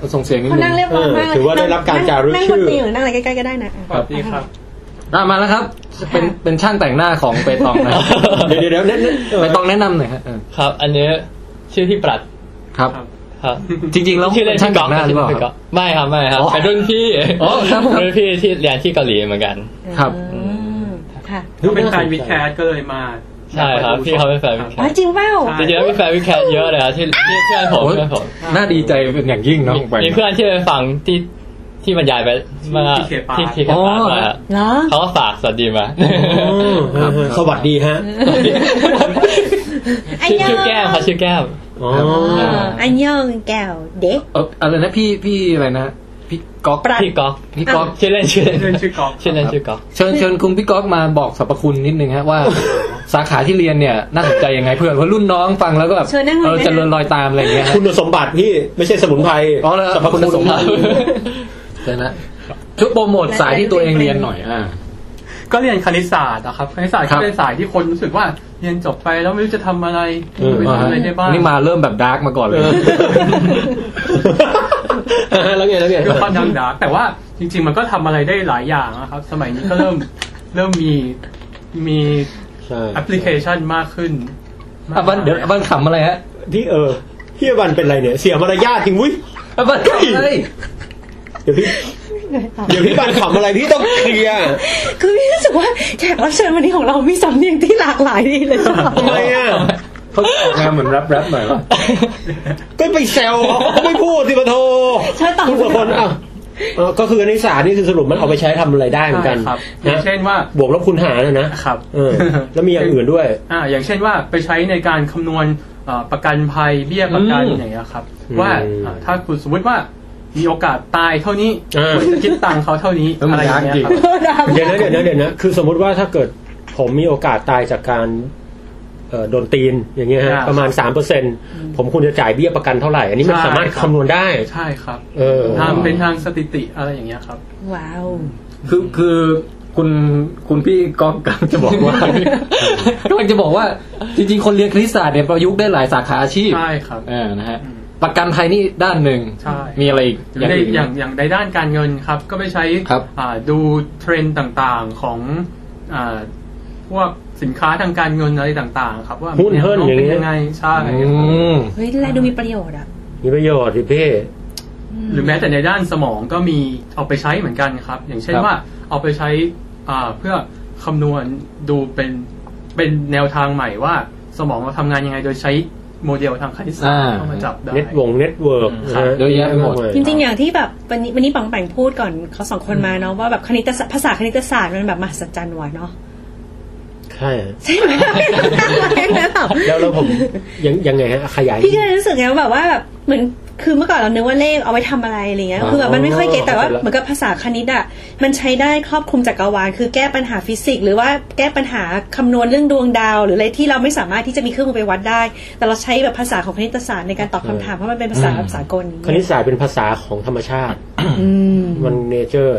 [SPEAKER 4] มาส่งเสียงนิด
[SPEAKER 2] เขา
[SPEAKER 4] นึง
[SPEAKER 2] นั่งเรียบร้อยมา
[SPEAKER 5] เอ
[SPEAKER 2] ก
[SPEAKER 5] อถือว่าได้รับการจารึก
[SPEAKER 2] นั่ง
[SPEAKER 5] ชื่
[SPEAKER 2] บ
[SPEAKER 5] อ
[SPEAKER 2] นเตียงหรือนั่งอะไรใกล้ๆก็ได้นะ
[SPEAKER 4] อ่ะมาแล้วครับ เป็นเป็นช่างแต่งหน้าของเปตอง
[SPEAKER 8] [LAUGHS]
[SPEAKER 4] นะ
[SPEAKER 5] เดี๋ยวเดี๋ยวเดี๋ยวเดี๋ยวเดี๋ยว
[SPEAKER 4] เปตองแนะนำหน่อยฮะเออ
[SPEAKER 8] ครับ อันนี้ชื่อพี่ปรัด
[SPEAKER 4] ครับ
[SPEAKER 8] ครับ
[SPEAKER 4] จริงๆแล้ว
[SPEAKER 8] ชื่อเล่น
[SPEAKER 4] เป็นช่าง
[SPEAKER 8] พี่ก๊
[SPEAKER 4] แต่ง
[SPEAKER 8] อก
[SPEAKER 4] หน้าหรือเปล่า
[SPEAKER 8] ชื่อพี่
[SPEAKER 4] ค
[SPEAKER 8] ก๊
[SPEAKER 4] รั
[SPEAKER 8] อบ กไม่ครับไม่ครับ
[SPEAKER 4] อ๋อ
[SPEAKER 8] เป็นรุ่นพี่
[SPEAKER 4] อ๋อครับผม
[SPEAKER 8] รุ่นพี่ที่เรียนที่เกาหลีเหมือนกัน
[SPEAKER 4] ครับ
[SPEAKER 2] อืมค่ะ
[SPEAKER 5] ฮ้ย
[SPEAKER 9] เป็น
[SPEAKER 5] ส
[SPEAKER 9] แฟน
[SPEAKER 5] ใจ
[SPEAKER 9] วิดแคสก็เลยมา
[SPEAKER 8] ใช่ครับพี่เขาเป็นแฟนวิดแค
[SPEAKER 2] อ๋
[SPEAKER 8] ส
[SPEAKER 2] อจริงเปล่า
[SPEAKER 8] จริงๆแล้วมีแฟนวิแคทเยอะเลยครับที่ที่เพื่อนผมเพื่อนผม
[SPEAKER 4] น่าดีใจเป็นอย่างยิ่งเนาะ
[SPEAKER 8] มี
[SPEAKER 4] ของไป
[SPEAKER 8] มีเพื่อนที่ไปฟังที่ที่บรรยายไปเมื่อที่ที่เคปา
[SPEAKER 4] อ๋อ
[SPEAKER 8] มา
[SPEAKER 2] เหรอ
[SPEAKER 8] เขาก็ฝากสวัสดีมา
[SPEAKER 5] อืมสวัสดีฮะ
[SPEAKER 2] อัน
[SPEAKER 8] ชื่อ
[SPEAKER 2] เย
[SPEAKER 8] ชื่อแก้มเขาชื่อแก้ม
[SPEAKER 5] อ๋อ
[SPEAKER 2] เอออันเยองแก้วเด็ก
[SPEAKER 4] เอออะไรนะพี่พี่อะไรนะพี่ก๊อก
[SPEAKER 2] ปรัด
[SPEAKER 8] พี่ก๊อก
[SPEAKER 4] พี่ก๊อก
[SPEAKER 8] ชื่อเล่นชื่อเล่น
[SPEAKER 9] เพื่อนชื่อก๊อฟ
[SPEAKER 8] ชื่อเล่นชื่อก๊อก
[SPEAKER 4] เชิญเชิญคุณพี่ก๊อกมาบอกสรรพคุณนิดนึงฮะว่า สาขาที่เรียนเนี่ยน่าสนใจยังไงเพื่อนเพราะรุ่นน้องฟังแล้วก็แบบ
[SPEAKER 2] เชิญนั่งเลย
[SPEAKER 4] ออ
[SPEAKER 2] นะ
[SPEAKER 4] เจะเริญรอยตามอะไรอย่างเงี้ยฮะ
[SPEAKER 5] คุณสมบัติพี่ไม่ใช่สมุนไพร
[SPEAKER 4] อ๋อเหรอ
[SPEAKER 5] สรรพคุ
[SPEAKER 4] คุณณส
[SPEAKER 5] สม
[SPEAKER 4] มบั
[SPEAKER 5] บั
[SPEAKER 4] ติ
[SPEAKER 5] ติ
[SPEAKER 4] เชิญนะช่วยโปรโมทสายที่ตัวเองเรียนหน่อยอ่า
[SPEAKER 9] ก็เรียนคณิตศาสตร์อะครับคณิตศาสตร์
[SPEAKER 4] ครั
[SPEAKER 9] ก็
[SPEAKER 4] บ
[SPEAKER 9] เป็นสายที่คนรู้สึกว่าเรียนจบไปแล้วไม่รู้จะทำอะไรไม่รู้
[SPEAKER 4] อ่า
[SPEAKER 9] จะทำอะไรได้บ้าง
[SPEAKER 4] นี่มาเริ่มแบบดาร์กมาก่อนเล
[SPEAKER 5] เอย ออ่าแล้วไงแล้วไง
[SPEAKER 9] ด้วยความดังดาแต่ว่าจริง ๆ มันก็ทำอะไรได้หลายอย่างนะครับ สมัยนี้ก็เริ่มเริ่มมีมีแอปพลิเคชันมากขึ้น
[SPEAKER 4] อ่ะบันเดี๋ยวอ่ะบันขำอะไรฮะ
[SPEAKER 5] พี่เออพี่วันเป็นไรเนี่ย เสียมารยาทจริงวุ้ย
[SPEAKER 4] อ่ะบันขำอะไร
[SPEAKER 5] เดี๋ยวพี่เดี๋ยวพี่วันขำอะไรพี่ต้องเคลียร์
[SPEAKER 2] คือพี่รู้สึกว่าแขกรับเชิญวันนี้ของเรามีสำเนียงที่หลากหลายดีเลยจ้ะ
[SPEAKER 5] ทำไมอ่ะ
[SPEAKER 4] เขาออกแนวเหมือนแรปๆหน่อยป่ะ
[SPEAKER 5] ก็ไปแซวเขาเขาไม่พูดที่ปะโท
[SPEAKER 2] เชิญต่อ
[SPEAKER 5] พูดกับคนอ่ะเออก็คือในศาสตร์นี่คือสรุปมันเอาไปใช้ทำอะไรได้เหมือนกัน
[SPEAKER 9] ใช่ครับอ
[SPEAKER 5] นะ
[SPEAKER 9] ย่างเช่นว่า
[SPEAKER 5] บวกลบคูณหารนะนะครับ เออแล้วมีอย่างอื่นด้วย
[SPEAKER 9] อ่าอย่างเช่นว่าไปใช้ในการคำนวณเอ่อประกันภัยเบี้ยประกัน
[SPEAKER 5] อืม
[SPEAKER 9] อย่างเงี้ยครับ
[SPEAKER 5] อืม
[SPEAKER 9] ว่าอ่าถ้าคุณสมมติว่ามีโอกาสตายเท่านี้
[SPEAKER 5] อ่า
[SPEAKER 9] คุณจะคิดตังค์เขาเท่านี้อะไรอย่างเงี้ยครับ
[SPEAKER 5] เดี๋ยวนะเดี๋ยวนะเดี๋ยวนะคือสมมุติว่าถ้าเกิดผมมีโอกาสตายจากการเอ่อโดนตีนอย่างเงี้ยฮะประมาณสามเปอร์เซ็นผมควรจะจ่ายเบี้ยประกันเท่าไหร่ อันนี้มันสามารถคำนวณได้
[SPEAKER 9] ใช่ครับ
[SPEAKER 5] เออ
[SPEAKER 9] ทำเป็นทางสถิติอะไรอย่างเงี้ยครับ
[SPEAKER 2] ว้าว
[SPEAKER 4] คือคือคุณคุณพี่ก๊อกกำลังจะบอกว่ากำลังจะบอกว่าจริง ๆ คนเรียนคณิตศาสตร์เนี่ยประยุกต์ได้หลายสาขาอาชีพ
[SPEAKER 9] ใช่ครับ
[SPEAKER 4] เออนะฮะ ประกันภัยนี่ด้านหนึ่ง
[SPEAKER 9] ใช่
[SPEAKER 4] มีอะไรอีก
[SPEAKER 9] ใน
[SPEAKER 4] อื่น
[SPEAKER 9] อย่าง
[SPEAKER 4] ไหม
[SPEAKER 9] อย่างในด้านการเงินครับ ก็ไปใช้
[SPEAKER 4] ครับ
[SPEAKER 9] อ่าดูเทรนด์ต่างๆของอ่าพวกสินค้าทางการเงินอะไรต่างๆ ครับว่า
[SPEAKER 5] หุ้นเฮิ้นอย่างเงี้
[SPEAKER 9] เป็
[SPEAKER 5] ย
[SPEAKER 9] นยังไงใช่
[SPEAKER 4] อืม
[SPEAKER 2] เฮ้ยแลดูมีประโยชน์อ่ะ
[SPEAKER 5] มีประโยชน์สิพี่
[SPEAKER 9] หรือแม้แต่ในด้านสมองก็มีเอาไปใช้เหมือนกันครับ อย่างเช่น
[SPEAKER 4] ครับ
[SPEAKER 9] ว่าเอาไปใช้อ่าเพื่อคำนวณดูเป็นเป็นแนวทางใหม่ว่า สมองเราทำงานยังไงโดยใช้ โมเดลทางคณิตศาสต
[SPEAKER 4] อ่า
[SPEAKER 9] ร์เข้ามาจับได้
[SPEAKER 5] เน็ตวงเน็ตเวิร์ก
[SPEAKER 4] ครับเยอะแยะไปหมด
[SPEAKER 2] จริงๆ อย่างที่แบบวันนี้วันนี้ปังแปงพูดก่อนเขาสองคนมาเนาะว่าแบบคณิตศาสตร์ภาษาคณิตศาสตร์มันแบบมหัศจรรย์ว่ะเนาะ
[SPEAKER 5] ใช่
[SPEAKER 2] ใช่ไหมแล้วตอบ
[SPEAKER 5] แล้วแล้วผมยังยังไงฮะขยาย
[SPEAKER 2] พี่ก็เลยรู้สึกไงว่าแบบว่าแบบเหมือนคือเมื่อก่อนเรานึกว่าเลขเอาไว้ทำอะไรอะไรเงี้ย
[SPEAKER 5] อ๋อ
[SPEAKER 2] คือแบบมันไม่ค่อยเก็ตแต่ว่า
[SPEAKER 5] เข้าใจละ
[SPEAKER 2] เหมือนกับภาษาคณิตอ่ะมันใช้ได้ครอบคลุมจักรวาลคือแก้ปัญหาฟิสิกส์หรือว่าแก้ปัญหาคำนวณเรื่องดวงดาว หรืออะไรที่เราไม่สามารถที่จะมีเครื่องมือไปวัดได้ แต่เราใช้แบบภาษาของคณิตศาสตร์ในการตอบคำถามเพราะมันเป็นภาษาแบบสากล
[SPEAKER 5] คณิตศาสตร์เป็นภาษาของธรรมชาติ
[SPEAKER 2] อืม
[SPEAKER 5] มันเนเจอร์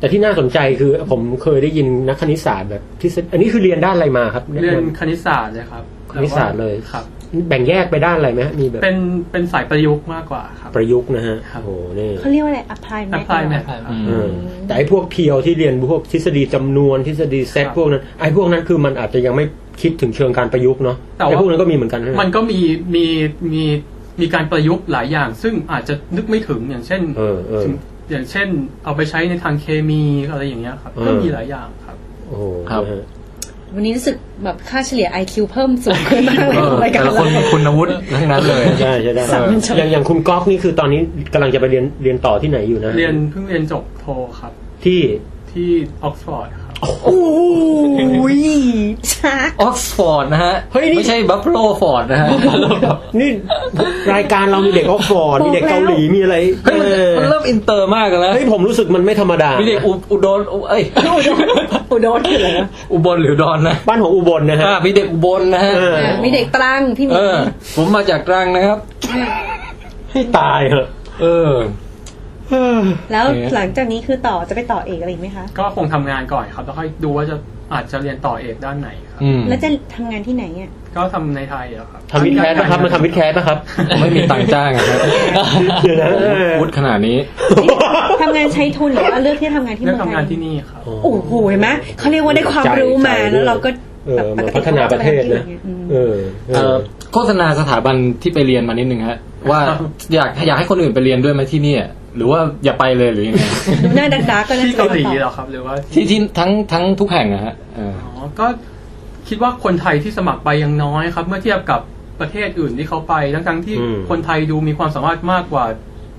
[SPEAKER 5] แต่ที่น่าสนใจคือผมเคยได้ยินนักคณิตศาสตร์แบบที่อันนี้คือเรียนด้านอะไรมาครับ
[SPEAKER 9] เรียนคณิตศาสตร์เลยครับ
[SPEAKER 5] คณิตศาสตร์เลย
[SPEAKER 9] ครับ
[SPEAKER 5] แบ่งแยกไปด้านอะไรไหมฮะมีแบบ
[SPEAKER 9] เป็นเป็นสายประยุกต์มากกว่าครับ
[SPEAKER 5] ประยุกต์นะฮะ
[SPEAKER 9] ครับ
[SPEAKER 5] โอ้โหนี่
[SPEAKER 2] เขาเรียกว่าอะไร apply math
[SPEAKER 9] apply math
[SPEAKER 8] ครับ
[SPEAKER 4] อืม
[SPEAKER 5] เออแต่ไอ้พวกเพียวที่เรียนพวกทฤษฎีจำนวนทฤษฎีเซต
[SPEAKER 9] ครับ
[SPEAKER 5] พวกนั้นไอ้พวกนั้นคือมันอาจจะยังไม่คิดถึงเชิงการประยุกต์เนาะ
[SPEAKER 9] แต่ว่า
[SPEAKER 5] ไอ้พวกนั้นก็มีเหมือนกันใช่ไหม
[SPEAKER 9] มันก็มีมีมีมีการประยุกต์หลายอย่าง ซึ่งอาจจะนึกไม่ถึงอย่างเช่น
[SPEAKER 5] เออเออ
[SPEAKER 9] ถึงอย่างเช่น เอาไปใช้ในทางเคมีอะไรอย่างเงี้ยครับ
[SPEAKER 5] เออ
[SPEAKER 9] ก็มีหลายอย่างครับ
[SPEAKER 5] โอ้โห
[SPEAKER 4] ครับ
[SPEAKER 5] นะฮะ
[SPEAKER 2] วันนี้รู้สึกแบบค่าเฉลี่ย IQ เพิ่มสูงขึ้นมากเลยของรายกา
[SPEAKER 4] แต่
[SPEAKER 2] ร
[SPEAKER 4] ละ
[SPEAKER 2] เรา
[SPEAKER 4] คนมีคุณวุฒิทั้งนั้นเลย
[SPEAKER 5] ใช่ใช่ได้
[SPEAKER 2] สับมันชอบ
[SPEAKER 5] อย่างอย่างคุณก๊อกนี่คือตอนนี้กำลังจะไปเรียนเรียนต่อที่ไหนอยู่นะ
[SPEAKER 9] เรียนเพิ่งเรียนจบโทครับ
[SPEAKER 5] ที่
[SPEAKER 9] ที่ออกซฟอร์ดครับ
[SPEAKER 2] โอ้ยช้า
[SPEAKER 4] ออกซฟอร์ดนะฮะ ไม่ใช่บัฟโลฟอร์ดนะฮะ
[SPEAKER 5] นี่รายการเรามีเด็กออกฟอร์ดมีเด็กเกาหลีมีอะไร
[SPEAKER 4] เฮ้ยมันมันเริ่มอินเตอร์มากแล้วนะ
[SPEAKER 5] เฮ้ยผมรู้สึกมันไม่ธรรมดา
[SPEAKER 4] มีเด็กอุอุดรอุเอ้ย
[SPEAKER 2] อุดรคืออะไรนะ
[SPEAKER 4] อุบลหรืออุดอนนะ
[SPEAKER 5] บ้านของอุบลนะฮะ
[SPEAKER 4] อ่ามีเด็กอุบลนะฮะ
[SPEAKER 5] เออ
[SPEAKER 2] มีเด็กตรังพี่หมี
[SPEAKER 4] เออ ผมมาจากตรังนะครับ
[SPEAKER 5] ให้ตายเหอะ
[SPEAKER 4] เออ
[SPEAKER 2] แล้วหลังจากนี้คือต่อจะไปต่อเอกอะไรอีกไหมคะ
[SPEAKER 9] ก็คงทำงานก่อนครับ แล้วค่อยดูว่าจะอาจจะเรียนต่อเอกด้านไหนครับ
[SPEAKER 4] อืม
[SPEAKER 2] แล้วจะทำงานที่ไหนอ่ะ
[SPEAKER 9] ก็ทำในไทยอะครับ
[SPEAKER 5] ทำวิดแคสป่ะครับมันทำวิดแคสป่ะครับ
[SPEAKER 4] ไม่มีตังค์จ้างอะครับ
[SPEAKER 5] เดี๋ยวนะ
[SPEAKER 4] วุฒิขนาดนี้
[SPEAKER 2] ทำงานใช้ทุนหรือว่าเลือกที่จะทำงานที่
[SPEAKER 9] เลื
[SPEAKER 2] เมื
[SPEAKER 9] อก
[SPEAKER 2] อง
[SPEAKER 9] ทำ
[SPEAKER 2] ไท
[SPEAKER 9] งาน
[SPEAKER 2] ย
[SPEAKER 9] ที่นี่ครับ
[SPEAKER 2] โอ้โหเห็นไหมเขาเรียกว่าได้ความรู้มาแล้วเราก็
[SPEAKER 5] เอ
[SPEAKER 2] แบบ
[SPEAKER 5] อ
[SPEAKER 2] ป
[SPEAKER 5] มาก
[SPEAKER 2] ติ
[SPEAKER 5] พัฒนาประเทศนะ
[SPEAKER 2] อืม
[SPEAKER 5] เออเอ
[SPEAKER 4] เอ่อ
[SPEAKER 5] อ
[SPEAKER 4] โฆษณาสถาบันที่ไปเรียนมานิดนึงฮะ ว่าอยากอยากให้คนอื่นไปเรียนด้วยไหมที่เนี่ย หรือว่าอย่าไปเลยหรือยังไง
[SPEAKER 2] ดูหน้าดักดักก็น่า
[SPEAKER 9] ที่
[SPEAKER 2] จะ
[SPEAKER 9] เกาหลี
[SPEAKER 2] ไป
[SPEAKER 9] เหร
[SPEAKER 2] ต่อ
[SPEAKER 9] อครับ หรือว่าที่
[SPEAKER 4] ที่ที่ทั้งทั้งทุกแห่งอะฮะเออ
[SPEAKER 9] อ๋อก็คิดว่าคนไทยที่สมัครไปยังน้อยครับ เมื่อเทียบกับประเทศอื่นที่เขาไปทั้งๆที่คนไทยดูมีความสามารถมากกว่า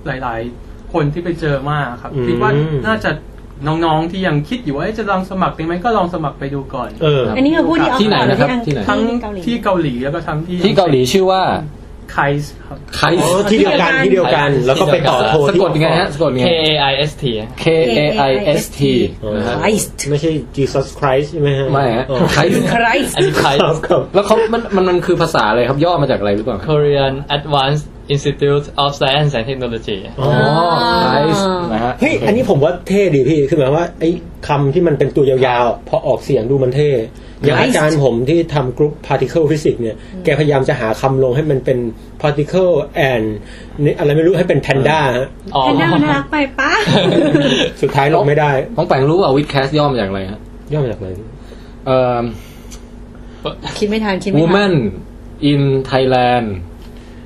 [SPEAKER 9] หลาย ๆ คนที่ไปเจอมากครับ คิดว่าน่าจะน้องๆที่ยังคิดอยู่ว่าเอ๊ะจะลองสมัครดีไหมก็ลองสมัครไปดูก่อน
[SPEAKER 5] เออ
[SPEAKER 2] อันนี้เราพูดที่ออก
[SPEAKER 4] ที่ไหน
[SPEAKER 2] ก่อ
[SPEAKER 4] นะครับที่ไหน
[SPEAKER 9] ทั้ง
[SPEAKER 2] เกาหลี
[SPEAKER 9] ที่เกาหลีแล้วก็ทั้งที่
[SPEAKER 4] ที่เกาหลีชื่อว่า
[SPEAKER 9] ไคส์ครับ
[SPEAKER 4] ไค
[SPEAKER 5] อ๋อที่เดียวกันที่เดียวกันแล้วก็ไปต่อโทร
[SPEAKER 4] สะ
[SPEAKER 5] ที่
[SPEAKER 4] กดยังไงฮะสะกดยัง
[SPEAKER 8] K
[SPEAKER 4] ไง
[SPEAKER 8] A I S T
[SPEAKER 4] K A I S T นะฮะ
[SPEAKER 2] ไครส์
[SPEAKER 5] ไม่ใช่ Jesus Christ ใช่ไหมฮะ
[SPEAKER 4] ไม่ฮะ
[SPEAKER 5] อ๋อ
[SPEAKER 4] ไค
[SPEAKER 2] ไครส์
[SPEAKER 8] อันนี้ใคร
[SPEAKER 5] ครับครับ
[SPEAKER 4] แล้วเขามันมันมันคือภาษาอะไรครับย่อมาจากอะไรหรือเปล่าครับ
[SPEAKER 8] Korean Advanced Institute of Science and Technology
[SPEAKER 5] อ๋อ
[SPEAKER 4] อ๋อไคนะฮะ
[SPEAKER 5] เฮ้ยอันนี้ผมว่าเท่ดีพี่คือหมายว่าไอ้คำที่มันเป็นตัวยาวๆอ่ะพอออกเสียงดูมันเท่อย่างอาจารย์ผมที่ทำกรุ๊ป particle physics เนี่ย แกพยายามจะหาคำลงให้มันเป็น particle and นี่อะไรไม่รู้ให้เป็น panda ฮะ
[SPEAKER 8] อ๋อ
[SPEAKER 2] แพนด้ามันน่ารักไปป้า
[SPEAKER 5] [LAUGHS] สุดท้ายลงไม่ได้
[SPEAKER 4] ของแปงรู้ว่าวิดแคสย่อมาจากอะไรฮะ
[SPEAKER 5] ย่อมาจากอะไร
[SPEAKER 4] เอ่อ
[SPEAKER 2] คิดไม่ทันคิดไม่ทัน
[SPEAKER 4] Women in Thailand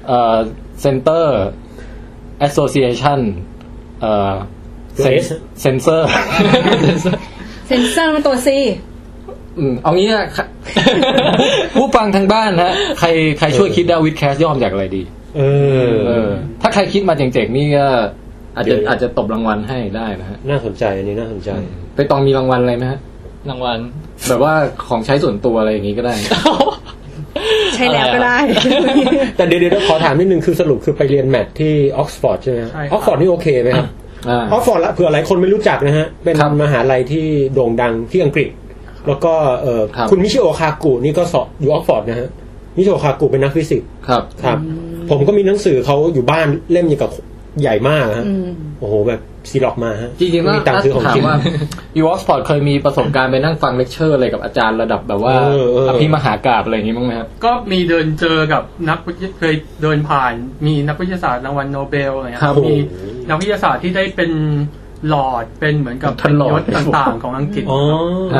[SPEAKER 4] เอ่อ Center Association เอ่อ
[SPEAKER 5] ตัว S
[SPEAKER 4] Sensor
[SPEAKER 2] เซนเซอร์มันตัวซี
[SPEAKER 4] อืมเอางี้นะค่ะผู้ฟังทางบ้านนะฮะใครใครช่วยคิดได้วิดแคสย่อมาจากอะไรดี
[SPEAKER 5] เออ
[SPEAKER 4] เออ ถ้าใครคิดมาเจ๋งๆนี่ก็อาจจะ
[SPEAKER 5] เดี๋ยว
[SPEAKER 4] อาจจะตบรางวัลให้ได้นะฮะ
[SPEAKER 5] น่าสนใจอันนี้น่าสนใจ
[SPEAKER 4] ไปตองมีรางวัลอะไรไหมฮะ
[SPEAKER 8] รางวัล
[SPEAKER 4] แบบว่าของใช้ส่วนตัวอะไรอย่างงี้ก็ได้
[SPEAKER 2] [LAUGHS] ใช่แล้วก็ได้
[SPEAKER 5] แต่เดี๋ยวเดี๋ยวขอถามนิดนึงคือสรุปคือไปเรียนแมทที่ออกซฟอร์ดใช่ไหม
[SPEAKER 9] ใช่
[SPEAKER 5] อ
[SPEAKER 9] ครับ
[SPEAKER 5] อกซฟอร์ดนี่โอเคไหมครับ
[SPEAKER 4] อ่า
[SPEAKER 5] ออกซฟอร์ดละเผื่อหลายคนไม่รู้จักนะฮะ เป็น
[SPEAKER 4] ครับ
[SPEAKER 5] มหาลัยที่โด่งดังที่อังกฤษ แล้วก็เอ่อ
[SPEAKER 4] ครับ
[SPEAKER 5] คุณมิชิโอคากุนี่ก็สอบอยู่ออกซฟอร์ดนะฮะ มิชิโอคากุเป็นนักฟิสิกส์
[SPEAKER 4] ครับ
[SPEAKER 5] ครับ ผมก็มีหนังสือเขาอยู่บ้านเล่มใหญ่กับใหญ่มากฮะโอ้โหแบบซีล็อกมาฮะ
[SPEAKER 4] จริงๆ
[SPEAKER 5] ไม่
[SPEAKER 4] ถ้า
[SPEAKER 5] มีตังค์ซื้อของ
[SPEAKER 4] ถาม
[SPEAKER 5] จริง
[SPEAKER 4] [LAUGHS] ว่ายูออสพอร์ตเคยมีประสบการณ์ไปนั่งฟังเลคเชอร์อะไรกับอาจารย์ระดับแบบว่า
[SPEAKER 5] เออเอออ
[SPEAKER 4] ภิมหากาบอะไรอย่างงี้บ้างไหมครับ
[SPEAKER 9] ก็มีเดินเจอกับนักวิทยเคยเดินผ่านมีนักวิทยาศาสตร์รางวัลโนเบลอะไรเงี้ย
[SPEAKER 4] ครับ
[SPEAKER 9] มีนักวิทยาศาสตร์ที่ได้เป็นหลอดเป็นเหมือนกับ
[SPEAKER 4] ท่านหลอด
[SPEAKER 9] ยศต่างๆ ของอังกฤษ
[SPEAKER 5] อ๋อ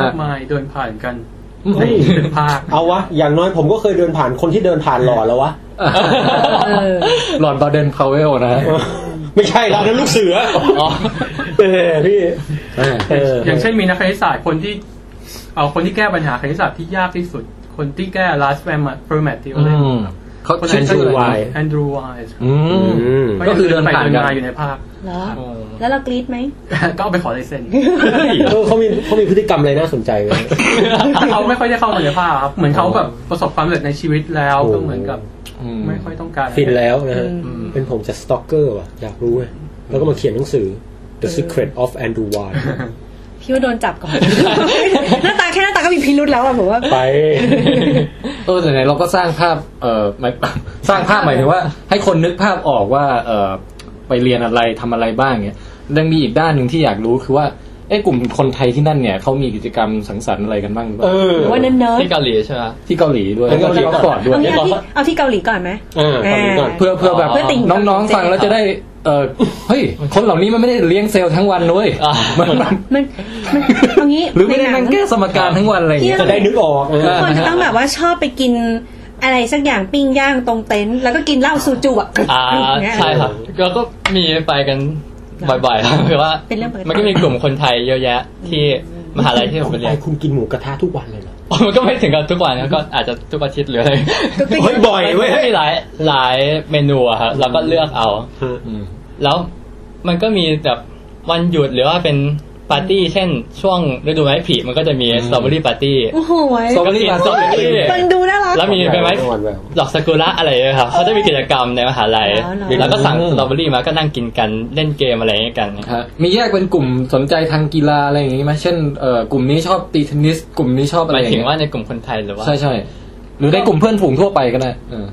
[SPEAKER 9] มากมายเดินผ่านกัน
[SPEAKER 5] เฮ้
[SPEAKER 9] ใน
[SPEAKER 5] ย
[SPEAKER 9] เป็นภาค
[SPEAKER 5] เอาวะ อย่างน้อยผมก็เคยเดินผ่านคนที่เดินผ่านหล่อแล้ววะ [LAUGHS]
[SPEAKER 4] [LAUGHS]
[SPEAKER 2] อ
[SPEAKER 4] หลอนบาเดนพาวเวลนะฮะ
[SPEAKER 5] ไม่ใช่แล้วนั่นลูกเสือ
[SPEAKER 8] อ๋อ
[SPEAKER 5] เออพี่
[SPEAKER 4] เออ
[SPEAKER 5] เออ
[SPEAKER 9] อย่างเช่นมีนักคณิตศาสตร์คนที่เอาคนที่แก้ปัญหาคณิตศาสตร์ที่ยากที่สุด คนที่แก้ last format format ที่
[SPEAKER 4] อื
[SPEAKER 9] เล่น
[SPEAKER 4] ม เขา
[SPEAKER 5] คนไหน
[SPEAKER 4] ชื่อชื่ออะไร
[SPEAKER 5] ชื่อวาย
[SPEAKER 4] นะ
[SPEAKER 9] แอนดรูวไวส์
[SPEAKER 4] อืม
[SPEAKER 5] ม
[SPEAKER 4] ก็คือเดินผ่านกัน
[SPEAKER 9] เดินมาอยู่ในภาพ
[SPEAKER 2] เหรอแล้วเรากรี๊ดไหม
[SPEAKER 9] [LAUGHS] ก็เอาไปขอลายเซ็น
[SPEAKER 5] เออเขามีเขามีพฤติกรรมอะไรน่าสนใจไหม
[SPEAKER 9] [LAUGHS] เขาไม่ค่อยได้เข้ามาในภาพครับ เหมือนเขาแบบประสบความสำเร็จในชีวิตแล้ว
[SPEAKER 5] โอ้
[SPEAKER 9] ก็เหมือนกับ
[SPEAKER 4] อืม
[SPEAKER 9] ไม่ค่อยต้องการ
[SPEAKER 5] ฟินแล้วนะฮะ เป็นผมจะสตอกเกอร์ว่ะ อยากรู้ไงแล้วก็มาเขียนหนังสือ The Secret of Andrew Wine
[SPEAKER 2] พี่ว่าโดนจับก่อน [LAUGHS] หน้าตาแค่หน้าตาก็มีพิรุษแล้วอะผมว่า
[SPEAKER 5] ไป
[SPEAKER 4] เออไหนๆเราก็สร้างภาพ เออหมาย [LAUGHS] สร้างภาพหมายถึงว่า ให้คนนึกภาพออกว่า เออไปเรียนอะไรทำอะไรบ้างเนี่ยยังมีอีกด้านหนึ่งที่อยากรู้คือว่าเอ้กลุ่มคนไทยที่นั่นเนี่ยเขามีกิจกรรมสังสรรค์อะไรกันบ้างหรือเป
[SPEAKER 5] เอ
[SPEAKER 4] ล่า
[SPEAKER 5] อ
[SPEAKER 2] หรือว่าเนินเนิน
[SPEAKER 8] [LAUGHS] ที่เกาหลีใช่ไหม
[SPEAKER 4] ที่เกาหลีด้วย
[SPEAKER 5] เออ
[SPEAKER 4] แล้วก็ที่ออกฟอร์ดด้วย
[SPEAKER 2] เอางี้เอา
[SPEAKER 5] เดี๋ยว
[SPEAKER 2] ที่
[SPEAKER 5] ก่อน
[SPEAKER 2] เอาที่เกาหลีก่อนไหม
[SPEAKER 5] อ่าฟังดูก่อน
[SPEAKER 4] เพื่อเพื่อแบบ
[SPEAKER 2] เพื่อติ่ง
[SPEAKER 4] น้องๆ
[SPEAKER 2] กับเจน
[SPEAKER 4] ฟังแล้วจะได้เออเฮ้ย คนเหล่านี้มันไม่ได้เลี้ยงเซลล์ทั้งวันเลย
[SPEAKER 8] อ่ามั
[SPEAKER 4] มันแบบ
[SPEAKER 2] มันมันเอางี้
[SPEAKER 4] หรือไม่ได้
[SPEAKER 2] ในหนั
[SPEAKER 4] นั่
[SPEAKER 2] ง
[SPEAKER 4] งแก้สมการทั้งวันอะไรอย่างเงี้ย
[SPEAKER 5] จะได้นึกออกเออ
[SPEAKER 2] ทุกคนจะต้องแบบว่าชอบไปกินอะไรสักอย่างปิ้งย่างตรงเต็นท์แล้วก็กินเหล้าซูจุอ่ะ
[SPEAKER 8] อ่า
[SPEAKER 2] ย่างเงี้ย
[SPEAKER 8] ใช่ครับเราก็มีไปกันบ่อยๆครับ [LAUGHS] คือว่า
[SPEAKER 2] เป็นเรื่องปกติ
[SPEAKER 8] มันก็มีกลุ่มคนไทยเยอะแยะ ที่มหาลัยที่ผมไปเรียน
[SPEAKER 5] คุณกินหมูกระทะทุกวันเลยเหรอ
[SPEAKER 8] [LAUGHS] มันก็ไม่ถึงกับทุกวันนะก็อาจจะทุกอาทิตย์หรืออะไร
[SPEAKER 2] ก็กิน
[SPEAKER 5] เฮ้ยบ่อยเว้ย
[SPEAKER 8] มันก็มีหลายหลายเมนูอะครับเราก็เลือกเอา แล้วมันก็มีแบบวันหยุดหรือว่าเป็นปาร์ตี้เช่นช่วงฤดูไม้ผลิมันก็จะมีสตรอเบอรี่ปาร์ตี้
[SPEAKER 2] โอ้โหย
[SPEAKER 8] สตรอเบอรี่ปาร์ตี้
[SPEAKER 2] มันดูน่ารัก
[SPEAKER 8] แล้วมีไปไหม
[SPEAKER 5] วันแวว
[SPEAKER 8] ดอกซากุระอะไรอย่างเงี้ยครับเขาจะมีกิจกรรมในมหาลัย
[SPEAKER 2] อ๋อเหรอ
[SPEAKER 8] แล้วก็สั่ง
[SPEAKER 4] อืม
[SPEAKER 8] สตรอเบอรี่มาก็นั่งกินกันเล่นเกมอะไรอย่างเงี้ยกัน
[SPEAKER 4] ฮะมีแยกเป็นกลุ่มสนใจทางกีฬาอะไรอย่างงี้ไหมเช่นเอ่อกลุ่มนี้ชอบตีเทนนิส กลุ่มนี้ชอบอะ
[SPEAKER 8] ห
[SPEAKER 4] ไร
[SPEAKER 8] มาย
[SPEAKER 4] อย่าง
[SPEAKER 8] ถึง
[SPEAKER 4] เงี้
[SPEAKER 8] ว่าย ในกลุ่มคนไทยหรือว่า
[SPEAKER 4] ใช่ใช่หรือในกลุ่มเพื่อนฝูงทั่วไปก็ได้เออ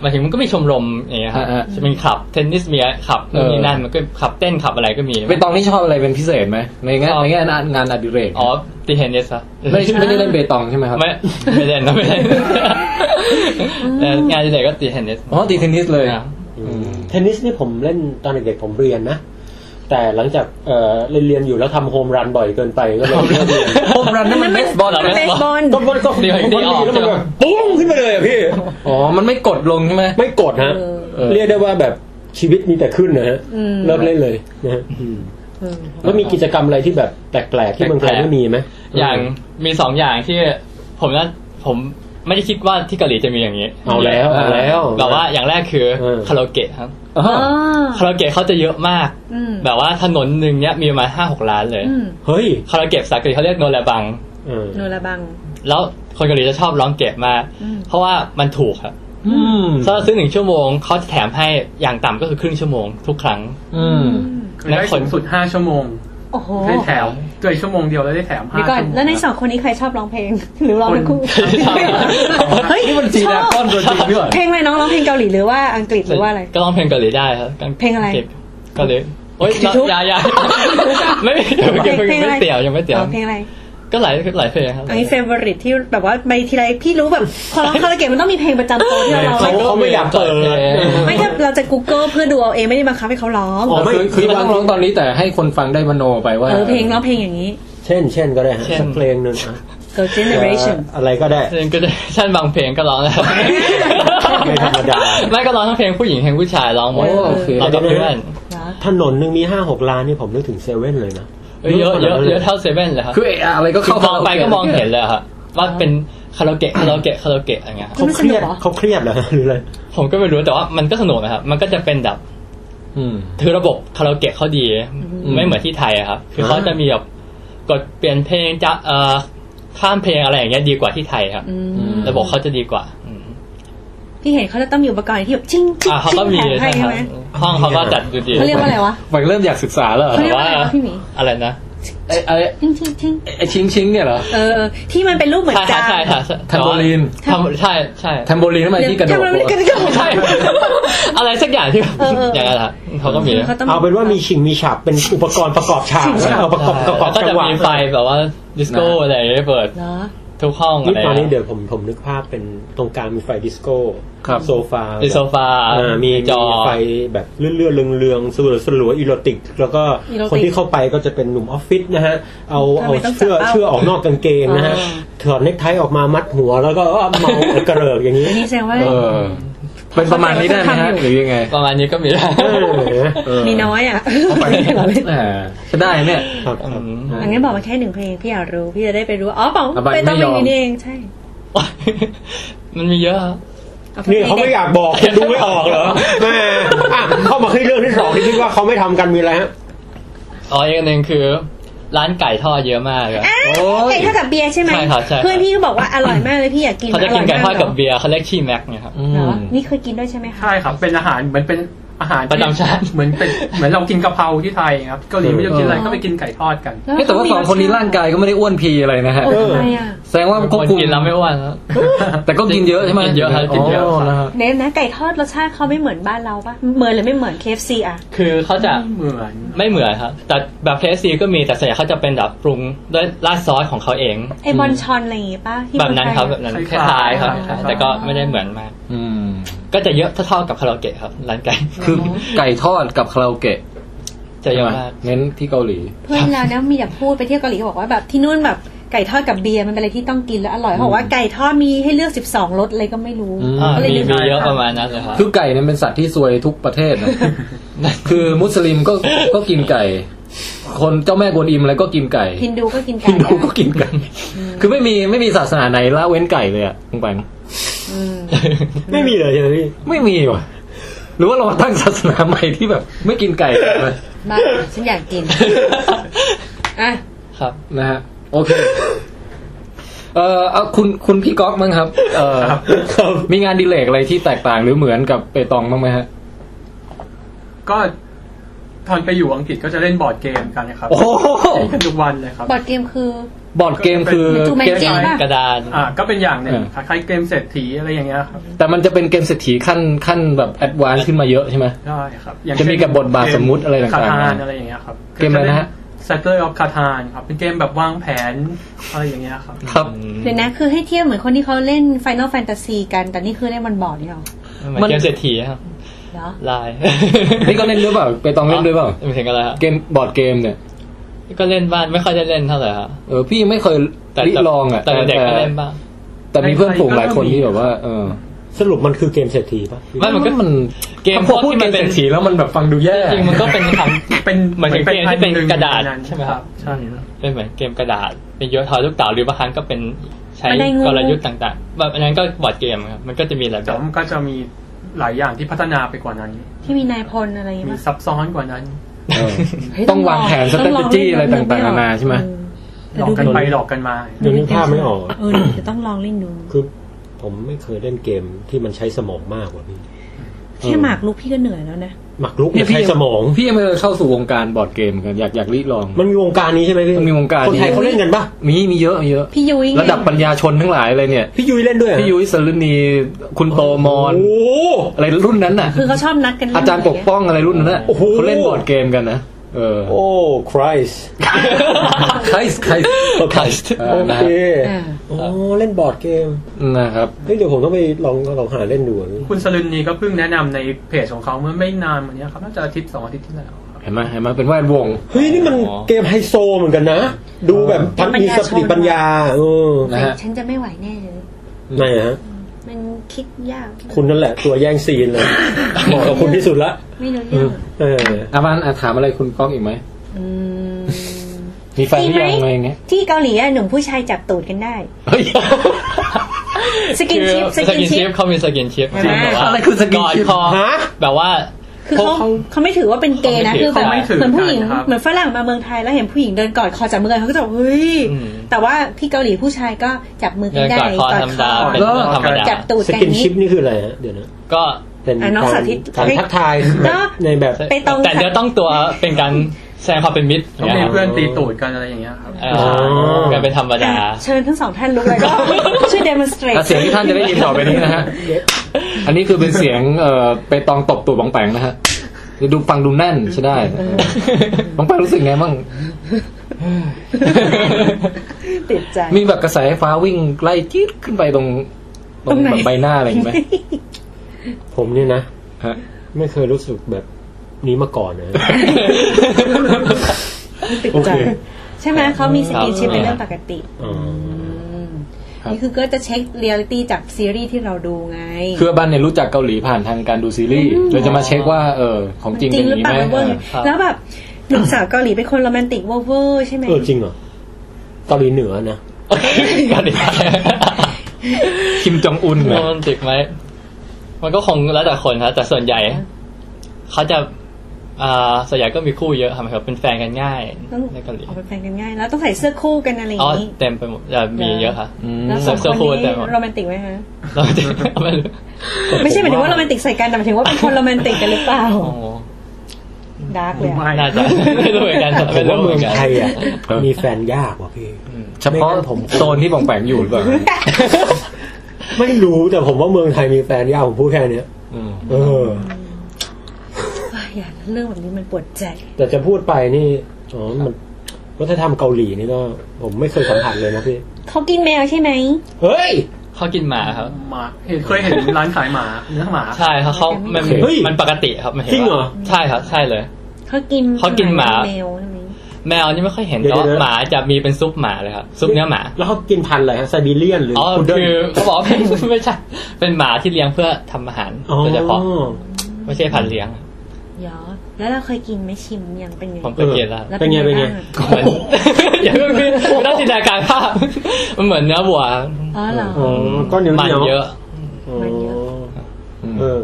[SPEAKER 8] หมายถึงมันก็มีชมรมอย่างเงี้ยครับ
[SPEAKER 4] อ่าๆ
[SPEAKER 8] จะมีขับเทนนิสมีขับ
[SPEAKER 4] เออ
[SPEAKER 8] นี่นั่นมันก็ขับเต้นขับอะไรก็มี
[SPEAKER 4] ไปตองนี่ชอบอะไรเป็นพิเศษไหมในงานในงานงานอดิเรก
[SPEAKER 8] อ๋อตีเทนนิสอะ
[SPEAKER 4] ไม่ไม่ได้เล่นเบตองใช่ไหมครับ
[SPEAKER 8] ไม่ไม่เล่นนะไม่
[SPEAKER 2] [LAUGHS]
[SPEAKER 8] เล่นแต่งานที่ไหนก็ตีเทนนิส
[SPEAKER 4] อ๋อตีเทนนิสเลย
[SPEAKER 8] อ่ะ
[SPEAKER 5] เทนนิสนี่ผมเล่นตอนเด็กๆผมเรียนนะ แต่หลังจากเอ่อเรียนเรียนอยู่แล้วทำโฮมรันบ่อยเกินไปก็เลยเลิกเรียน
[SPEAKER 4] โฮมรันนั่นมันเบสบอล
[SPEAKER 8] เหรอ
[SPEAKER 2] เบสบอล
[SPEAKER 5] ก็มันก็
[SPEAKER 8] เดี๋ยว
[SPEAKER 5] ผม
[SPEAKER 8] เดี๋ยวออก
[SPEAKER 5] แล้วมันแบบปุ้งขึ้นมาเลยอะพี่
[SPEAKER 4] อ๋อมันไม่กดลงใช่ไหม
[SPEAKER 5] ไม่กดฮะ
[SPEAKER 4] เออ
[SPEAKER 5] เรียกได้ว่าแบบชีวิตมีแต่ขึ้นนะฮะเลิกเล่นเลยนะฮะแล้วมีกิจกรรมอะไรที่แบบแปลกๆที่เมืองไทยไม่มีไหม
[SPEAKER 8] อย่างมีสองอย่างที่ผมน่าผมไม่ได้คิดว่าที่เกาหลีจะมีอย่างนี้
[SPEAKER 5] เอาแล้วเอาแล้ว
[SPEAKER 8] แบบว่าอย่างแรกคือ
[SPEAKER 5] เออ
[SPEAKER 8] คาราโอเกะครับ
[SPEAKER 4] อ๋อ
[SPEAKER 2] อ๋อ
[SPEAKER 8] คาราโอเกะเขาจะเยอะมาก
[SPEAKER 2] อืม
[SPEAKER 8] แบบว่าถนนหนึ่งเนี้ยมีประมาณห้าหกร้านเลย
[SPEAKER 2] อืม
[SPEAKER 5] เฮ้ย
[SPEAKER 8] คาราโอเกะภาษาเกาหลีเขาเรียกโนแลบัง
[SPEAKER 5] เออ
[SPEAKER 2] โนราบัง
[SPEAKER 8] แล้วคนเกาหลีจะชอบร้องเกะมาก
[SPEAKER 2] อืม
[SPEAKER 8] เพราะว่ามันถูกครับ
[SPEAKER 4] อืม
[SPEAKER 8] ถ้าเราซื้อหนึ่งชั่วโมงเขาจะแถมให้อย่างต่ำก็คือครึ่งชั่วโมงทุกครั้ง
[SPEAKER 4] อืม
[SPEAKER 8] และ
[SPEAKER 9] ได้
[SPEAKER 8] คน
[SPEAKER 9] สูงสุดห้าชั่วโมง
[SPEAKER 2] โอ้โห
[SPEAKER 9] ได้แถมเกินชั่วโมงเดียวแล้วได้แถมห้า
[SPEAKER 2] เดี๋ยวก่อน
[SPEAKER 9] ชั่วโมง
[SPEAKER 2] แล้วในสองคนนี้ใครชอบร้องเพลง หรือร้องทั้ง
[SPEAKER 8] [LAUGHS]
[SPEAKER 2] คู่
[SPEAKER 8] ชอบ
[SPEAKER 2] เฮ้ย
[SPEAKER 4] นี่มันจี
[SPEAKER 2] ช
[SPEAKER 4] ดา
[SPEAKER 2] อบ
[SPEAKER 4] ก้อนตัวจริงด้วย
[SPEAKER 2] เพลงอะไรน้องร้องเพลงเกาหลีหรือว่าอังกฤษหรือว่าอะไร
[SPEAKER 8] ก็ร้องเพลงเกาหลีได้ครับ
[SPEAKER 2] เพลงอะไร
[SPEAKER 8] เกาหลีโอ๊ย
[SPEAKER 2] ยูทูบ
[SPEAKER 8] อยาอยา [LAUGHS] ไม่
[SPEAKER 2] เพลงเพลง
[SPEAKER 8] ยัง
[SPEAKER 2] อะไร
[SPEAKER 8] ไม่เตี่ยวยังไม่เตี่ยว
[SPEAKER 2] อ๋อเพลงอะไร
[SPEAKER 8] ก็หลายหลายเพลงครับ
[SPEAKER 2] อันนี้เฟเวอริตที่แบบว่าไปทีไรพี่รู้แบบพอร้องคาราโอเกะมันต้องมีเพลงประจำตัวที่เราร้อง
[SPEAKER 5] เขาเขาไม่อยากเปิด
[SPEAKER 2] ไม่ก็เราจะ Google เพื่อดูเอาเองไม่ได้บังคับให้เขาร้อง
[SPEAKER 5] อ๋อ ไม่
[SPEAKER 4] คือคือเราต้องร้องตอนนี้แต่ให้คนฟังได้มโนไปว่า
[SPEAKER 2] เออเพลงร้องเพลงอย่างนี้
[SPEAKER 5] เช่นเช่นก็ได้ฮะ
[SPEAKER 8] เช่น
[SPEAKER 5] สักเพลงหนึ่งอะ
[SPEAKER 2] Girl Generation
[SPEAKER 5] อะไรก็ได้
[SPEAKER 8] เพลงก็ได้ฉันบางเพลงก็ร้องแล้ว
[SPEAKER 5] ไม่ธรรมดา
[SPEAKER 8] ไม่ก็ร้องทั้งเพลงผู้หญิงเพลงผู้ชายร้องหมด
[SPEAKER 4] โอ้โอเค
[SPEAKER 8] เรากับเพื่อน
[SPEAKER 2] นะ
[SPEAKER 5] ถนนหนึ่งมีห้าหกล้านนี่ผมนึกถึงเซเว่นเลยนะ
[SPEAKER 8] เอ้ยเยอะเยอะเยอะเท่าเซเว่นเลยครับ
[SPEAKER 4] คือเอะอะไรก็
[SPEAKER 8] คือ
[SPEAKER 4] เข้าม
[SPEAKER 8] องไปก็มองเห็นเลยครับว่า
[SPEAKER 2] อ๋อ
[SPEAKER 8] เป็นคาราโอเกะคาราโอเกะคาราโอเกะอะไรเงี้ยครับ
[SPEAKER 5] เขา
[SPEAKER 2] มัน
[SPEAKER 5] เค
[SPEAKER 2] สนุ
[SPEAKER 5] รีย
[SPEAKER 2] ก
[SPEAKER 5] ด
[SPEAKER 2] เหรอ
[SPEAKER 5] เขาเครียดเหรอหรืออะไร
[SPEAKER 8] ผมก็ไม่รู้แต่ว่ามันก็สนุกนะครับมันก็จะเป็นแบบ
[SPEAKER 4] อืม
[SPEAKER 8] คือระบบคาราโอเกะเขาดีไม่เหมือนที่ไทยอะครับคือเขาจะมีแบบกดเปลี่ยนเพลงจะเอ่อข้ามเพลงอะไรอย่างเงี้ยดีกว่าที่ไทยครับ
[SPEAKER 2] อืม
[SPEAKER 4] ม
[SPEAKER 8] ระบบเขาจะดีกว่าอืม
[SPEAKER 2] พี่เห็นเขาจะต้องมีอุปกรณ์ที่แบบชิงชิง
[SPEAKER 8] อ่าเขา
[SPEAKER 2] ชิ
[SPEAKER 8] ก็
[SPEAKER 2] ง
[SPEAKER 8] มี
[SPEAKER 2] แผนให้
[SPEAKER 8] นะค
[SPEAKER 2] ใช่
[SPEAKER 8] รับ
[SPEAKER 2] ไหม
[SPEAKER 8] ห้องเขาก็จัดดูดี
[SPEAKER 2] เขาเรียกว่าอะไรวะ
[SPEAKER 4] มันเริ่มอยากศึกษาแล้วเหรอ
[SPEAKER 2] เขาเรียกว่าอะไรวะพี่หมี
[SPEAKER 8] อะไรนะ
[SPEAKER 4] ไอ้ไอ้
[SPEAKER 2] ชิงชิงชิง
[SPEAKER 4] ไอ้ชิงชิงเนี่ยเหรอ
[SPEAKER 2] เออที่มันเป็นรูปเหมือน
[SPEAKER 8] ใช่
[SPEAKER 2] จาน
[SPEAKER 8] ใช่ใช่ใช่
[SPEAKER 4] แทมโบลีน
[SPEAKER 8] ทำใช่ใช่
[SPEAKER 4] แทมโบลีนทำไมที่กระโดด
[SPEAKER 2] จานมันไม่ไกระโดด
[SPEAKER 8] ใช่ [LAUGHS] อะไรสักอย่างที่
[SPEAKER 2] เออเอออ
[SPEAKER 8] อย่างนั้นแหละเขาก็มี
[SPEAKER 2] เขาต้อง
[SPEAKER 5] เอาเป็นว่ามีชิงมีฉาบเป็นอุปกรณ์ประกอบฉากนะเอาประกอบประกอบ
[SPEAKER 8] ก็
[SPEAKER 5] จั
[SPEAKER 8] จะ
[SPEAKER 5] งหวะ
[SPEAKER 8] มีไฟแบบว่าดิสโก้อะไรอย่างเงี้ยเปิด
[SPEAKER 2] เหรอ
[SPEAKER 8] ทุกห้องอะ
[SPEAKER 5] นี่
[SPEAKER 8] ไร
[SPEAKER 5] ตอนนี้
[SPEAKER 8] เงี้ย
[SPEAKER 5] เดี๋ยวผมผมนึกภาพเป็นตรงกลางมีไฟดิสโก้
[SPEAKER 4] ครับ
[SPEAKER 5] โซฟา
[SPEAKER 8] มีโซฟา
[SPEAKER 5] อ่ามี
[SPEAKER 8] มีจอ
[SPEAKER 5] มีไฟแบบเลื่อนๆเรืองๆสลัวสลัวอีโรติก แล้วก็คนที่เข้าไปก็จะเป็นหนุ่มออฟฟิศนะฮะ เอาเอาเสื้อเสื้อออกนอกกางเกงนะฮะถอดเนคไทออกมามัดหัวแล้วก็เอาเมากระเริกอย่างนี้
[SPEAKER 2] อันนี้แสดงว่า
[SPEAKER 4] เออ เป็นประมาณนี้ได้ไหมฮะหรือยังไง
[SPEAKER 8] ประมาณนี้ก็มีได้
[SPEAKER 5] เออ
[SPEAKER 4] เออ
[SPEAKER 2] มีน้อยอ่ะ
[SPEAKER 4] เข้าไป
[SPEAKER 2] เหรอเล่น
[SPEAKER 4] อ่าก็ได้เนี่ย
[SPEAKER 5] ครับ
[SPEAKER 8] อืม
[SPEAKER 2] อันนี้นบอกมาแค่หนึ่งเพลง พี่อยากรู้ พี่จะได้ไปรู้ว่าอ๋อป๋อง
[SPEAKER 4] อ่ะบัตร
[SPEAKER 2] ไปต้อง
[SPEAKER 4] ไม่ยอม
[SPEAKER 2] มีนี่เองใช่
[SPEAKER 8] มันมีเยอะครับ
[SPEAKER 5] นี่เขาไม่อยากบอกคุณดูไม่ออกเหรอแม่อ่ะเข้ามาที่เรื่องที่สองที่คิดว่าเขาไม่ทำกันมีอะไรฮะ
[SPEAKER 8] อ๋ออีกอันหนึ่งคือร้านไก่ทอดเยอะมากเลย
[SPEAKER 2] อ่ะไก่ทอดกับเบียร์ใช่ไหม
[SPEAKER 8] ใช่ครับใช่ครับ
[SPEAKER 2] เพื่อนพี่ก็บอกว่าอร่อยมากเลยพี่อยากกิน
[SPEAKER 8] เขาจะกินไก่ทอดกั
[SPEAKER 2] ร่ย
[SPEAKER 8] บ
[SPEAKER 2] มาก
[SPEAKER 8] เบียร์เขาเรียกขี้แม็กเนี่ยครับ
[SPEAKER 2] เหรอเหรอนี่เคยกินด้วยใช่ไหมคะ
[SPEAKER 9] ใช่ครับเป็นอาหารเหมือนเป็นอาหาร
[SPEAKER 8] ประจำชาติ
[SPEAKER 9] เหมือนเป็นเหมือนเรากินกะเพราที่ไทยครับเกาหลีไม่ได้กินอะไรก็ไปกินไก่ทอดกัน
[SPEAKER 4] เอ๊ะแต่ว่าสองคนนี้ร่างกายก็ไม่ได้อ้วนพีอะไรนะฮะ
[SPEAKER 2] โอ้ทำไมอ่ะ
[SPEAKER 4] แสดงว่า
[SPEAKER 8] ค
[SPEAKER 4] ควบ
[SPEAKER 8] น
[SPEAKER 4] คุม
[SPEAKER 8] กินแล้วไม่อ้วน [LAUGHS] แล้ว
[SPEAKER 4] แต่ก็กินเยอะใช่ไหม
[SPEAKER 8] กินเยอะครับกินเยอะ
[SPEAKER 4] นะฮะ
[SPEAKER 2] เน้นนะไก่ทอดรสชาติเขาไม่เหมือนบ้านเราปะเหมือนหรือไม่เหมือน KFC อ่ะ
[SPEAKER 8] คือเขาจะ
[SPEAKER 9] เหมือน
[SPEAKER 8] ไม่เหมือนครับแต่แบบเฟซีก็มีแต่ส่วนใหญ่เขาจะเป็นแบบปรุงด้วยราดซอสของเขาเอง
[SPEAKER 2] ไอบอลชอนอะไรอย่างงี้ป่ะที่
[SPEAKER 8] แบบนั้นครับแบ
[SPEAKER 2] เมือง
[SPEAKER 8] บ
[SPEAKER 2] ไทย
[SPEAKER 8] นั้นคล้ายๆครับคล้ายๆแต่ก็ไม่ได้เหมือนมาก
[SPEAKER 4] อืม
[SPEAKER 8] ก็จะเยอะเท่าๆกับคาราโอเกะครับร้านไก่ [LAUGHS]
[SPEAKER 4] คือไก่ทอดกับคาราโอเกะ
[SPEAKER 8] จะเยอะมาก
[SPEAKER 4] เน้นที่เกาหลี
[SPEAKER 2] เพื่อนเรานะมีแบบพูดไปเที่ยวเกาหลีก็บอกว่าแบบที่นู่นแบบไก่ทอดกับเบียร์มันเป็นอะไรที่ต้องกินแล้วอร่อยเขาบอกว่าไก่ทอดมีให้เลือก 12รสอะไรก็ไม่รู้
[SPEAKER 4] อืม
[SPEAKER 8] อ่า
[SPEAKER 2] ก็เลย
[SPEAKER 8] มี
[SPEAKER 2] นึก
[SPEAKER 8] มีเยอะประมาณนั้นเลยครับ
[SPEAKER 4] คือไก่เนี่ยเป็นสัตว์ที่ซวยทุกประเทศนะ คือมุสลิมก็ก็กินไก่ คนเจ้าแม่กวนอิมอะไรก็กินไก่
[SPEAKER 2] ฮินดูก็กินไก่
[SPEAKER 4] ฮินดูก็กินไก่ คือไม่มีไม่มีศาสนาไหนละเว้นไก่เลยอะลงไปนะ
[SPEAKER 2] อืม
[SPEAKER 5] ไม่มีเลยใช่ไหมพี่
[SPEAKER 4] ไม่มีว่ะ หรือว่าเรามาตั้งศาสนาใหม่ที่แบบ ไม่กินไก่ [LAUGHS] กันนะ
[SPEAKER 2] บ้าฉันอยากกิ
[SPEAKER 4] [LAUGHS]
[SPEAKER 2] นอ่ะ
[SPEAKER 8] ครับ
[SPEAKER 4] นะฮะโอเค เอ่อเอาคุณคุณพี่ก๊อกมั้งครับ เอ่อ
[SPEAKER 5] ครับ
[SPEAKER 4] มีงานอดีเลกอะไรที่แตกต่างหรือเหมือนกับเปตองบ้างไหมฮะ
[SPEAKER 9] ก็ตอนไปอยู่อังกฤษก็จะเล่นบอร์ดเกมกันนะครับ
[SPEAKER 4] โอ้โห
[SPEAKER 9] เล่นกันทุกวันเลยครับ
[SPEAKER 2] บอร์ดเกมคือ
[SPEAKER 4] บอร์ดเกมคือ
[SPEAKER 2] มันจูแม
[SPEAKER 4] เก
[SPEAKER 2] น
[SPEAKER 4] ม
[SPEAKER 2] เกมป่ะ
[SPEAKER 8] กระดาน
[SPEAKER 9] อ่าก็เป็นอย่างหนึ่ง
[SPEAKER 4] เออ
[SPEAKER 9] คล้ายๆเกมเศรษฐีอะไรอย่างเงี้ยครับ
[SPEAKER 4] แต่มันจะเป็นเกมเศรษฐีขั้นขั้นแบบแอดวานซ์ขึ้นมาเยอะใช่ไหม
[SPEAKER 9] ได้ครับ
[SPEAKER 4] จะมีกับบทบาทสมมุติอะไรต่างๆ
[SPEAKER 9] คาทาน
[SPEAKER 4] นะ
[SPEAKER 9] อะไรอย่างเงี้ยครับ
[SPEAKER 4] เกมอะไรนะฮะ
[SPEAKER 9] ซเตอร์ออฟคาทานครับเป็นเกมแบบวางแผนอะไรอย่างเงี้ยครับ
[SPEAKER 4] ครับ
[SPEAKER 2] เดี๋ยวนะคือให้เทียบเหมือนคนที่เขาเล่น Final Fantasy กันแต่นี่คือเล่นบนบอร์ดเนี่ยเหรอ
[SPEAKER 8] เหมันเกมเศรษฐีครับ
[SPEAKER 2] เหรอ
[SPEAKER 8] ลาย
[SPEAKER 4] นี่ก็เล่น
[SPEAKER 8] [LAUGHS]
[SPEAKER 4] ด้วยเปล่าไปตองเล่นด้วยเปล่า
[SPEAKER 8] ไม่ถึงอะไรครับ
[SPEAKER 4] เกมบอร์ดเกมเนี่ย
[SPEAKER 8] ก็เล่นบ้านไม่ค่อยได้เล่นเท่าไหร่ครับ
[SPEAKER 4] เออพี่ไม่เคย
[SPEAKER 8] แต่
[SPEAKER 4] ริลองอ่ะ
[SPEAKER 8] แต่เด็กก็
[SPEAKER 4] แต่
[SPEAKER 8] เล่นบ้าง
[SPEAKER 4] แต่มีเพื่อนฝูงหลายคนที่แบบว่า เออ
[SPEAKER 5] สรุปมันคือเกมเศรษฐีปะ
[SPEAKER 8] ไม่มันก็
[SPEAKER 4] มัน
[SPEAKER 8] เกมพวกที่มันเป็น
[SPEAKER 4] สีแล้วมันแบบฟังดูแย่
[SPEAKER 8] จริงมันก็เป็นคำ
[SPEAKER 9] เป็น
[SPEAKER 8] เหมือนเกมที่เป็นกระดาษ
[SPEAKER 9] เหมือนเป็นอันหนึ่ง
[SPEAKER 8] ใช่ไหมครับ
[SPEAKER 9] ใช่ครับ
[SPEAKER 8] เป็นเหมือนเกมกระดาษ เป็นโยนทอยลูกเต๋าหรือบางครั้งก็เป็นใช้
[SPEAKER 2] บันไดงู
[SPEAKER 8] กลยุทธ์ต่างๆแบบอันนั้นก็บอร์ดเกมครับมันก็จะมีหลายแบ
[SPEAKER 9] แต่
[SPEAKER 8] บ
[SPEAKER 9] ว่ามันก็จะมีหลายอย่างที่พัฒนาไปกว่านั้น
[SPEAKER 2] ที่มีนายพลอะไรอย่างงี้
[SPEAKER 9] มี
[SPEAKER 2] ป่ะ
[SPEAKER 9] ซับซ้อนกว่านั้น
[SPEAKER 4] เออ
[SPEAKER 2] เฮ้ย
[SPEAKER 4] ต้องวางแผน
[SPEAKER 2] ลอ
[SPEAKER 4] strategy
[SPEAKER 2] ล
[SPEAKER 4] อะไร
[SPEAKER 2] เล่
[SPEAKER 4] ต่างๆนานาใช่ไหม
[SPEAKER 9] หลอกกันไปหลอกกันมา
[SPEAKER 5] เดี๋ยวนี้ภาพไม่ออกอะ
[SPEAKER 2] เออเดี๋ยวจะต้องลองเล่นดู
[SPEAKER 5] คือผมไม่เคยเล่นเกมที่มันใช้สมองมากกว่าพี่
[SPEAKER 2] แค่หมากรุกพี่ก็เหนื่อยแล้วนะ
[SPEAKER 5] หมักลุกเนี่ยใช้สมอง
[SPEAKER 4] พี่ยังไม่เคยเข้าสู่วงการบอร์ดเกมเหมือนกันอยากอยากริลอง
[SPEAKER 5] มันมีวงการนี้ใช่ไหมพี่
[SPEAKER 4] มันมีวงการ
[SPEAKER 5] คนไทยเขาเล่นกันปะ
[SPEAKER 4] มีมีเยอะมีเยอะ
[SPEAKER 2] พี่ยุ้ยไง
[SPEAKER 4] ระดับปัญญาชนทั้งหลายอะไรเนี่ย
[SPEAKER 5] พี่ยุ้ยเล่นด้วยเหรอ
[SPEAKER 4] พี่ยุ้ยสรุณีคุณโตมอน
[SPEAKER 5] โอ้โห
[SPEAKER 4] อะไรรุ่นนั้นน่ะ
[SPEAKER 2] คือเขาชอบนัดกันเล่น
[SPEAKER 4] อาจารย์ปกป้องอะไรรุ่นนั้นน่ะ
[SPEAKER 5] โอ้โห
[SPEAKER 4] เขาเล่นบอร์ดเกมกันนะ เออ
[SPEAKER 5] โอ้ Christ
[SPEAKER 4] ไครส์ไครส์ไครส์เอ
[SPEAKER 5] โอ
[SPEAKER 4] อนะ
[SPEAKER 5] เค
[SPEAKER 4] ฮะ
[SPEAKER 2] อ่า
[SPEAKER 5] โอ้เล่นบอร์ดเกม
[SPEAKER 4] นะครับ
[SPEAKER 5] เฮ้ยเดี๋ยวผมต้องไปลองลองหาเล่นดูอะพี่
[SPEAKER 9] คุณสลินนี่ก็เพิ่งแนะนำในเพจของเขาเมื่อไม่นานมานี้ครับน่าจะอาทิตย์สองอาทิตย์ที่แล้วครับ
[SPEAKER 4] เห็นไหมเห็นไหมเป็นแวดวง
[SPEAKER 5] เฮ้ยนี่มันเกมไฮโซเหมือนกันนะ ดูแบบพันมีสติปัญญาเออ
[SPEAKER 4] นะฮะ
[SPEAKER 2] ฉันจะไม่ไหวแน่เลย
[SPEAKER 5] ไม่ฮะ
[SPEAKER 2] มันคิดยาก
[SPEAKER 5] คุณนั่นแหละตัวแย่งซีน
[SPEAKER 2] [LAUGHS]
[SPEAKER 5] เลยเหมาะกับคุณที่สุดละ
[SPEAKER 2] ไม่รู้เรื่อง
[SPEAKER 5] เออ
[SPEAKER 4] อามันอ่ะถามอะไรคุณก้องอีกไหม
[SPEAKER 2] อืม
[SPEAKER 4] มีแฟนหรือยัง
[SPEAKER 2] มี
[SPEAKER 4] อะ
[SPEAKER 2] ไหม
[SPEAKER 4] ไรอย่างเงี้ย
[SPEAKER 2] ที่เกาหลีอะหนุ่มผู้ชายจับตูดกันได้
[SPEAKER 4] [LAUGHS] เฮ้ย
[SPEAKER 2] สกินชิปส
[SPEAKER 8] คือส
[SPEAKER 2] กิน
[SPEAKER 8] กิน
[SPEAKER 2] ชิ
[SPEAKER 8] ชิ
[SPEAKER 2] ป
[SPEAKER 8] ปเขามีสกินชิป
[SPEAKER 2] ใช่ไหม
[SPEAKER 8] แบบว่า
[SPEAKER 4] อะไรคือสกินชิป
[SPEAKER 8] กอดคอ
[SPEAKER 5] ฮะ
[SPEAKER 8] แบบว่า
[SPEAKER 2] คือเขาเขาไม่ถือว่าเป็นเกย์นะคือแบบ
[SPEAKER 8] เขาไม่ถือ
[SPEAKER 2] เหมือนผู้หญิง
[SPEAKER 9] ครับ
[SPEAKER 2] เหมือนฝรั่งมาเมืองไทยแล้วเห็นผู้หญิงเดินกอดคอจับมือกันเขาก็จะแบบเฮ้ยแต่ว่าที่เกาหลีผู้ชายก็จับมือกั
[SPEAKER 8] เดิ
[SPEAKER 2] น
[SPEAKER 8] น
[SPEAKER 2] ได้
[SPEAKER 8] กอดคอธรรมดาเป็นเรื่องธรรมดา
[SPEAKER 2] จับตูด
[SPEAKER 5] ส
[SPEAKER 2] กัน
[SPEAKER 5] กิน
[SPEAKER 2] นี้
[SPEAKER 5] ชิปนี่คืออะไรฮะเดี๋ยวนะ
[SPEAKER 8] ก็
[SPEAKER 5] เป็น
[SPEAKER 2] อ่ะน้อง
[SPEAKER 5] กร
[SPEAKER 2] สาธิต
[SPEAKER 5] การทักทาย
[SPEAKER 2] เนอะ
[SPEAKER 5] ในแบบ
[SPEAKER 2] ไปตรง
[SPEAKER 8] แต่เดี๋ยว
[SPEAKER 2] ค่ะ
[SPEAKER 8] ต้องตัวเป็นการแสดงความเป็นมิตร
[SPEAKER 9] ต้อง
[SPEAKER 8] นะ
[SPEAKER 9] มี
[SPEAKER 8] ครับ
[SPEAKER 9] เพื่อนตีตูดกันอะไรอย่างเงี้ยครับ
[SPEAKER 8] เออการเป็นธรรมดา
[SPEAKER 2] เชิญทั้งสองท่านลุกเลยก็ ช่วย demonstrate
[SPEAKER 4] อ่ะเสียงที่ท่านจะได้ยินต่อไปนี้นะฮะ อันนี้คือเป็นเสียงเอ่อไปตองตบตูดบองแปงนะฮะดูฟังดูแน่นใช่ได้บองแปงรู้สึกไงบ้าง
[SPEAKER 2] ติดใจ
[SPEAKER 4] มีแบบกระแสไฟฟ้าวิ่งไล่จี๊ดขึ้นไปตรงต
[SPEAKER 2] ต
[SPEAKER 4] ร
[SPEAKER 2] รง งไหน
[SPEAKER 4] แบบใบหน้าอะไรอย่างเงี้ยไหม
[SPEAKER 5] ผมเนี่ยนะ
[SPEAKER 4] ฮะ
[SPEAKER 5] ไม่เคยรู้สึกแบบนี้มาก่อนนะ
[SPEAKER 2] ติด
[SPEAKER 5] โอ
[SPEAKER 2] ใจ
[SPEAKER 5] เค
[SPEAKER 2] ใช่ไหมเขามีสกินชิปเป็นเรื่องปกติ
[SPEAKER 5] อ๋อ
[SPEAKER 4] ครับ
[SPEAKER 2] นี่คือก็จะเช็คเรียลิตี้จากซีรีส์ที่เราดูไง
[SPEAKER 4] คืออบันเนี่ยรู้จักเกาหลีผ่านทางการดูซีรีส์เราจะมาเช็คว่าเออของจริง
[SPEAKER 2] จ
[SPEAKER 4] เป็
[SPEAKER 2] ริ
[SPEAKER 4] น
[SPEAKER 2] ง
[SPEAKER 4] อ
[SPEAKER 2] หรื
[SPEAKER 4] ย่า
[SPEAKER 2] อง
[SPEAKER 4] นี้ไห
[SPEAKER 2] เปล่ามเวอร์แล้วแบบหนุ่มสาวเกาหลีเป็นคนโรแมนติกเวอร์เวอร์ใช่ไหม
[SPEAKER 5] เออจริงเหรอเกาหลีเหนือนะ
[SPEAKER 8] ก็ดี
[SPEAKER 4] คิมจองอุน
[SPEAKER 8] โร
[SPEAKER 4] เนี่ย
[SPEAKER 8] แมนติกไหม มันก็คงแล้วแต่คนครับแต่ส่วนใหญ่เขาจะอ่าส่วนใหญ่ก็มีคู่เยอะครับครับเป็นแฟนกันง่าย
[SPEAKER 2] ต้อง
[SPEAKER 8] ในเกาหลี
[SPEAKER 2] ออกไปแฟนกันง่าย แล้วต้องใส่เสื้อคู่กันอะไรอย่า
[SPEAKER 8] อ๋อง
[SPEAKER 2] นี้
[SPEAKER 8] เต็มไปหมดอ่ะมีเยอะครับ
[SPEAKER 2] แล้วสอง
[SPEAKER 8] เสื้อ
[SPEAKER 2] คน
[SPEAKER 8] คู่แต่
[SPEAKER 2] นี้
[SPEAKER 8] ว่า
[SPEAKER 2] โรแมนติกไหมคะ
[SPEAKER 8] เราจะไม่รู้
[SPEAKER 2] ไม่ใช่หมายถึงว่าโรแมนติกใส่กันแต่หมายถึงว่าเป็นคนโรแมนติกกันหรือเปล่า
[SPEAKER 8] [LAUGHS] โอ้โห
[SPEAKER 2] ดาร์กเลยอะ
[SPEAKER 8] น่าจะไม่รู้เหมือนกันครั
[SPEAKER 5] ผมว่า
[SPEAKER 8] บไม่รู้เห
[SPEAKER 5] เมือ
[SPEAKER 8] มือง นกัน
[SPEAKER 5] ไทยอ่ะมีแฟนยากว่ะพี่ [LAUGHS]
[SPEAKER 4] เฉพาะ
[SPEAKER 5] ไม่งั้นผม
[SPEAKER 4] โซนที่บ่องแปงอยู่หรือเปล่า
[SPEAKER 5] ไม่รู้แต่ผมว่าเมืองไทยมีแฟนยากผมพูดแค่เนี้ย
[SPEAKER 4] อืม
[SPEAKER 5] เออ
[SPEAKER 2] ว้ายอย่าเรื่องแบบนี้มันปวดใจ
[SPEAKER 5] แต่จะพูดไปนี่อ๋อมันวัฒนธรรมเกาหลีนี่ก็ ผมไม่เคยสัมผัสเลยนะพี่
[SPEAKER 2] เขากินแมวใช่ไหม
[SPEAKER 5] เฮ้ย
[SPEAKER 8] เขากินหมาครับ
[SPEAKER 9] หมาเห็นเคยเห็นร้านขายหมาเนื้อหมา
[SPEAKER 8] ใช่ครับเขามัน
[SPEAKER 5] เฮ้ย
[SPEAKER 8] มันปกติครับมันน
[SPEAKER 5] จริงเหรอ
[SPEAKER 8] ใช่ครับ ใช่เลย
[SPEAKER 2] เขากิน
[SPEAKER 8] เขากินหมา
[SPEAKER 2] แมวใช่ไหม
[SPEAKER 8] แมวนี่ไม่ค่อยเห็น
[SPEAKER 5] เดี๋ยว
[SPEAKER 8] แต่ว่า
[SPEAKER 5] เดี๋ยว
[SPEAKER 8] หมาจะมีเป็นซุปหมาเลยครับซุปเนื้อหมา
[SPEAKER 5] แล้วเขากินพันธุ์อะไรฮะไซบีเรียนหรือ
[SPEAKER 8] อ๋อ
[SPEAKER 5] พุดเดิ้ล
[SPEAKER 8] คือเขาบอกว่าไม่ [LAUGHS] ไม่ใช่เป็นหมาที่เลี้ยงเพื่อทำอาหาร
[SPEAKER 5] อ๋อ
[SPEAKER 8] โดยเฉพาะไม่ใช่พันธุ์เลี้ยง
[SPEAKER 2] เดี๋ยวแล้วเราเคยกินไหมชิมยังเป็นไง
[SPEAKER 8] ผมเคยกินแล้ว
[SPEAKER 2] แล้ว
[SPEAKER 5] เป็นไงเป็นไง
[SPEAKER 2] บ้า
[SPEAKER 8] เหมือน [LAUGHS] อย่าเพิ่งพี่ไม่ต้องจินตนาการภาพมันเหมือนเนื้อวัว
[SPEAKER 2] อ๋อเหรอ
[SPEAKER 5] อ๋อก็เหนียว
[SPEAKER 8] มัน
[SPEAKER 5] เหนียว
[SPEAKER 8] เยอะ
[SPEAKER 5] อ๋อ
[SPEAKER 2] มันเยอะ
[SPEAKER 5] เออ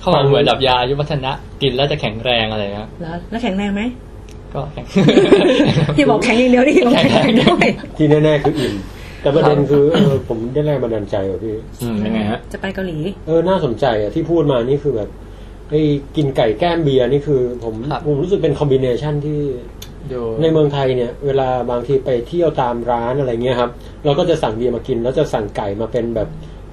[SPEAKER 8] เขาบอกเหมือนดับยาอายุวัฒนะกินแล้วจะแข็งแรงอะไรนะ
[SPEAKER 2] แล้วแล้วแข็งแรงไหม
[SPEAKER 8] ก็แข็ง
[SPEAKER 2] อย่าบอกแข็งอย่างเดียว
[SPEAKER 8] [LAUGHS]
[SPEAKER 2] ดิบอกแข็งด้วย
[SPEAKER 5] ที่แน่ๆคืออิ่มแต่ประเด็นคือเออผมได้แรงบันดาลใจว่ะพี่
[SPEAKER 4] อืมยังไงฮะ
[SPEAKER 2] จะไปเกาหลี
[SPEAKER 5] เออ น่าสนใจอ่ะที่พูดมานี่คือแบบไอ้กินไก่แก้มเบียร์นี่คือ ผม
[SPEAKER 8] ครับ
[SPEAKER 5] ผมรู้สึกเป็นคอมบิเนชันที่
[SPEAKER 9] ดู
[SPEAKER 5] ในเมืองไทยเนี่ยเวลาบางทีไปเที่ยวตามร้านอะไรเงี้ยครับ เราก็จะสั่งเบียร์มากิน แล้วจะสั่งไก่มาเป็นแบบ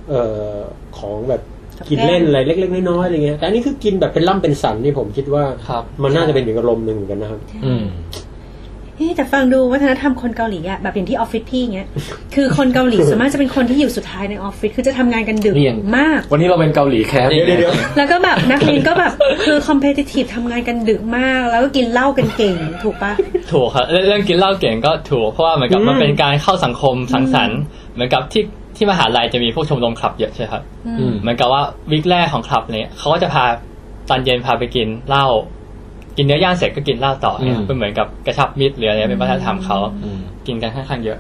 [SPEAKER 5] เอ่อของแบบกินเล่นอะไรเล็ก ๆ น้อยๆอะไรเงี้ยแต่อันนี้คือกินแบบเป็นล่ำเป็นสันนี่ผมคิดว่า
[SPEAKER 8] ครับ
[SPEAKER 5] มันน่าจะเป็นอีกอารมณ์หนึ่งเหมือนกันนะครับ
[SPEAKER 4] อืม
[SPEAKER 2] เฮ้ยแต่ฟังดูวัฒนธรรมคนเกาหลีอะแบบอย่างที่ออฟฟิศพี่อย่างเงี้ยคือคนเกาหลีส่วนมากจะเป็นคนที่อยู่สุดท้ายในออฟฟิศคือจะทำงานกันดึก
[SPEAKER 4] เลี่ยง
[SPEAKER 2] มาก
[SPEAKER 4] วันนี้เราเป็นเกาหลีแคส
[SPEAKER 8] [LAUGHS] เดี๋ยวเดี๋ยวเดี๋ยว
[SPEAKER 2] แล้วก็แบบนักเรียนก็แบบคือคอมเพ t ติ i v ฟทำงานกันดึกมาก แล้วก็กินเหล้ากันเก่งถูกปะ
[SPEAKER 8] ถูกครับเรื่องเรื่องกินเหล้าเก่งก็ถูก เพราะว่าเหมือนกับ
[SPEAKER 5] อืม
[SPEAKER 8] มันเป็นการเข้าสังคมสังสรรค์เหมือนกับที่ที่มหาลัยจะมีพวกชมรมคลับเยอะใช่ไหมครับ
[SPEAKER 4] อืม
[SPEAKER 8] เหมือนกับว่าวิกแรกของคลับเนี่ยเขาก็จะพาตอนเย็นพาไปกินเหล้ากินเนื้อย่างเสร็จก็กินเหล้าต่อเนี่ยเป็นเหมือนกับกระชับมิตรหรืออะไรเป็นวัฒนธรรมเขา
[SPEAKER 4] อืม
[SPEAKER 8] กินกันค่อนข้างเยอะ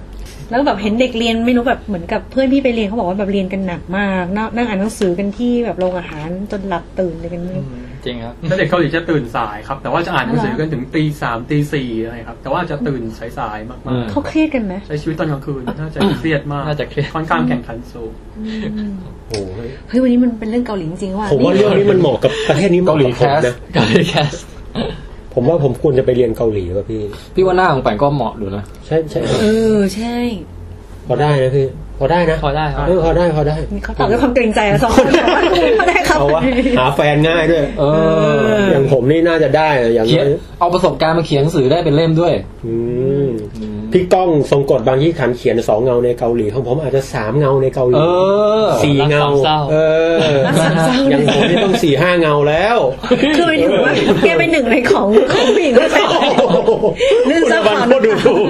[SPEAKER 2] แล้วแบบเห็นเด็กเรียนไม่รู้แบบเหมือนกับเพื่อนพี่ไปเรียนเขาบอกว่าแบบเรียนกันหนักมากนั่งนั่งอ่านหนังสือกันที่แบบโรงอาหารจนหลับตื่นเลยกันไม่รู้
[SPEAKER 8] จริงครับ
[SPEAKER 9] ถ้าเด็กเกาหลีจะตื่นสายครับ แต่ว่าจะอ่านหนังสือ
[SPEAKER 2] เหรอ
[SPEAKER 9] กันถึงตีสามตีสี่อะไรครับ แต่ว่าจะตื่นสายๆมาก
[SPEAKER 2] เขาเครียดกันไหม
[SPEAKER 9] ๆ ใช้ชีวิตตอนกลางคืนน่าจะเครียดมาก
[SPEAKER 8] น่าจะเครียด
[SPEAKER 9] ค่อนข้างแข่งขันสูง
[SPEAKER 5] โอ้โห
[SPEAKER 2] เฮ้ยวันนี้มันเป็นเรื่องเกาหลีจริงๆว่ะ
[SPEAKER 5] ผมว่าเรื่องนี้มันเหมาะกับประเทศนี้เหมาะกับผมนะ
[SPEAKER 8] กับพี่แคส
[SPEAKER 5] ผมว่าผมควรจะไปเรียนเกาหลีป่ะพี่
[SPEAKER 4] พี่ว่าหน้าของแปงก็เหมาะดูนะ
[SPEAKER 5] ใช่ใช่
[SPEAKER 2] เออใช่
[SPEAKER 5] พอได้นะพี่พอได้นะ
[SPEAKER 8] พอได้ครับ
[SPEAKER 5] เออพอได้พอได้
[SPEAKER 2] นี่เขาตอบด้วยความเกรงใจอะสองคนเขาได้ครับ
[SPEAKER 5] เอาวะหาแฟนง่ายด้วย
[SPEAKER 4] เออ
[SPEAKER 5] อย่างผมนี่น่าจะได้อะอย่าง
[SPEAKER 4] เขียน
[SPEAKER 5] น้อย
[SPEAKER 4] เอาประสบการณ์มาเขียนหนังสือได้เป็นเล่มด้วย
[SPEAKER 5] อืมพี่ก้องทรงกฎบางยี่ขันเขียนสองเงาในเกาหลีของผมอาจจะสามเงาในเกาหลี
[SPEAKER 4] เออ
[SPEAKER 5] สี่เงา เออ
[SPEAKER 2] รักสามเศร้า
[SPEAKER 5] อ
[SPEAKER 2] เล
[SPEAKER 5] ย่าง
[SPEAKER 2] ย
[SPEAKER 5] ผมนี่ต้องสี่ห้าเงาแล้ว
[SPEAKER 2] คือหมายถึงว่าแกเป็นหนึ่งในของของผู้หญิงแล้วแต่ เรื่องเศร้า
[SPEAKER 5] คุณบันก็ดูถูก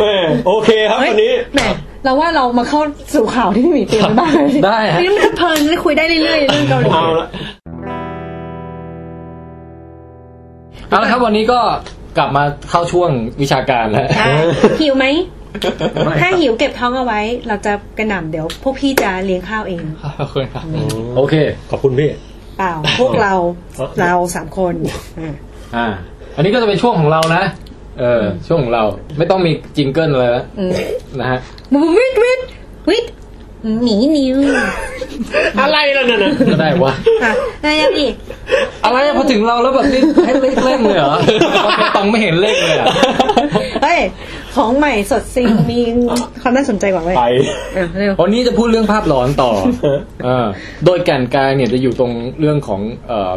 [SPEAKER 5] แม่โอเคครับวันนี้
[SPEAKER 2] แหมเราว่าเรามาเข้าสู่ข่าวที่พี่หมีเตรียมไว้บ้าง
[SPEAKER 4] ได้ฮะ
[SPEAKER 2] นี่มันเพลินได้คุยได้เรื่อยๆเรื่องเกาหลี
[SPEAKER 5] เอาละ
[SPEAKER 4] เอาละครับวันนี้ก็กลับมาเข้าช่วงวิชาการแล้ว
[SPEAKER 2] อ่ะหิวไหม ถ้าหิวเก็บท้องเอาไว้ เราจะกระหน่ำเดี๋ยว พวกพี่จะเลี้ยงข้าวเอง
[SPEAKER 8] ขอบคุณครับ
[SPEAKER 4] โอเค
[SPEAKER 5] ขอบคุณพี่
[SPEAKER 2] เปล่า พวกเรา
[SPEAKER 5] เออ
[SPEAKER 2] เราสามคนอ่ะ
[SPEAKER 4] อ่า อันนี้ก็จะเป็นช่วงของเรานะ เออ ช่วงของเรา ไม่ต้องมีจิงเกิลเลยนะ
[SPEAKER 2] อืม
[SPEAKER 4] นะฮะ
[SPEAKER 2] วิทวิทวิทหมีนิว
[SPEAKER 5] อะไรล่ะนั่นน่ะ
[SPEAKER 4] ก็ได้วะ
[SPEAKER 2] อ่ะแล้วยังอีก
[SPEAKER 4] อะไรอะพอถึงเราแล้วแบบนี้ให้เล่นเล่นเลยเหรอไม่ต้องไม่เห็นเล่นเลยอะ
[SPEAKER 2] เฮ้ย ของใหม่สดซิงมีความน่าสนใจกว่าไว้ย
[SPEAKER 5] ไป
[SPEAKER 2] อ่ะเร็ว
[SPEAKER 4] วันนี้จะพูดเรื่องภาพหลอน
[SPEAKER 5] [LAUGHS]
[SPEAKER 4] ต่อ เออโดยแก่นกลางเนี่ยจะอยู่ตรงเรื่องของเออ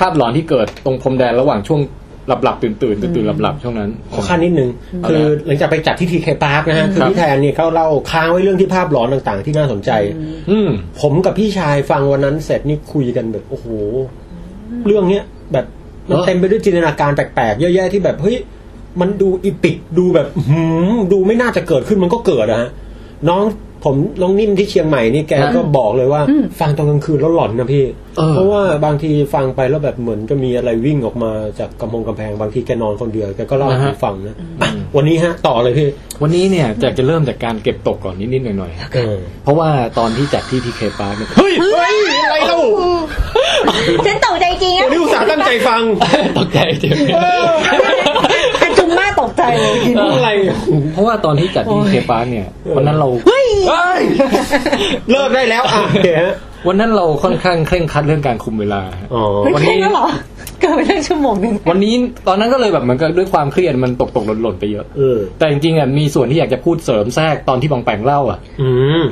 [SPEAKER 4] ภาพหลอนที่เกิดตรงพรมแดนระหว่างช่วงหลับหลับๆตื่นตื่นตื่นตื่นหลับหลับๆช่วงนั้น
[SPEAKER 5] ขอขั้นนิดนึง คือหลังจากไปจัดที่ทีเคปาร์คนะฮะคือ
[SPEAKER 4] ครับ
[SPEAKER 5] พี่แทนเนี่ยเขาเล่าค้างไว้เรื่องที่ภาพหลอนต่างๆ ที่น่าสนใจ
[SPEAKER 4] อืม
[SPEAKER 5] ผมกับพี่ชายฟังวันนั้นเสร็จนี่คุยกันแบบโอ้โห เรื่องเนี้ยแบบมัน
[SPEAKER 4] เออ
[SPEAKER 5] เต็มไปด้วยจินตนาการแปลกๆเยอะแยะที่แบบเฮ้ยมันดูอีปิกดูแบบหืมดูไม่น่าจะเกิดขึ้นมันก็เกิดอะฮะน้อง ผมลองนิ่มที่เชียงใหม่นี่แกก็บอกเลยว่า ฟังตอนกลางคืนแล้วหลอนนะพี่ เพราะว่าบางทีฟังไปแล้วแบบเหมือนจะมีอะไรวิ่งออกมาจากกำแพงกำแพงบางทีแกนอนคนเดียวแกก็เล่าให้ผมฟังนะอ่ะวันนี้ฮะ ต่อเลยพี่
[SPEAKER 4] วันนี้เนี่ยแจกจะเริ่มจากการเก็บตกก่อนนิดๆหน่อย
[SPEAKER 5] เออ
[SPEAKER 4] ๆ เพราะว่าตอนที่จัดที่ทีเคปาร์คเนี่ย
[SPEAKER 5] เฮ้ยเฮ้ยอะไรเล่า
[SPEAKER 10] ฉันตกใจจริง
[SPEAKER 5] วั
[SPEAKER 10] อะ
[SPEAKER 5] นนี้อุตส่าห์ตั้งใจฟัง
[SPEAKER 8] ตกใจจริง
[SPEAKER 2] อาจุมมาตกใจเลย
[SPEAKER 5] เรื่องอะไร
[SPEAKER 4] เพราะว่าตอนที่จัดที่ทีเคปาร์คเนี่ยวันนั้นเรา
[SPEAKER 5] [LAUGHS] เลิกได้แล้วอ่ะโอเคฮะ
[SPEAKER 4] วันนั้นเราค่อนข้างเคร่งครัดเรื่องการคุมเวลาฮะ
[SPEAKER 5] อ๋อ
[SPEAKER 2] ไม่
[SPEAKER 4] วันนี้
[SPEAKER 2] ใช่แล้วเหรอเกินไปตั้งชั่วโมงหนึ่ง
[SPEAKER 4] วันนี้ตอนนั้นก็เลยแบบเหมือนกับด้วยความเครียดมันตกตกๆหล่นๆไปเยอะ
[SPEAKER 5] เออ
[SPEAKER 4] แต่จริงๆอ่ะมีส่วนที่อยากจะพูดเสริมแทรกตอนที่บางแปงเล่าอ่ะ
[SPEAKER 5] อืม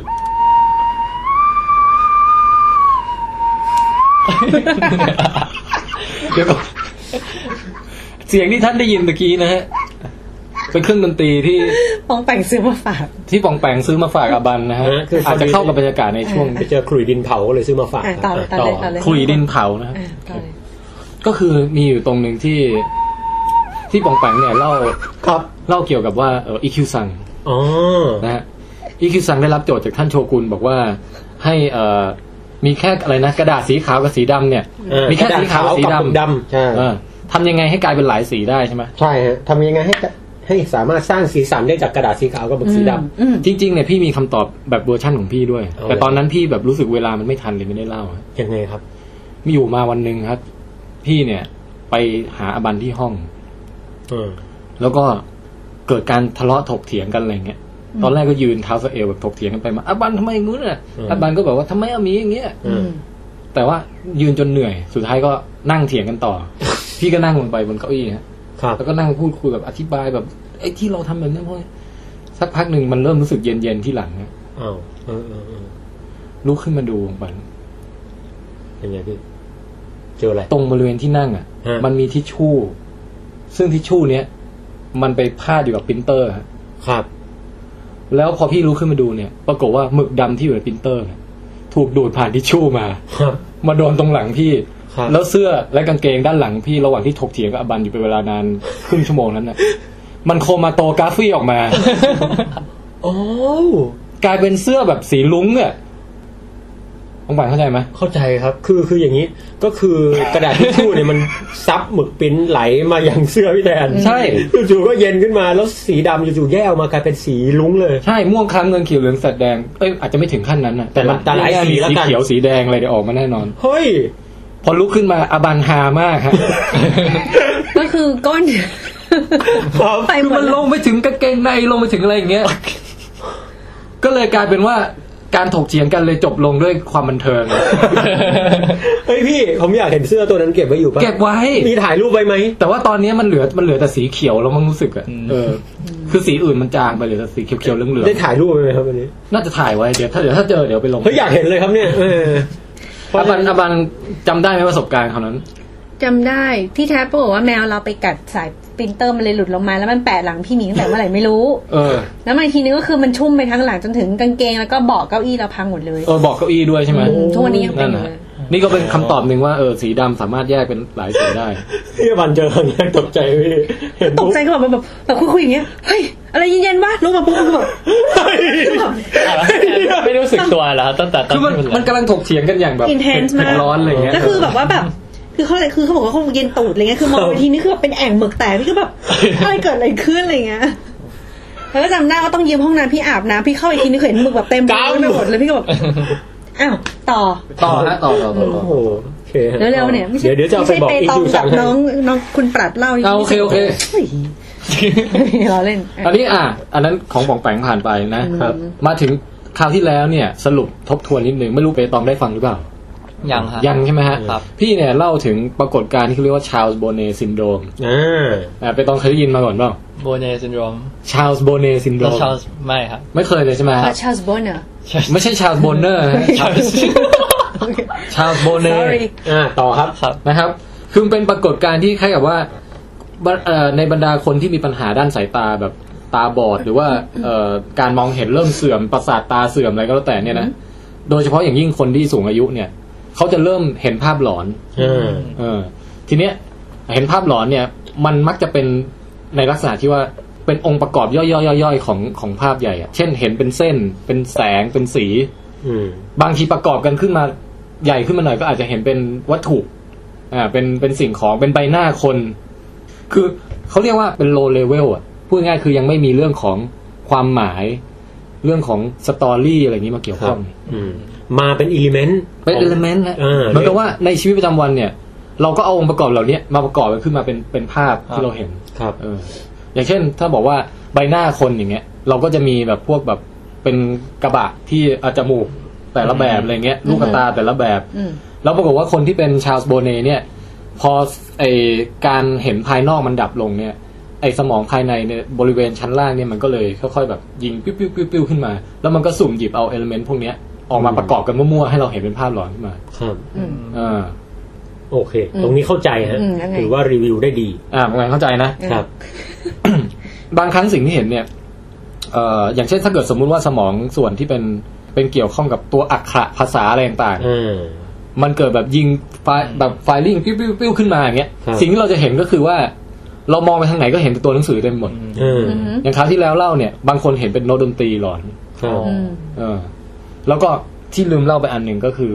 [SPEAKER 4] เดี๋ยวก่อนเสียงที่ท่านได้ยินเมื่อกี้นะฮะเป็นเครื่องดนตรีที่
[SPEAKER 2] ปองแป่งซื้อมาฝาก
[SPEAKER 4] ที่ปองแปงซื้อมาฝากอาบันนะฮะ
[SPEAKER 5] เออคือ
[SPEAKER 4] อาจจะเข้ากับบรรยากาศในช่วง
[SPEAKER 5] ไปเจอขลุยดินเผาก็เลยซื้อมาฝาก
[SPEAKER 2] อ่ะต่อเลย
[SPEAKER 5] ะ
[SPEAKER 2] ต่อเลยต่อเลย
[SPEAKER 4] คุยดินเผานะฮะ
[SPEAKER 2] อ่าต่อเลย
[SPEAKER 4] ก็คือมีอยู่ตรงหนึ่งที่ ที่ปองแปงเนี่ยเล่าครับเล่าเกี่ยวกับว่าเอออีคิวซัง
[SPEAKER 5] อ๋อ
[SPEAKER 4] นะฮะอีคิวซังได้รับโจทย์จากท่านโชกุนบอกว่าให้เออมีแค่อะไรนะกระดาษสีขาวกับสีดำเนี่ย
[SPEAKER 5] เออ
[SPEAKER 4] มีแค่สีขาวกับสี
[SPEAKER 5] กระดาษขาวกับ
[SPEAKER 4] ดำ
[SPEAKER 5] ดำใช่
[SPEAKER 4] เออทำยังไงให้กลายเป็นหลายสีได้ใช่ไหม
[SPEAKER 5] ใช่ฮะทำยังไงให้จะให้สามารถสร้างสีสันได้จากกระดาษสีขาวกับบึกสีด
[SPEAKER 2] อืม
[SPEAKER 4] จริงๆเนี่ยพี่มีคำตอบแบบเวอร์ชั่นของพี่ด้วย
[SPEAKER 5] เอาเลย
[SPEAKER 4] แต่ตอนนั้นพี่แบบรู้สึกเวลามันไม่ทันเลยไม่ได้เล่าอะ
[SPEAKER 5] ำยังไงครับ
[SPEAKER 4] มีอยู่มาวันหนึ่งครับ พี่เนี่ยไปหาอาบันที่ห้อง
[SPEAKER 5] เออ
[SPEAKER 4] แล้วก็เกิดการทะเลาะถกเถียงกันอะไรเงี้ย ตอนแรกก็ยืนเท้าสะเอวแบบถกเถียงกันไปมาอาบันทำไมงู้นอ่ะ
[SPEAKER 5] อืม
[SPEAKER 4] อาบันก็บอกว่าทำไมอามีอย่างเงี้ย
[SPEAKER 5] เออ
[SPEAKER 4] แต่ว่ายืนจนเหนื่อย สุดท้ายก็นั่งเถียงกันต่อ พี่ก็นั่งลงไปบนเก้าอี้ฮะ
[SPEAKER 5] ครับ
[SPEAKER 4] แล้วก็นั่งพูดคุยแบบอธิบายแบบไอ้ที่เราทำแบบนี้เพราะสักพักหนึ่งมันเริ่มรู้สึกเย็นๆที่หลังนะ
[SPEAKER 5] อ้าวเออเออเออ
[SPEAKER 4] ลุกขึ้นมาดูลงไป
[SPEAKER 5] ยังไงพี่ เจออะไร
[SPEAKER 4] ตรงบริเวณที่นั่งอ่ะ
[SPEAKER 5] ฮะ
[SPEAKER 4] มันมีทิชชู่ ซึ่งทิชชู่เนี้ยมันไปพาดอยู่กับปรินเตอร์ฮะ
[SPEAKER 5] ครับ
[SPEAKER 4] แล้วพอพี่รู้ขึ้นมาดูเนี่ย ปรากฏว่าหมึกดำที่อยู่ในปรินเตอร์เนี่ยถูกดูดผ่านทิชชู่มา
[SPEAKER 5] ครับ
[SPEAKER 4] มาโดนตรงหลังพี่
[SPEAKER 5] ครับ
[SPEAKER 4] แล้วเสื้อและกางเกงด้านหลังพี่ระหว่างที่ถกเถียงกับอบันอยู่เป็นเวลานาน ครึ่งชั่วโมงนั้นน่ะ มันโครมาโตกราฟี่ออกมา
[SPEAKER 5] โอ้
[SPEAKER 4] กลายเป็นเสื้อแบบสีลุ้งอะต้องปันเข้าใจไหม
[SPEAKER 5] เข้าใจครับ คือคืออย่างนี้ ก็คือกระดาษทิชชู่เนี่ยมันซับหมึกปริ้นไหลมาอย่างเสื้อพี่แทน
[SPEAKER 4] ใช่
[SPEAKER 5] จู่ๆก็เย็นขึ้นมาแล้วสีดำจู่ๆแย่ออกมากลายเป็นสีลุ้งเลย
[SPEAKER 4] ใช่ม่วงคล้ำเงินเขียวเหลืองแสดแดงเอ้ยอาจจะไม่ถึงขั้นนั้นนะแต่
[SPEAKER 5] แต่หลายสี
[SPEAKER 4] มี
[SPEAKER 5] แล้ว
[SPEAKER 4] สี
[SPEAKER 5] กัน
[SPEAKER 4] เขียวสีแดงอะไรเดี๋ยวออกมาแน่นอน
[SPEAKER 5] เฮ้ย
[SPEAKER 4] พอลุกขึ้นมาอบันฮามากฮะ
[SPEAKER 2] ก็คือก้อน
[SPEAKER 5] ครับ
[SPEAKER 2] ไปหม
[SPEAKER 4] คือ [LAUGHS]
[SPEAKER 2] ด
[SPEAKER 4] มัน
[SPEAKER 2] แล้
[SPEAKER 4] ล
[SPEAKER 2] ว
[SPEAKER 4] งไปถึงกางเกงในลงไปถึงอะไรอย่างเงี้ย ก็เลยกลายเป็นว่าการถกเถียงกันเลยจบลงด้วยความบันเทิง [LAUGHS]
[SPEAKER 2] [LAUGHS]
[SPEAKER 5] เฮ้ยพี่ ผมอยากเห็นเสื้อตัวนั้นเก็บไว้อยู่ปะ
[SPEAKER 4] เก็บไว้
[SPEAKER 5] มีถ่ายรูปไว้ไหม
[SPEAKER 4] แต่ว่าตอนนี้มันเหลือมันเหลือแต่สีเขียวแล้วมันรู้สึกอะเออ คือสีอื่นมันจางไปเหลือแต่สีเขียวๆเหลือง
[SPEAKER 5] ได้ถ่ายรูปไว้ไหมครับวันนี้
[SPEAKER 4] ๆน่าจะถ่ายไว้เดี๋ยวถ้าเดี๋ยวถ้าเจอเดี๋ยวไปลง
[SPEAKER 5] เฮ้ยอยากเห็นเลยครับเนี่ยเออ
[SPEAKER 4] อาบันอาบันจำได้ไหมประสบการณ์คราวนั้น
[SPEAKER 2] [LAUGHS] จำได้ที่แท้ปบอกว่าแมวเราไปกัดสายปรินเตอร์มันเลยหลุดลงมาแล้วมันแปะหลังพี่หมีตั้งแต่เมื่อไหร่ไม่รู้
[SPEAKER 4] เออ
[SPEAKER 2] แล้วมาอีกทีนึงก็คือมันชุ่มไปทั้งหลังจนถึงกางเกงแล้วก็เบาะเก้าอี้เราพังหมดเลย
[SPEAKER 4] เออบอกเก้าอี้ด้วยใช่ไหม
[SPEAKER 2] อืมทุกวันนี้ยังเป็น
[SPEAKER 4] นั่น
[SPEAKER 2] อ
[SPEAKER 4] นะ
[SPEAKER 2] ยู่เลย
[SPEAKER 4] นี่ก็เป็นคำตอบหนึ่งว่าเออสีดำสามารถแยกเป็นหลายสีได้
[SPEAKER 5] พี่บันเจอครั้งแรกตกใจพี่เห็น
[SPEAKER 2] ตกใจก็แบบแบบแบบคุยๆอย่างเงี้ยเฮ้ยอะไรเย็นๆวะลงมาปุ๊บก็แบบ
[SPEAKER 8] ไม่รู้สึกตัวเหรอครับตั้งแต่ตอน
[SPEAKER 4] คือมัน
[SPEAKER 8] ที่
[SPEAKER 4] มันกำลังถกเถียงกันอย่างแบบ
[SPEAKER 2] อินเทนส์มาก
[SPEAKER 4] ร้อนอะไรอย่างเงี้ย
[SPEAKER 2] แล้วคือแบบว่าแบบคือเขาคือเขาบอกว่าเขาเย็นตูดอะไรเงี้ยคือมองไปทีนี่คือแบบเป็นแอ่งหมึกแตกพี่ก็แบบอะไรเกิดอะไรขึ้นอะไรเงี้ยแล้วก็จำได้ว่าต้องยืมห้องน้ำพี่อาบน้ำพี่เข้าอีกทีนี่คือเห็นหมึกแบบเต็มไปหมดเลยพี่ก็แบบอ้าวต่อ
[SPEAKER 4] ต่อนะต่อต่อต่อต่อ
[SPEAKER 5] โอ้โหโอเคฮะ
[SPEAKER 2] เร็วๆเนี่ยไม่ใช่
[SPEAKER 5] เดี๋ยวเดี๋ยวจะเอาไป
[SPEAKER 2] ม่ใช่
[SPEAKER 5] บอก
[SPEAKER 2] เป
[SPEAKER 5] อีก
[SPEAKER 2] ตอง
[SPEAKER 5] ยู
[SPEAKER 2] แบ
[SPEAKER 5] สั่ง
[SPEAKER 2] บ
[SPEAKER 5] ให้
[SPEAKER 2] น้องน้องคุณปรัดเล่า
[SPEAKER 4] เอาโอเคโอเค
[SPEAKER 2] ฮ้ยเราเล่น
[SPEAKER 4] อันนี้อ่ะ อันนั้นของป่องแปงผ่านไปนะครับ มาถึงคราวที่แล้วเนี่ย สรุปทบทวนนิดนึง ไม่รู้เปตองได้ฟังหรือเปล่า
[SPEAKER 8] ยังฮะ
[SPEAKER 4] ยังใช่ไหมฮะ
[SPEAKER 8] ครับ
[SPEAKER 4] พี่เนี่ยเล่าถึงปรากฏการณ์ที่เขาเรียกว่าชา l e ส์โบเนซินโดม
[SPEAKER 5] อ่า
[SPEAKER 4] อ่ะเปตองเคยได้ยินมาก่อนเปล่า
[SPEAKER 8] โบเนซินโดรม
[SPEAKER 4] ชา l e ส์โบเนซินโด
[SPEAKER 8] แล้ว
[SPEAKER 4] ม
[SPEAKER 8] ชาลส์ไม่ครับ
[SPEAKER 4] ไม่เคยเลยใช่ไหมฮะ
[SPEAKER 2] ชาร์ลส์บอนเนอร์
[SPEAKER 4] ไม่ใช่ชา l e ส์โบเนอร์
[SPEAKER 8] ชาลส์
[SPEAKER 4] ชา l e ส์โบเน
[SPEAKER 2] sorry
[SPEAKER 5] อ่าต่อครับ
[SPEAKER 8] [LAUGHS] ครับ
[SPEAKER 4] นะครับ คือมันเป็นปรากฏการณ์ที่คล้ายกับว่าบรรเอ่อในบรรดาคนที่มีปัญหาด้านสายตาแบบตาบอด หรือว่าเอ่อการมองเห็นเริ่มเสื่อมประสาทตาเสื่อมอะไรก็แล้วแต่เนี่ยนะ โดยเฉพาะอย่างยิ่งคนที่สูงอายุเนี่ย เขาจะเริ่มเห็นภาพหลอน
[SPEAKER 5] เออ
[SPEAKER 4] เออ ทีเนี้ยเห็นภาพหลอนเนี่ย มันมักจะเป็นในลักษณะที่ว่า เป็นองค์ประกอบย่อยๆๆๆของของภาพใหญ่อะเช่นเห็นเป็นเส้น เป็นแสงเป็นสี
[SPEAKER 5] อืม
[SPEAKER 4] บางทีประกอบกันขึ้นมาใหญ่ขึ้นมาหน่อยก็อาจจะเห็นเป็นวัตถุอ่าเป็นเป็นสิ่งของเป็นใบหน้าคน คือเขาเรียกว่าเป็น low level อ่ะพูดง่ายๆคือยังไม่มีเรื่องของความหมาย เรื่องของสตอรี่อะไรอย่างนี้มาเกี่ยวข้อง
[SPEAKER 5] อืม มาเป็นอิเลเมนต์
[SPEAKER 4] เป็นเอลเมนต์นะ
[SPEAKER 5] เออ
[SPEAKER 4] เหมือนกับว่าในชีวิตประจำวันเนี่ย เราก็เอาองค์ประกอบเหล่านี้มาประกอบกันขึ้นมาเป็นเป็นภาพที่เราเห็น
[SPEAKER 5] ครับ
[SPEAKER 4] เอออย่างเช่นถ้าบอกว่าใบหน้าคนอย่างเงี้ย เราก็จะมีแบบพวกแบบเป็นกระบะที่อาจจมูกแต่ละแบบอะไรเงี้ยลูกตาแต่ละแบบ
[SPEAKER 2] อืม
[SPEAKER 4] แล้วปรากฏว่าคนที่เป็นชาวสโบเนเนี่ย พอไอการเห็นภายนอกมันดับลงเนี่ย ไอสมองภายในเนี่ยบริเวณชั้นล่างเนี่ยมันก็เลยค่อยๆแบบยิงปิ้วปิ้วปิ้วปิ้วๆๆๆขึ้นมา แล้วมันก็สุ่มหยิบเอาเอลเมนต์พวกเนี้ยออกมาประกอบกันมั่วๆให้เราเห็นเป็นภาพหลอนขึ้นมา
[SPEAKER 5] ครับ
[SPEAKER 4] อ่า
[SPEAKER 5] โอเค ตรงนี้เข้าใจฮะ
[SPEAKER 2] อืมยังไง
[SPEAKER 5] ถือว่ารีวิวได้ดี
[SPEAKER 4] อ่าผมเข้าใจนะ
[SPEAKER 5] ครับ
[SPEAKER 4] บางครั้งสิ่งที่เห็นเนี่ย เอ่อ อย่างเช่นถ้าเกิดสมมุติว่าสมองส่วนที่เป็นเป็นเกี่ยวข้องกับตัวอักขระภาษาอะไรต่าง
[SPEAKER 5] อ่า
[SPEAKER 4] ๆ มันเกิดแบบยิงไฟแบบไฟลิ่งปิ้วปิ้วปิ้วขึ้นมาอย่างเงี้ย
[SPEAKER 5] ครับ
[SPEAKER 4] สิ่งที่เราจะเห็นก็คือว่า เรามองไปทางไหนก็เห็นแต่ตัวหนังสือเต็มหมด
[SPEAKER 5] เออ
[SPEAKER 2] อือฮึ
[SPEAKER 4] อย่างคราวที่แล้วเล่าเนี่ย บางคนเห็นเป็นโน้ตดนตรีหลอน
[SPEAKER 5] ครับ
[SPEAKER 2] อืม
[SPEAKER 4] เออ แล้วก็ที่ลืมเล่าไปอันหนึ่งก็คือ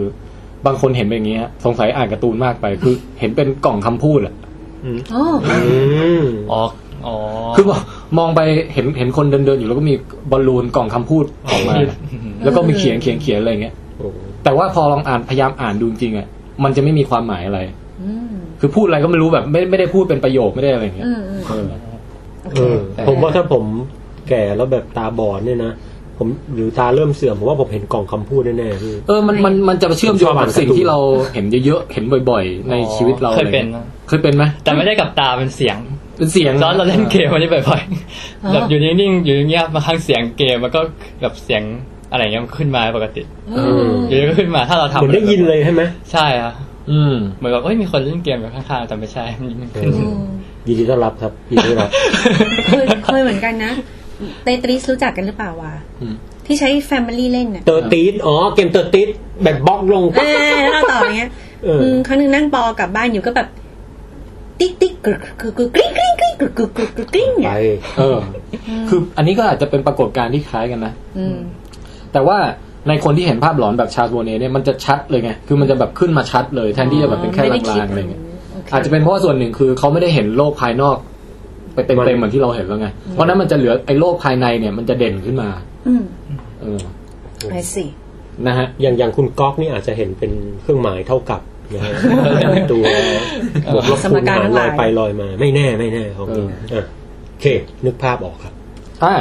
[SPEAKER 4] บางคนเห็นเป็นอย่างเงี้ยสงสัยอ่านการ์ตูนมากไป คือ เห็นเป็นกล่องคำพูดอะ
[SPEAKER 2] อ๋อ
[SPEAKER 5] อืม
[SPEAKER 8] อ๋ออ๋อ
[SPEAKER 4] คือมองมองไปเห็นเห็นคนเดินเดินอยู่แล้วก็มีบอลลูนกล่องคำพูดออกมา แล้วก็มีเขียนเขียนเขียนอะไรอย่างเงี้ย
[SPEAKER 5] โอ้โห
[SPEAKER 4] แต่ว่าพอลองอ่านพยายามอ่านดูจริงๆอ่ะมันจะไม่มีความหมายอะไร
[SPEAKER 2] อืม
[SPEAKER 4] คือพูดอะไรก็ไม่รู้แบบไม่ไม่ได้พูดเป็นประโยคไม่ได้อะไรอย่างเงี้ย
[SPEAKER 2] อืมอืม
[SPEAKER 4] เออ
[SPEAKER 2] โอเค
[SPEAKER 5] เออผมว่าถ้าผมแก่แล้วแบบตาบอดเนี่ยนะ ผมหรือตาเริ่มเสื่อมผมว่าผมเห็นกล่องคำพูดแน่ๆพี่
[SPEAKER 4] เออมันมันมันจะเชื่อมโยงกับสิ่งที่เราเห็นเยอะๆเห็นบ่อยๆ ในชีวิตเรา
[SPEAKER 8] เคยเป็น
[SPEAKER 4] อะไรงี้
[SPEAKER 8] นะ
[SPEAKER 4] เคยเป็นไหม
[SPEAKER 8] แต่ไม่ได้กับตาเป็นเสียง
[SPEAKER 4] เป็นเสียง
[SPEAKER 8] ตอนเราเล่นเกมมันจะบ่อยๆแบบอยู่นิ่งๆอยู่เงียบมาทางเสียงเกมมันก็แบบเสียงอะไรเงี้ยมันขึ้นมาปกติ
[SPEAKER 2] อืม
[SPEAKER 8] อยู่ดีก็ขึ้นมาถ้าเราทำ
[SPEAKER 5] เหมือนได้ยินเลยใช่ไหม
[SPEAKER 8] ใช่อะ
[SPEAKER 4] อืม
[SPEAKER 8] เหมือนกับเอ้ยมีคนเล่นเกมอยู่ข้างๆแต่ไม่ใช่มันขึ้น
[SPEAKER 5] ยินดีต้อนรับครับยินดีต้อนรับ
[SPEAKER 2] เคยเคยเหมือนกันนะเตตริสรู้จักกันหรือเปล่าวะที่ใช้แฟมิลี่เล่นน่ะ
[SPEAKER 5] เตอร์ติสอ๋อ เกมเตอร์ติสแบบบล็อกลง
[SPEAKER 2] เออแล้วเราต่ออย่างเงี้ย
[SPEAKER 5] เออ
[SPEAKER 2] อืมครั้งหนึ่งนั่งปอกลับบ้านอยู่ก็แบบ ติ๊กติ๊กกรึกกรึกกรึกกริ๊งกริ๊งกริ๊งกรึกกรึกกรึกกริ๊งกริ๊ง
[SPEAKER 5] ไป
[SPEAKER 2] เนี่ย
[SPEAKER 4] เออ คืออันนี้ก็อาจจะเป็นปรากฏการณ์ที่คล้ายกันนะ
[SPEAKER 2] อืม
[SPEAKER 4] แต่ว่าในคนที่เห็นภาพหลอนแบบชาร์ลส์โบเน่เนี่ยมันจะชัดเลยไง คือมันจะแบบขึ้นมาชัดเลยแทนที่จะแบบเป็นแค่ลางๆอะไรเงี้ย อาจจะเป็นเพราะว่าส่วนหนึ่งคือเขาไม่ได้เห็นโลกภายนอก ไปเต็
[SPEAKER 5] มัน
[SPEAKER 4] มๆเหมือนที่เราเห็นแล้วไง เพราะฉะนั้นมันจะเหลือไอ้โลกภายในเนี่ยมันจะเด่นขึ้นมา
[SPEAKER 2] อืม
[SPEAKER 4] เออ
[SPEAKER 2] ไอสิ
[SPEAKER 4] นะฮะ
[SPEAKER 5] อย่างอย่างคุณก๊อกนี่อาจจะเห็นเป็นเครื่องหมายเท่ากับนะ [LAUGHS] ฮะเป็นตัวบวกลบคูณหารลอยไปลอยมา ไม่แน่ไม่แน่ของจริงนะอ่ะโอเค นึกภาพออกครับ
[SPEAKER 4] อ่า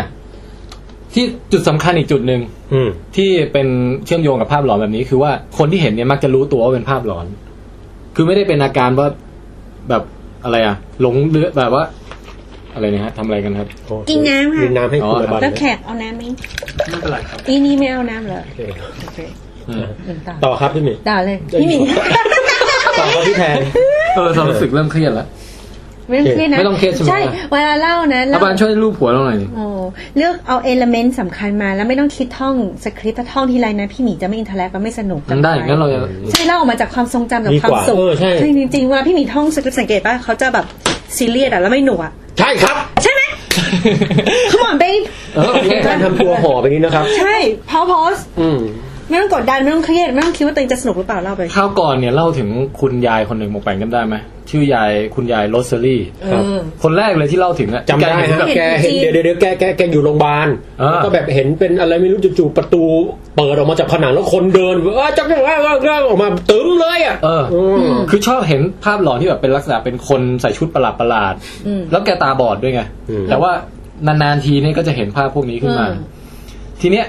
[SPEAKER 4] ที่จุดสำคัญอีกจุดหนึ่ง
[SPEAKER 5] อืม
[SPEAKER 4] ที่เป็นเชื่อมโยงกับภาพหลอนแบบนี้ คือว่าคนที่เห็นเนี่ยมักจะรู้ตัวว่าเป็นภาพหลอน คือไม่ได้เป็นอาการว่าแบบอะไรอะหลงเลือแบบว่า อะไรเนี่ยฮะทำอะไรกันครับ
[SPEAKER 5] โอ้
[SPEAKER 2] กินน้ำค่ะ
[SPEAKER 5] กินน้ำให้คุณระบาย
[SPEAKER 2] แล้ว
[SPEAKER 5] นะ
[SPEAKER 2] แขกเอาน้ำไหม
[SPEAKER 9] ไม่เป็นไรครับ
[SPEAKER 2] อีนี่ไม่เอาน้ำเหรอ
[SPEAKER 5] โอเค
[SPEAKER 2] โอเค
[SPEAKER 4] อืม
[SPEAKER 2] อืมต่อ
[SPEAKER 5] ต่อครับพี่หมิง
[SPEAKER 2] ด่าเลยพี่หมิง
[SPEAKER 5] ต่อครับพี่แทน
[SPEAKER 4] เออเรารู้สึกเริ่มเครียดแล้ว
[SPEAKER 2] ไม่ต้องเครียดนะ
[SPEAKER 4] ไม่ต้องเครียดใช่ไหม
[SPEAKER 2] ใช่เวลาเล่านะ
[SPEAKER 4] อา
[SPEAKER 2] เล่า
[SPEAKER 4] บานช่วยรูปหัวเราหน่อยดิ
[SPEAKER 2] โอ้เลือกเอาเอลเมนต์สำคัญมาแล้วไม่ต้องคิดท่องสคริปต์ถ้าท่องทีไรนะพี่หมีจะไม่อินเทอร์แลกมันไม่สนุก
[SPEAKER 4] งั้นได้งั้นเราจะ
[SPEAKER 2] ใช่เล่าออกมาจากความทรงจำกับ
[SPEAKER 5] ดี
[SPEAKER 2] ควากม
[SPEAKER 5] ว่า
[SPEAKER 2] สุข
[SPEAKER 5] เออใช่
[SPEAKER 2] คือจริงๆเวลาพี่หมีท่องสคริปต์สังเกตป่ะเขาจะแบบซีเรียสอะแล้วไม่หนุกอะ
[SPEAKER 5] ใช่ครับ
[SPEAKER 2] ใช่ไหม Come on babe
[SPEAKER 4] เออโอเค
[SPEAKER 5] การทำตัวห่อแบบนี้นะครับ
[SPEAKER 2] ใช่พอโพส
[SPEAKER 5] อืม
[SPEAKER 2] ไม่ต้องกดดัน ไม่ต้องเครียด ไม่ต้องคิดว่าตัวเองจะสนุกหรือเปล่าเล่าไป
[SPEAKER 4] ข้าวก่อนเนี่ยเล่าถึงคุณยายคนหนึ่งหมกแปงจำได้ไหมชื่อยายคุณยายโรสเซอรี่
[SPEAKER 2] เอ
[SPEAKER 5] ครับ
[SPEAKER 2] อ
[SPEAKER 4] คนแรกเลยที่เล่าถึงอะ
[SPEAKER 5] จำได้
[SPEAKER 4] ที่แกเห็น
[SPEAKER 5] ฮะ
[SPEAKER 4] แบบ
[SPEAKER 5] แกเห็น
[SPEAKER 2] จริง
[SPEAKER 5] เดี๋ยวเดี๋ยวเดี๋ยวแกแกแกอยู่โรงพยาบาล
[SPEAKER 4] อ่า
[SPEAKER 5] แล้วก็แบบเห็นเป็นอะไรไม่รู้จู่ๆประตู เปิดออกมาจากผนังแล้วคนเดินเออจักรว้าวว้าวออกมาตึมเลยอ่ะ
[SPEAKER 4] เออ
[SPEAKER 5] ม
[SPEAKER 4] คือชอบเห็นภาพหลอนที่แบบเป็นลักษณะเป็นคนใส่ชุดประหลาดประหลาดๆ
[SPEAKER 2] อืม
[SPEAKER 4] แล้วแกตาบอดด้วยไง แต่ว่านานๆทีเนี่ยก็จะเห็นภาพพวกนี้ขึ้นมา
[SPEAKER 2] อืม
[SPEAKER 4] ทีเนี้ย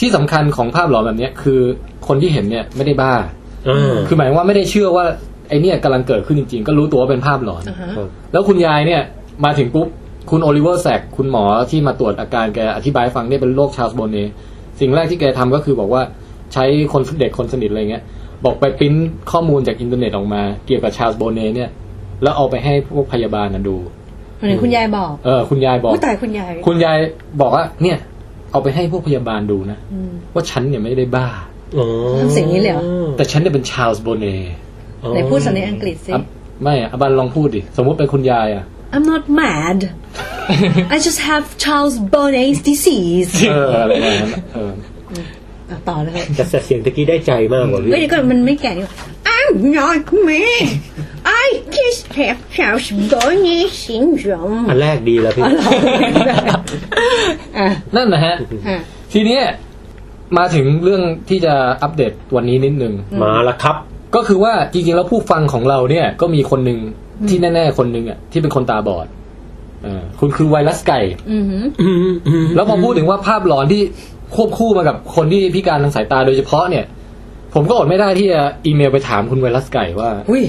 [SPEAKER 4] ที่สำคัญของภาพหลอนแบบเนี้ยคือคนที่เห็นเนี่ยไม่ได้บ้า
[SPEAKER 5] อ่า
[SPEAKER 4] คือหมายว่าไม่ได้เชื่อว่าไอเนี่ยกำลังเกิดขึ้นจริงๆ ก็รู้ตัวว่าเป็นภาพหลอน
[SPEAKER 2] อ่าฮะ
[SPEAKER 4] แล้วคุณยายเนี่ยมาถึงปุ๊บ คุณโอลิเวอร์แซกคุณหมอที่มาตรวจอาการแกอธิบายให้ฟังเนี่ยเป็นโรคชาร์ลส์โบเน่สิ่งแรกที่แกทำก็คือบอกว่าใช้คนเด็กคนสนิทอะไรเงี้ย บอกไปปริ้นข้อมูลจากอินเทอร์เน็ตออกมาเกี่ยวกับชาร์ลส์โบเน่เนี่ย แล้วเอาไปให้พวกพยาบาลนะดู
[SPEAKER 2] เหมือนคุณยายบอก
[SPEAKER 4] เออคุณยายบอก
[SPEAKER 2] ผู้ตายคุณยาย
[SPEAKER 4] คุณยายบอกว่าเนี่ย เอาไปให้พวกพยาบาลดูนะ
[SPEAKER 2] อืม
[SPEAKER 4] ว่าฉันเนี่ยไม่ได้บ้า
[SPEAKER 2] ทำเสียงนี้เลยเหรอ
[SPEAKER 4] แต่ฉันเนี่ยเป็นชาร์ลส์โบเน่
[SPEAKER 2] ไหนพูดสำเนียงอังกฤษสิ
[SPEAKER 4] อ่ะไม่อ่ะบันลองพูดดิ สมมุติเป็นคุณยายอ่ะ
[SPEAKER 2] I'm not mad I just have Charles Bonnet's disease
[SPEAKER 4] เอออะไรประมาณนั้นเออ
[SPEAKER 2] อ่ะต่อเลย
[SPEAKER 5] แต่เสียงตะกี้ได้ใจมากกว่าพี่
[SPEAKER 2] เฮ้ยเดี๋ยวก่อนมันไม่แก่ดีกว่า I'm not mad I just have Charles Bonnet syndrome
[SPEAKER 5] อันแรกดีแล้วพี่
[SPEAKER 8] [LAUGHS]
[SPEAKER 2] อ่ะ
[SPEAKER 4] นั่นนะฮะ
[SPEAKER 2] อ่ะ
[SPEAKER 4] ทีเนี้ยมาถึงเรื่องที่จะอัปเดตวันนี้นิดนึง
[SPEAKER 5] มาละครับ
[SPEAKER 4] ก็คือว่าจริงๆแล้วผู้ฟังของเราเนี่ย ก็มีคนหนึ่งที่แน่ ๆ คนหนึ่งอ่ะที่เป็นคนตาบอดเออคุณคือไวรัสไก่
[SPEAKER 2] อือหือ
[SPEAKER 4] แล้วพอพูดถึงว่าภาพหลอนที่ควบคู่มากับคนที่พิการทางสายตาโดยเฉพาะเนี่ย ผมก็อดไม่ได้ที่จะอีเมลไปถามคุณไวรัสไก่ว่า
[SPEAKER 5] อุ้ย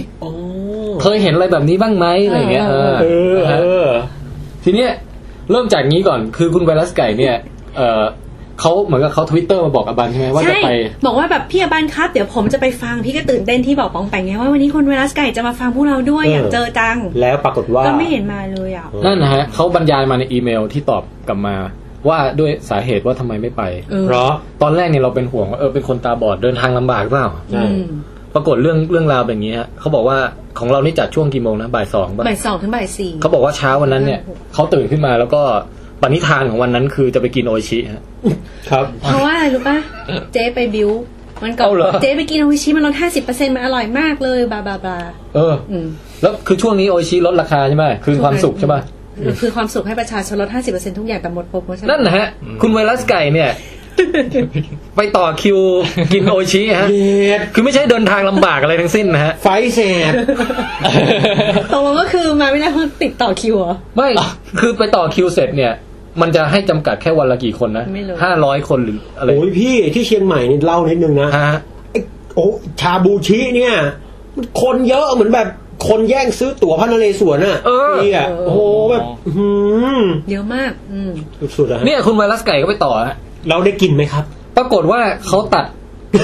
[SPEAKER 4] เคยเห็นอะไรแบบนี้บ้างไหมอะไรอย่างเงี้ยเออ
[SPEAKER 5] เออ
[SPEAKER 4] นะ
[SPEAKER 5] เอ
[SPEAKER 4] ฮะ
[SPEAKER 5] อ
[SPEAKER 4] ทีเนี้ยเริ่มจากนี้ก่อนคือคุณไวรัสไก่เนี่ย เออเขาเหมือนกับเขาทวิตเตอร์มาบอกอบันใช่ไหมว่าจะ
[SPEAKER 2] ใช่
[SPEAKER 4] ไป
[SPEAKER 2] บอกว่าแบบพี่อบันครับ เดี๋ยวผมจะไปฟังพี่ก็ตื่นเต้นที่บอกปองแปงไงว่าวันนี้คนเวลัสไก่จะมาฟังพวกเราด้วย
[SPEAKER 5] เออ
[SPEAKER 2] อ
[SPEAKER 5] อ
[SPEAKER 2] ยากเจอจัง
[SPEAKER 5] แล้วปรากฏว่า
[SPEAKER 2] ก็ไม่เห็นมาเลยอ่ะ
[SPEAKER 4] นั่นนะฮะเขาบรรยายมาในอีเมลที่ตอบกลับมา ว่าด้วยสาเหตุว่าทำไมไม่ไป
[SPEAKER 2] เออ
[SPEAKER 5] เพราะ
[SPEAKER 4] ตอนแรกเนี่ยเราเป็นห่วงว่าเออเป็นคนตาบอดเดินทางลำบากเปล่า
[SPEAKER 5] ใช่
[SPEAKER 2] อืม
[SPEAKER 4] ปรากฏเรื่องเรื่องราวเป็นอย่างนี้ฮะเขาบอกว่าของเรานี่จัดช่วงกี่โมงนะบ่ายสองป่ะ
[SPEAKER 2] บ่ายสองถึงบ่ายสี่
[SPEAKER 4] เขาบอกว่าเช้าวันนั้นเนี่ยเขาตื่นขึ้นมาแล้วก็ปณิธานของวันนั้นคือจะไปกินโออิชิฮะ
[SPEAKER 5] ครับ
[SPEAKER 2] เพราะว่าอะไรรู้ป่ะ เจ๊ไปบิวมันก่อน
[SPEAKER 4] เอาเหรอ
[SPEAKER 2] เจ๊ไปกินโออิชิมันลดห้าสิบเปอร์เซ็นต์มันอร่อยมากเลยบลาบลาบลา
[SPEAKER 4] เออ
[SPEAKER 2] อืม
[SPEAKER 4] แล้วคือช่วงนี้โออิชิลดราคาใช่ไหมคืนความสุขใช่ปะ
[SPEAKER 2] คือความสุขให้ประชาชนลดห้าสิบเปอร์เซ็นต์ทุกอย่างแต่หมดโปรโมชั่น
[SPEAKER 4] นั่นนะฮะ คุณไวรัสไก่
[SPEAKER 2] [LAUGHS]
[SPEAKER 4] เนี่ย ไปต่อคิวกินโออิชิฮะ
[SPEAKER 5] เย็ด
[SPEAKER 4] คือไม่ใช่เดินทางลำบากอะไรทั้งสิ้นนะฮะ
[SPEAKER 5] ไฟเสด
[SPEAKER 2] [LAUGHS] ตกลงก็คือมาไม่ได้เพราะติดต่อคิวเหรอ
[SPEAKER 4] ไม่ คือไปต่อคิวเสร็จเนี่ย มันจะให้จำกัดแค่วันละกี่คนนะ
[SPEAKER 2] ไม่รู้
[SPEAKER 4] ห้าร้อยคนหรืออะไร
[SPEAKER 5] โอ้ยพี่ที่เชียงใหม่นี่เล่านิดนึงนะ
[SPEAKER 4] ฮะ
[SPEAKER 5] ไอ้โอ้ชาบูชิเนี่ยมันคนเยอะเหมือนแบบคนแย่งซื้อตั๋วพระนเรศวรน่ะ
[SPEAKER 4] เออ
[SPEAKER 5] นี่อ่ะโอ้โหแบบหืม
[SPEAKER 2] เยอะมาก อืม
[SPEAKER 5] สุดๆอะฮะ
[SPEAKER 4] เนี่ยคุณไวรัสไก่ก็ไปต่อฮะ
[SPEAKER 5] เราได้กินไหมครับ
[SPEAKER 4] ปรากฏว่าเขาตัด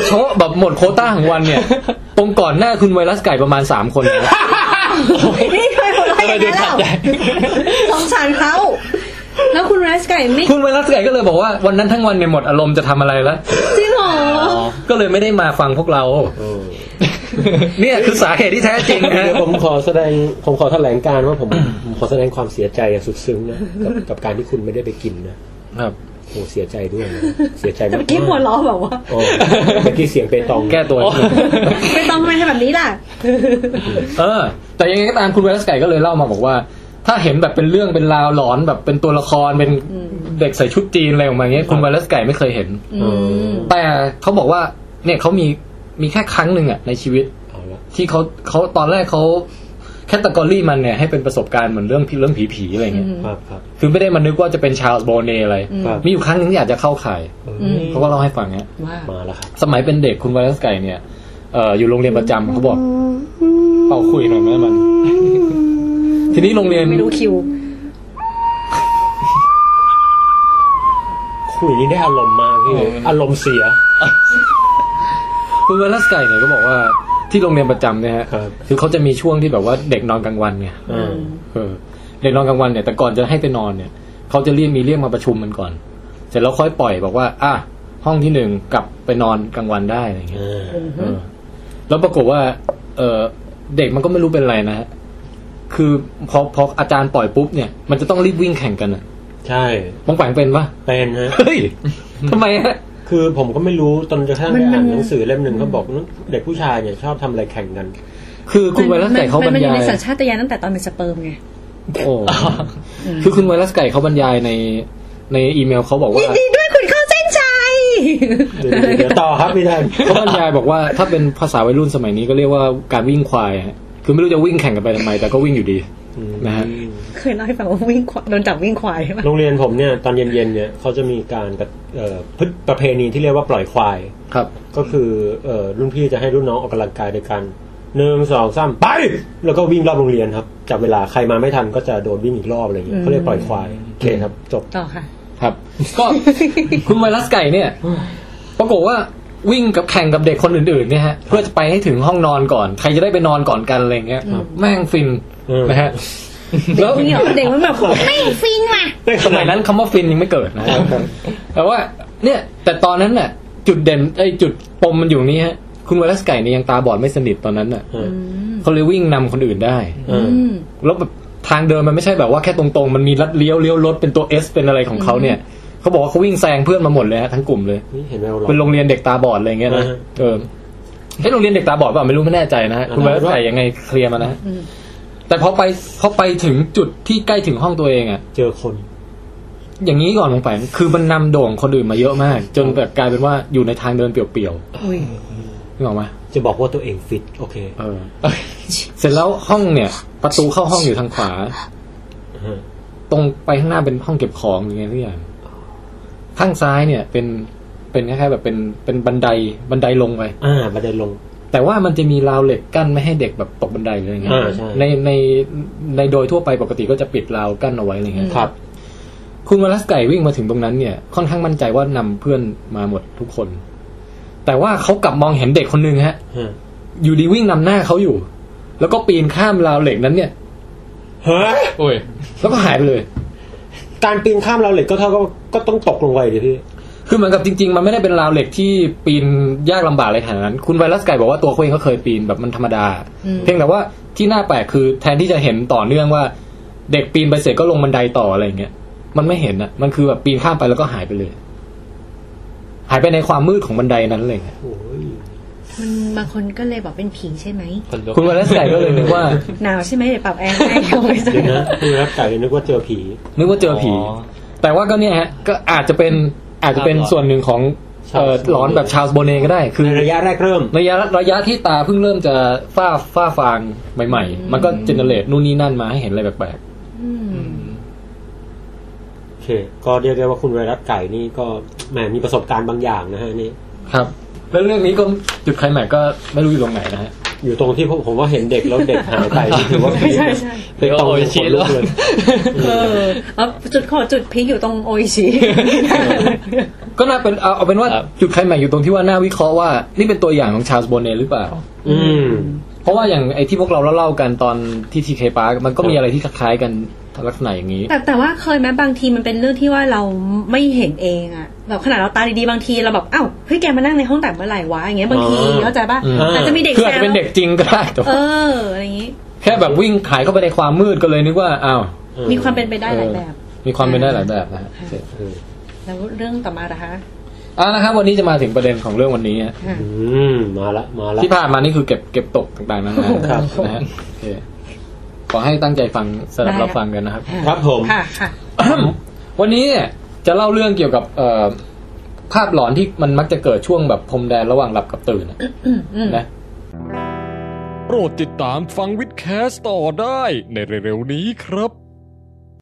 [SPEAKER 4] โชะแบบหมดโควต้าของวัน
[SPEAKER 5] [LAUGHS]
[SPEAKER 4] เนี่ย ตรงก่อนหน้าคุณไวรัสไก่ประมาณสามคนเนี่ย
[SPEAKER 2] นี่เคยหัวเราะอย่างนั้นแล้วสงสารเขา แล้วคุณไรซ์ไก่ไม่
[SPEAKER 4] คุณไวรัสไก่ก็เลยบอกว่าวันนั้นทั้งวันเนี่ยหมดอารมณ์จะทำอะไรแล้ว
[SPEAKER 2] จริงเหรอ
[SPEAKER 4] ก็เลยไม่ได้มาฟังพวกเรา เนี่ยคือสาเหตุที่แท้จริงนะ
[SPEAKER 5] เดี๋ยวผมขอแสดงผมขอแถลงการว่าผม ผมขอแสดงความเสียใจอย่างสุดซึ้งนะกับกับการที่คุณไม่ได้ไปกินนะครับ โอ้เสียใจด้วยนะเสียใจ
[SPEAKER 2] แต่
[SPEAKER 5] มาก
[SPEAKER 2] เมื่อกี้หัวเราะแบบว่า
[SPEAKER 5] โอ้เมื่อกี้เสียงเปตอง
[SPEAKER 4] แก้ตัว
[SPEAKER 2] ไม่ต้องทำไมทำแบบนี้ล่ะ
[SPEAKER 4] เออ แต่ยังไงก็ตามคุณเวลสไก่ก็เลยเล่ามาบอกว่า ถ้าเห็นแบบเป็นเรื่องเป็นราวหลอนแบบเป็นตัวละครเป็นเด็กใส่ชุดจีนอะไรออกมาอย่างเงี้ยคุณเวลสไก่ไม่เคยเห็น
[SPEAKER 2] อืม
[SPEAKER 4] แต่เขาบอกว่า เนี่ยเขามีมีแค่ครั้งหนึ่งอะในชีวิต
[SPEAKER 5] เอาละ
[SPEAKER 4] ที่เขาเขาตอนแรกเขาแคตตากรีมันเนี่ยให้เป็นประสบการณ์เหมือนเรื่องเรื่องผีผีๆอะไรเงี้ย
[SPEAKER 5] ครับครับ
[SPEAKER 4] คือไม่ได้มันนึกว่าจะเป็นชาลส์โบเนอะไร
[SPEAKER 5] ครับ
[SPEAKER 4] มีอยู่ครั้งหนึ่งที่อยากจะเข้าข่าย
[SPEAKER 2] อืม
[SPEAKER 4] เขาก็เล่าให้ฟังเนี้ย
[SPEAKER 2] ว้าว
[SPEAKER 5] มาแล้วครับ
[SPEAKER 4] สมัยเป็นเด็กคุณไวรัสไก่เนี่ยเอ่ออยู่โรงเรียนประจำเขาบอกเป่าคุยหน่อยไหมมัน ทีนี้โรงเรียน
[SPEAKER 2] ไม่รู้คิว
[SPEAKER 5] คุยนี่ได้อารมณ์มากพี่อารมณ์เสีย
[SPEAKER 4] คุณไวรัสไก่เนี่ยก็บอกว่าที่โรงเรียนประจำเนี่ยฮะ
[SPEAKER 5] ครับ
[SPEAKER 4] คือเขาจะมีช่วงที่แบบว่าเด็กนอนกลางวันไง
[SPEAKER 5] อ่า
[SPEAKER 4] เออเด็กนอนกลางวันเนี่ยแต่ก่อนจะให้ไปนอนเนี่ยเขาจะเรียกมีเรียกมาประชุมมันก่อน เสร็จแล้วค่อยปล่อยบอกว่า อ่ะห้องที่หนึ่งกลับไปนอนกลางวันได้อะไรเงี้ย
[SPEAKER 5] อ่า
[SPEAKER 4] เออแล้วปรากฏว่า เออเด็กมันก็ไม่รู้เป็นไรนะฮะ คือพอพออาจารย์ปล่อยปุ๊บเนี่ย มันจะต้องรีบวิ่งแข่งกันอะ
[SPEAKER 5] ใช่
[SPEAKER 4] มองแปงเป็นปะ
[SPEAKER 5] เป็นฮะ
[SPEAKER 4] เฮ้ยทำไมฮะ
[SPEAKER 5] คือผมก็ไม่รู้ตอนกระทั่ง
[SPEAKER 2] มั
[SPEAKER 5] ไป
[SPEAKER 2] นมัน
[SPEAKER 5] อ่านหนังสือเล่มหนึ่งเขาบอกว่าเด็กผู้ชายเนี่ยชอบทำอะไรแข่งกัน
[SPEAKER 4] คือคุณไวรัสไก่เขาบรร
[SPEAKER 2] มันอยู่
[SPEAKER 4] ยาย
[SPEAKER 2] ในสัญชาตญาณตั้งแต่ตอนเป็นสเปิร์มไง
[SPEAKER 4] โอ้คือคุณไวรัสไก่เขาบรรยายในในอีเมลเขาบอกว่า
[SPEAKER 2] ดีด้วยคุณเข้าเส้นชัย
[SPEAKER 5] เดี๋ยวเดี๋ยวเดี๋ยวต่อครับพี่แทน
[SPEAKER 4] เขาบรรยายบอกว่าถ้าเป็นภาษาวัยรุ่นสมัยนี้ก็เรียกว่าการวิ่งควายฮะคือไม่รู้จะวิ่งแข่งกันไปทำไม แต่ก็วิ่งอยู่ดี นะฮะ
[SPEAKER 2] เคยเล่าให้ฟังว่าวิ่งควายโดนจับวิ่งควายใช่ปะ
[SPEAKER 5] โรงเรียนผมเนี่ยตอนเย็นๆเนี่ยเขาจะมีการกับเอ่อพฤติประเพณีที่เรียกว่าปล่อยควาย
[SPEAKER 4] ครับ
[SPEAKER 5] ก็คือเอ่อรุ่นพี่จะให้รุ่นน้องออกกำลังกายโดยการหนึ่งสองสามไป แล้วก็วิ่งรอบโรงเรียนครับจับเวลาใครมาไม่ทันก็จะโดนวิ่งอีกรอบอะไรอย่างเงี้ยเขาเรียกปล่อยควายโอเคครับจบ
[SPEAKER 2] ต่อค่ะ
[SPEAKER 4] ครับ ก็ คุณไวรัสไก่เนี่ย ปรากฏว่าวิ่งกับแข่งกับเด็กคนอื่นๆเนี่ยฮะเพื่อจะไปให้ถึงห้องนอนก่อน ใครจะได้ไปนอนก่อนกันอะไรเงี้ยแม่งฟิน
[SPEAKER 5] เออ
[SPEAKER 4] นะฮะ [LAUGHS] แล้ว
[SPEAKER 2] นี่เหรอเด็กมันแบบไม่ฟินมา
[SPEAKER 4] สมัยนั้นคำว่าฟินยังไม่เกิดนะฮะแต่ว่า เนี่ย แต่ตอนนั้นน่ะ จุดเด่นไอ้ยจุดปมมันอยู่นี้ฮะ คุณไวรัสไก่เนี่ยยังตาบอดไม่สนิทตอนนั้นน่ะ
[SPEAKER 5] เออ
[SPEAKER 4] เขาเลยวิ่งนำคนอื่นได้
[SPEAKER 5] เออ
[SPEAKER 2] อืม
[SPEAKER 4] แล้วแบบ ทางเดินมันไม่ใช่แบบว่าแค่ตรงๆ มันมีลัดเลี้ยวเลี้ยวรถเป็นตัว S เป็นอะไรของเขาเนี่ยเขาบอกว่าเขาวิ่งแซงเพื่อนมาหมดเลยฮะทั้งกลุ่มเลย
[SPEAKER 5] นี่เห็นไหมเรา
[SPEAKER 4] เป็นโรงเรียนเด็กตาบอดอะไรอย่างเงี้ยนะ
[SPEAKER 5] อ่าฮะ
[SPEAKER 4] เออเฮ้ยโรงเรียนเด็กตาบอดเปล่าไม่รู้ไม่แน่ใจนะฮะ
[SPEAKER 5] อ่า
[SPEAKER 4] คุณไว้
[SPEAKER 5] ได้ครับ
[SPEAKER 4] ใส่ยังไงเคลียร์มานะฮะแต่พอไปพอไปถึงจุดที่ใกล้ถึงห้องตัวเองอะ
[SPEAKER 5] เจอคน
[SPEAKER 4] อย่างนี้ก่อนลงไปคือมันนำโด่งคนอื่นมาเยอะมาก จนแบบกลายเป็นว่าอยู่ในทางเดินเปลี่ยว
[SPEAKER 2] อุ้ย
[SPEAKER 4] ๆนึกออกไหม
[SPEAKER 5] จะบอกว่าตัวเองฟิต โอเค
[SPEAKER 4] เออ เสร็จแล้วห้องเนี่ย ประตูเข้าห้องอยู่ทางขวา
[SPEAKER 5] ฮะ
[SPEAKER 4] ตรงไปข้างหน้าเป็นห้องเก็บของหรือไงทุกอย่างข้างซ้ายเนี่ย เป็นเป็นคล้ายๆแบบเป็นเป็นบันไดบันไดลงไป
[SPEAKER 5] อ่าบันไดลง
[SPEAKER 4] แต่ว่ามันจะมีราวเหล็กกั้นไม่ให้เด็กแบบตกบันไดหรืออะไรเงี้ย
[SPEAKER 5] อ่าใช่
[SPEAKER 4] ในในในโดยทั่วไปปกติก็จะปิดราวกั้นเอาไว้อะไรเงี้ย
[SPEAKER 5] ครับ
[SPEAKER 4] คุณวรัสไก่วิ่งมาถึงตรงนั้นเนี่ย ค่อนข้างมั่นใจว่านำเพื่อนมาหมดทุกคน แต่ว่าเขากลับมองเห็นเด็กคนหนึ่งฮะ
[SPEAKER 5] ฮะ
[SPEAKER 4] อยู่ดีวิ่งนำหน้าเขาอยู่ แล้วก็ปีนข้ามราวเหล็กนั้นเนี่ย
[SPEAKER 5] ฮะ
[SPEAKER 8] อุ้ย
[SPEAKER 4] แล้วก็หายไปเลย
[SPEAKER 5] การปีนข้ามเราวเหล็กก็เท่ากับก็ต้องตกลงไปดิพี่
[SPEAKER 4] คือเหมือนกับจริง ๆ มันไม่ได้เป็นราวเหล็กที่ปีนยากลำบากอะไรขนาดนั้น คุณไวรัสไก่บอกว่าตัวเขาเองเขาเคยปีนแบบมันธรรมดา เพียงแต่ว่าที่น่าแปลกคือแทนที่จะเห็นต่อเนื่องว่า เด็กปีนไปเสร็จก็ลงบันไดต่ออะไรอย่างเงี้ย มันไม่เห็นอะมันคือแบบปีนข้ามไปแล้วก็หายไปเลย หายไปในความมืดของบันไดนั้นเลย
[SPEAKER 5] โอ้ย
[SPEAKER 2] มันบางคนก็เลยบอกเป็นผีใช่ไหม
[SPEAKER 8] คนลุก
[SPEAKER 4] คุณวรัสไก่ก็เลยนึ [LAUGHS] กว่า
[SPEAKER 2] หนาวใช่ไหมเดี๋ยวปรับแอร์ให้เอาไว้สัก
[SPEAKER 5] เดี๋ยวนะ [LAUGHS] คุณรับไก่นึกว่าเจอผี
[SPEAKER 4] นึกว่าเจอผี
[SPEAKER 8] อ
[SPEAKER 4] แต่ว่าก็เนี่ยฮะ ก็อาจจะเป็นอาจจะเป็น
[SPEAKER 8] ภาพหลอน
[SPEAKER 4] ส่วนหนึ่งของเอ่อ
[SPEAKER 5] Charles Bonnet
[SPEAKER 4] หลอนแบบชาลส์โบเนก็ได้ คือ
[SPEAKER 5] ในระยะแรกเริ่ม
[SPEAKER 4] ระยะระยะที่ตาเพิ่งเริ่มจะฝ้าฝ้าฟางใหม่ ๆ มันก็เจเนเรตนู่นนี่นั่นมาให้เห็นอะไรแปลก
[SPEAKER 2] อืม
[SPEAKER 5] โอเค ก็เรียกได้ว่าคุณไวรัสไก่นี่ก็แหมมีประสบการณ์บางอย่างนะฮะนี่
[SPEAKER 4] ๆครับ แล้วเรื่องนี้ก็จุดไคลแม็กซ์ก็ไม่รู้อยู่ตรงไหนนะฮะ
[SPEAKER 5] อยู่ตรงที่ผมผมว่าเห็นเด็กแล้วเด็กหายไปนี่ถือว่า
[SPEAKER 2] ใช่ใช่ใช่
[SPEAKER 5] เป็นตองขนลุกเลย
[SPEAKER 2] เออเอาจุดขอจุดพีคอยู่ตรงโออิชิ
[SPEAKER 4] ก็น่าเป็นเอาเอาเป็นว่า
[SPEAKER 8] ครับ
[SPEAKER 4] จุดไคลแม็กซ์อยู่ตรงที่ว่าน่าวิเคราะห์ว่านี่เป็นตัวอย่างของชาลส์โบเนหรือเปล่า
[SPEAKER 5] อืม
[SPEAKER 4] เพราะว่าอย่างไอ้ที่พวกเราเล่าๆกันตอนที่ทีเคปาร์มันก็มีอะไรที่คล้ายๆกันลักษณะอย่างนี้
[SPEAKER 2] [LAUGHS] แต่แต่ว่าเคยไหมบางทีมันเป็นเรื่องที่ว่าเราไม่เห็นเองอะแบบขนาดเราตาดีๆบางทีเราแบบอ้าวเฮ้ยแกมานั่งในห้องแต่งเมื่อไหร่วะอย่างเงี้ยบางที
[SPEAKER 5] อ๋อ
[SPEAKER 2] เข้าใจป่ะ
[SPEAKER 4] อืม
[SPEAKER 2] อาจจะมีเด็ก
[SPEAKER 4] คือ
[SPEAKER 2] แซ
[SPEAKER 4] อาจ
[SPEAKER 2] ว
[SPEAKER 4] จะเป็นเด็กจริงก็ได้แต่
[SPEAKER 2] เอ
[SPEAKER 4] ว่า
[SPEAKER 2] ออะไรอย่างงี้
[SPEAKER 4] แค่แบบวิ่งขายเข้าไปในความมืดก็เลยนึกว่าอ้าว
[SPEAKER 5] ออ
[SPEAKER 2] มีความเป็นไปได้หลายแบบ
[SPEAKER 4] มีความเป็นได้หลายแบบนะฮะ
[SPEAKER 5] เออ
[SPEAKER 2] แล้วเรื่องต่อมาล่ะคะ
[SPEAKER 4] เอ่านะครับ วันนี้จะมาถึงประเด็นของเรื่องวันนี้ฮะ
[SPEAKER 2] อ่ะ
[SPEAKER 5] อืม มาละ มาละ
[SPEAKER 4] ที่ผ่านมานี่คือเก็บเก็บตกต่างๆนานา
[SPEAKER 5] ครับ
[SPEAKER 4] นะฮะโอเคขอให้ตั้งใจฟังสนับ
[SPEAKER 2] ได้
[SPEAKER 4] รับฟังกันนะครับ
[SPEAKER 5] ครับผม
[SPEAKER 2] ค่ะค่ะ
[SPEAKER 4] [COUGHS] วันนี้เนี่ยจะเล่าเรื่องเกี่ยวกับเอ่อภาพหลอนที่มันมักจะเกิดช่วงแบบพรมแดนระหว่างหลับกับตื่ [COUGHS] นนะนะ
[SPEAKER 1] โปรดติดตามฟังวิดแคสต่อได้ในเร็วๆนี้ครับ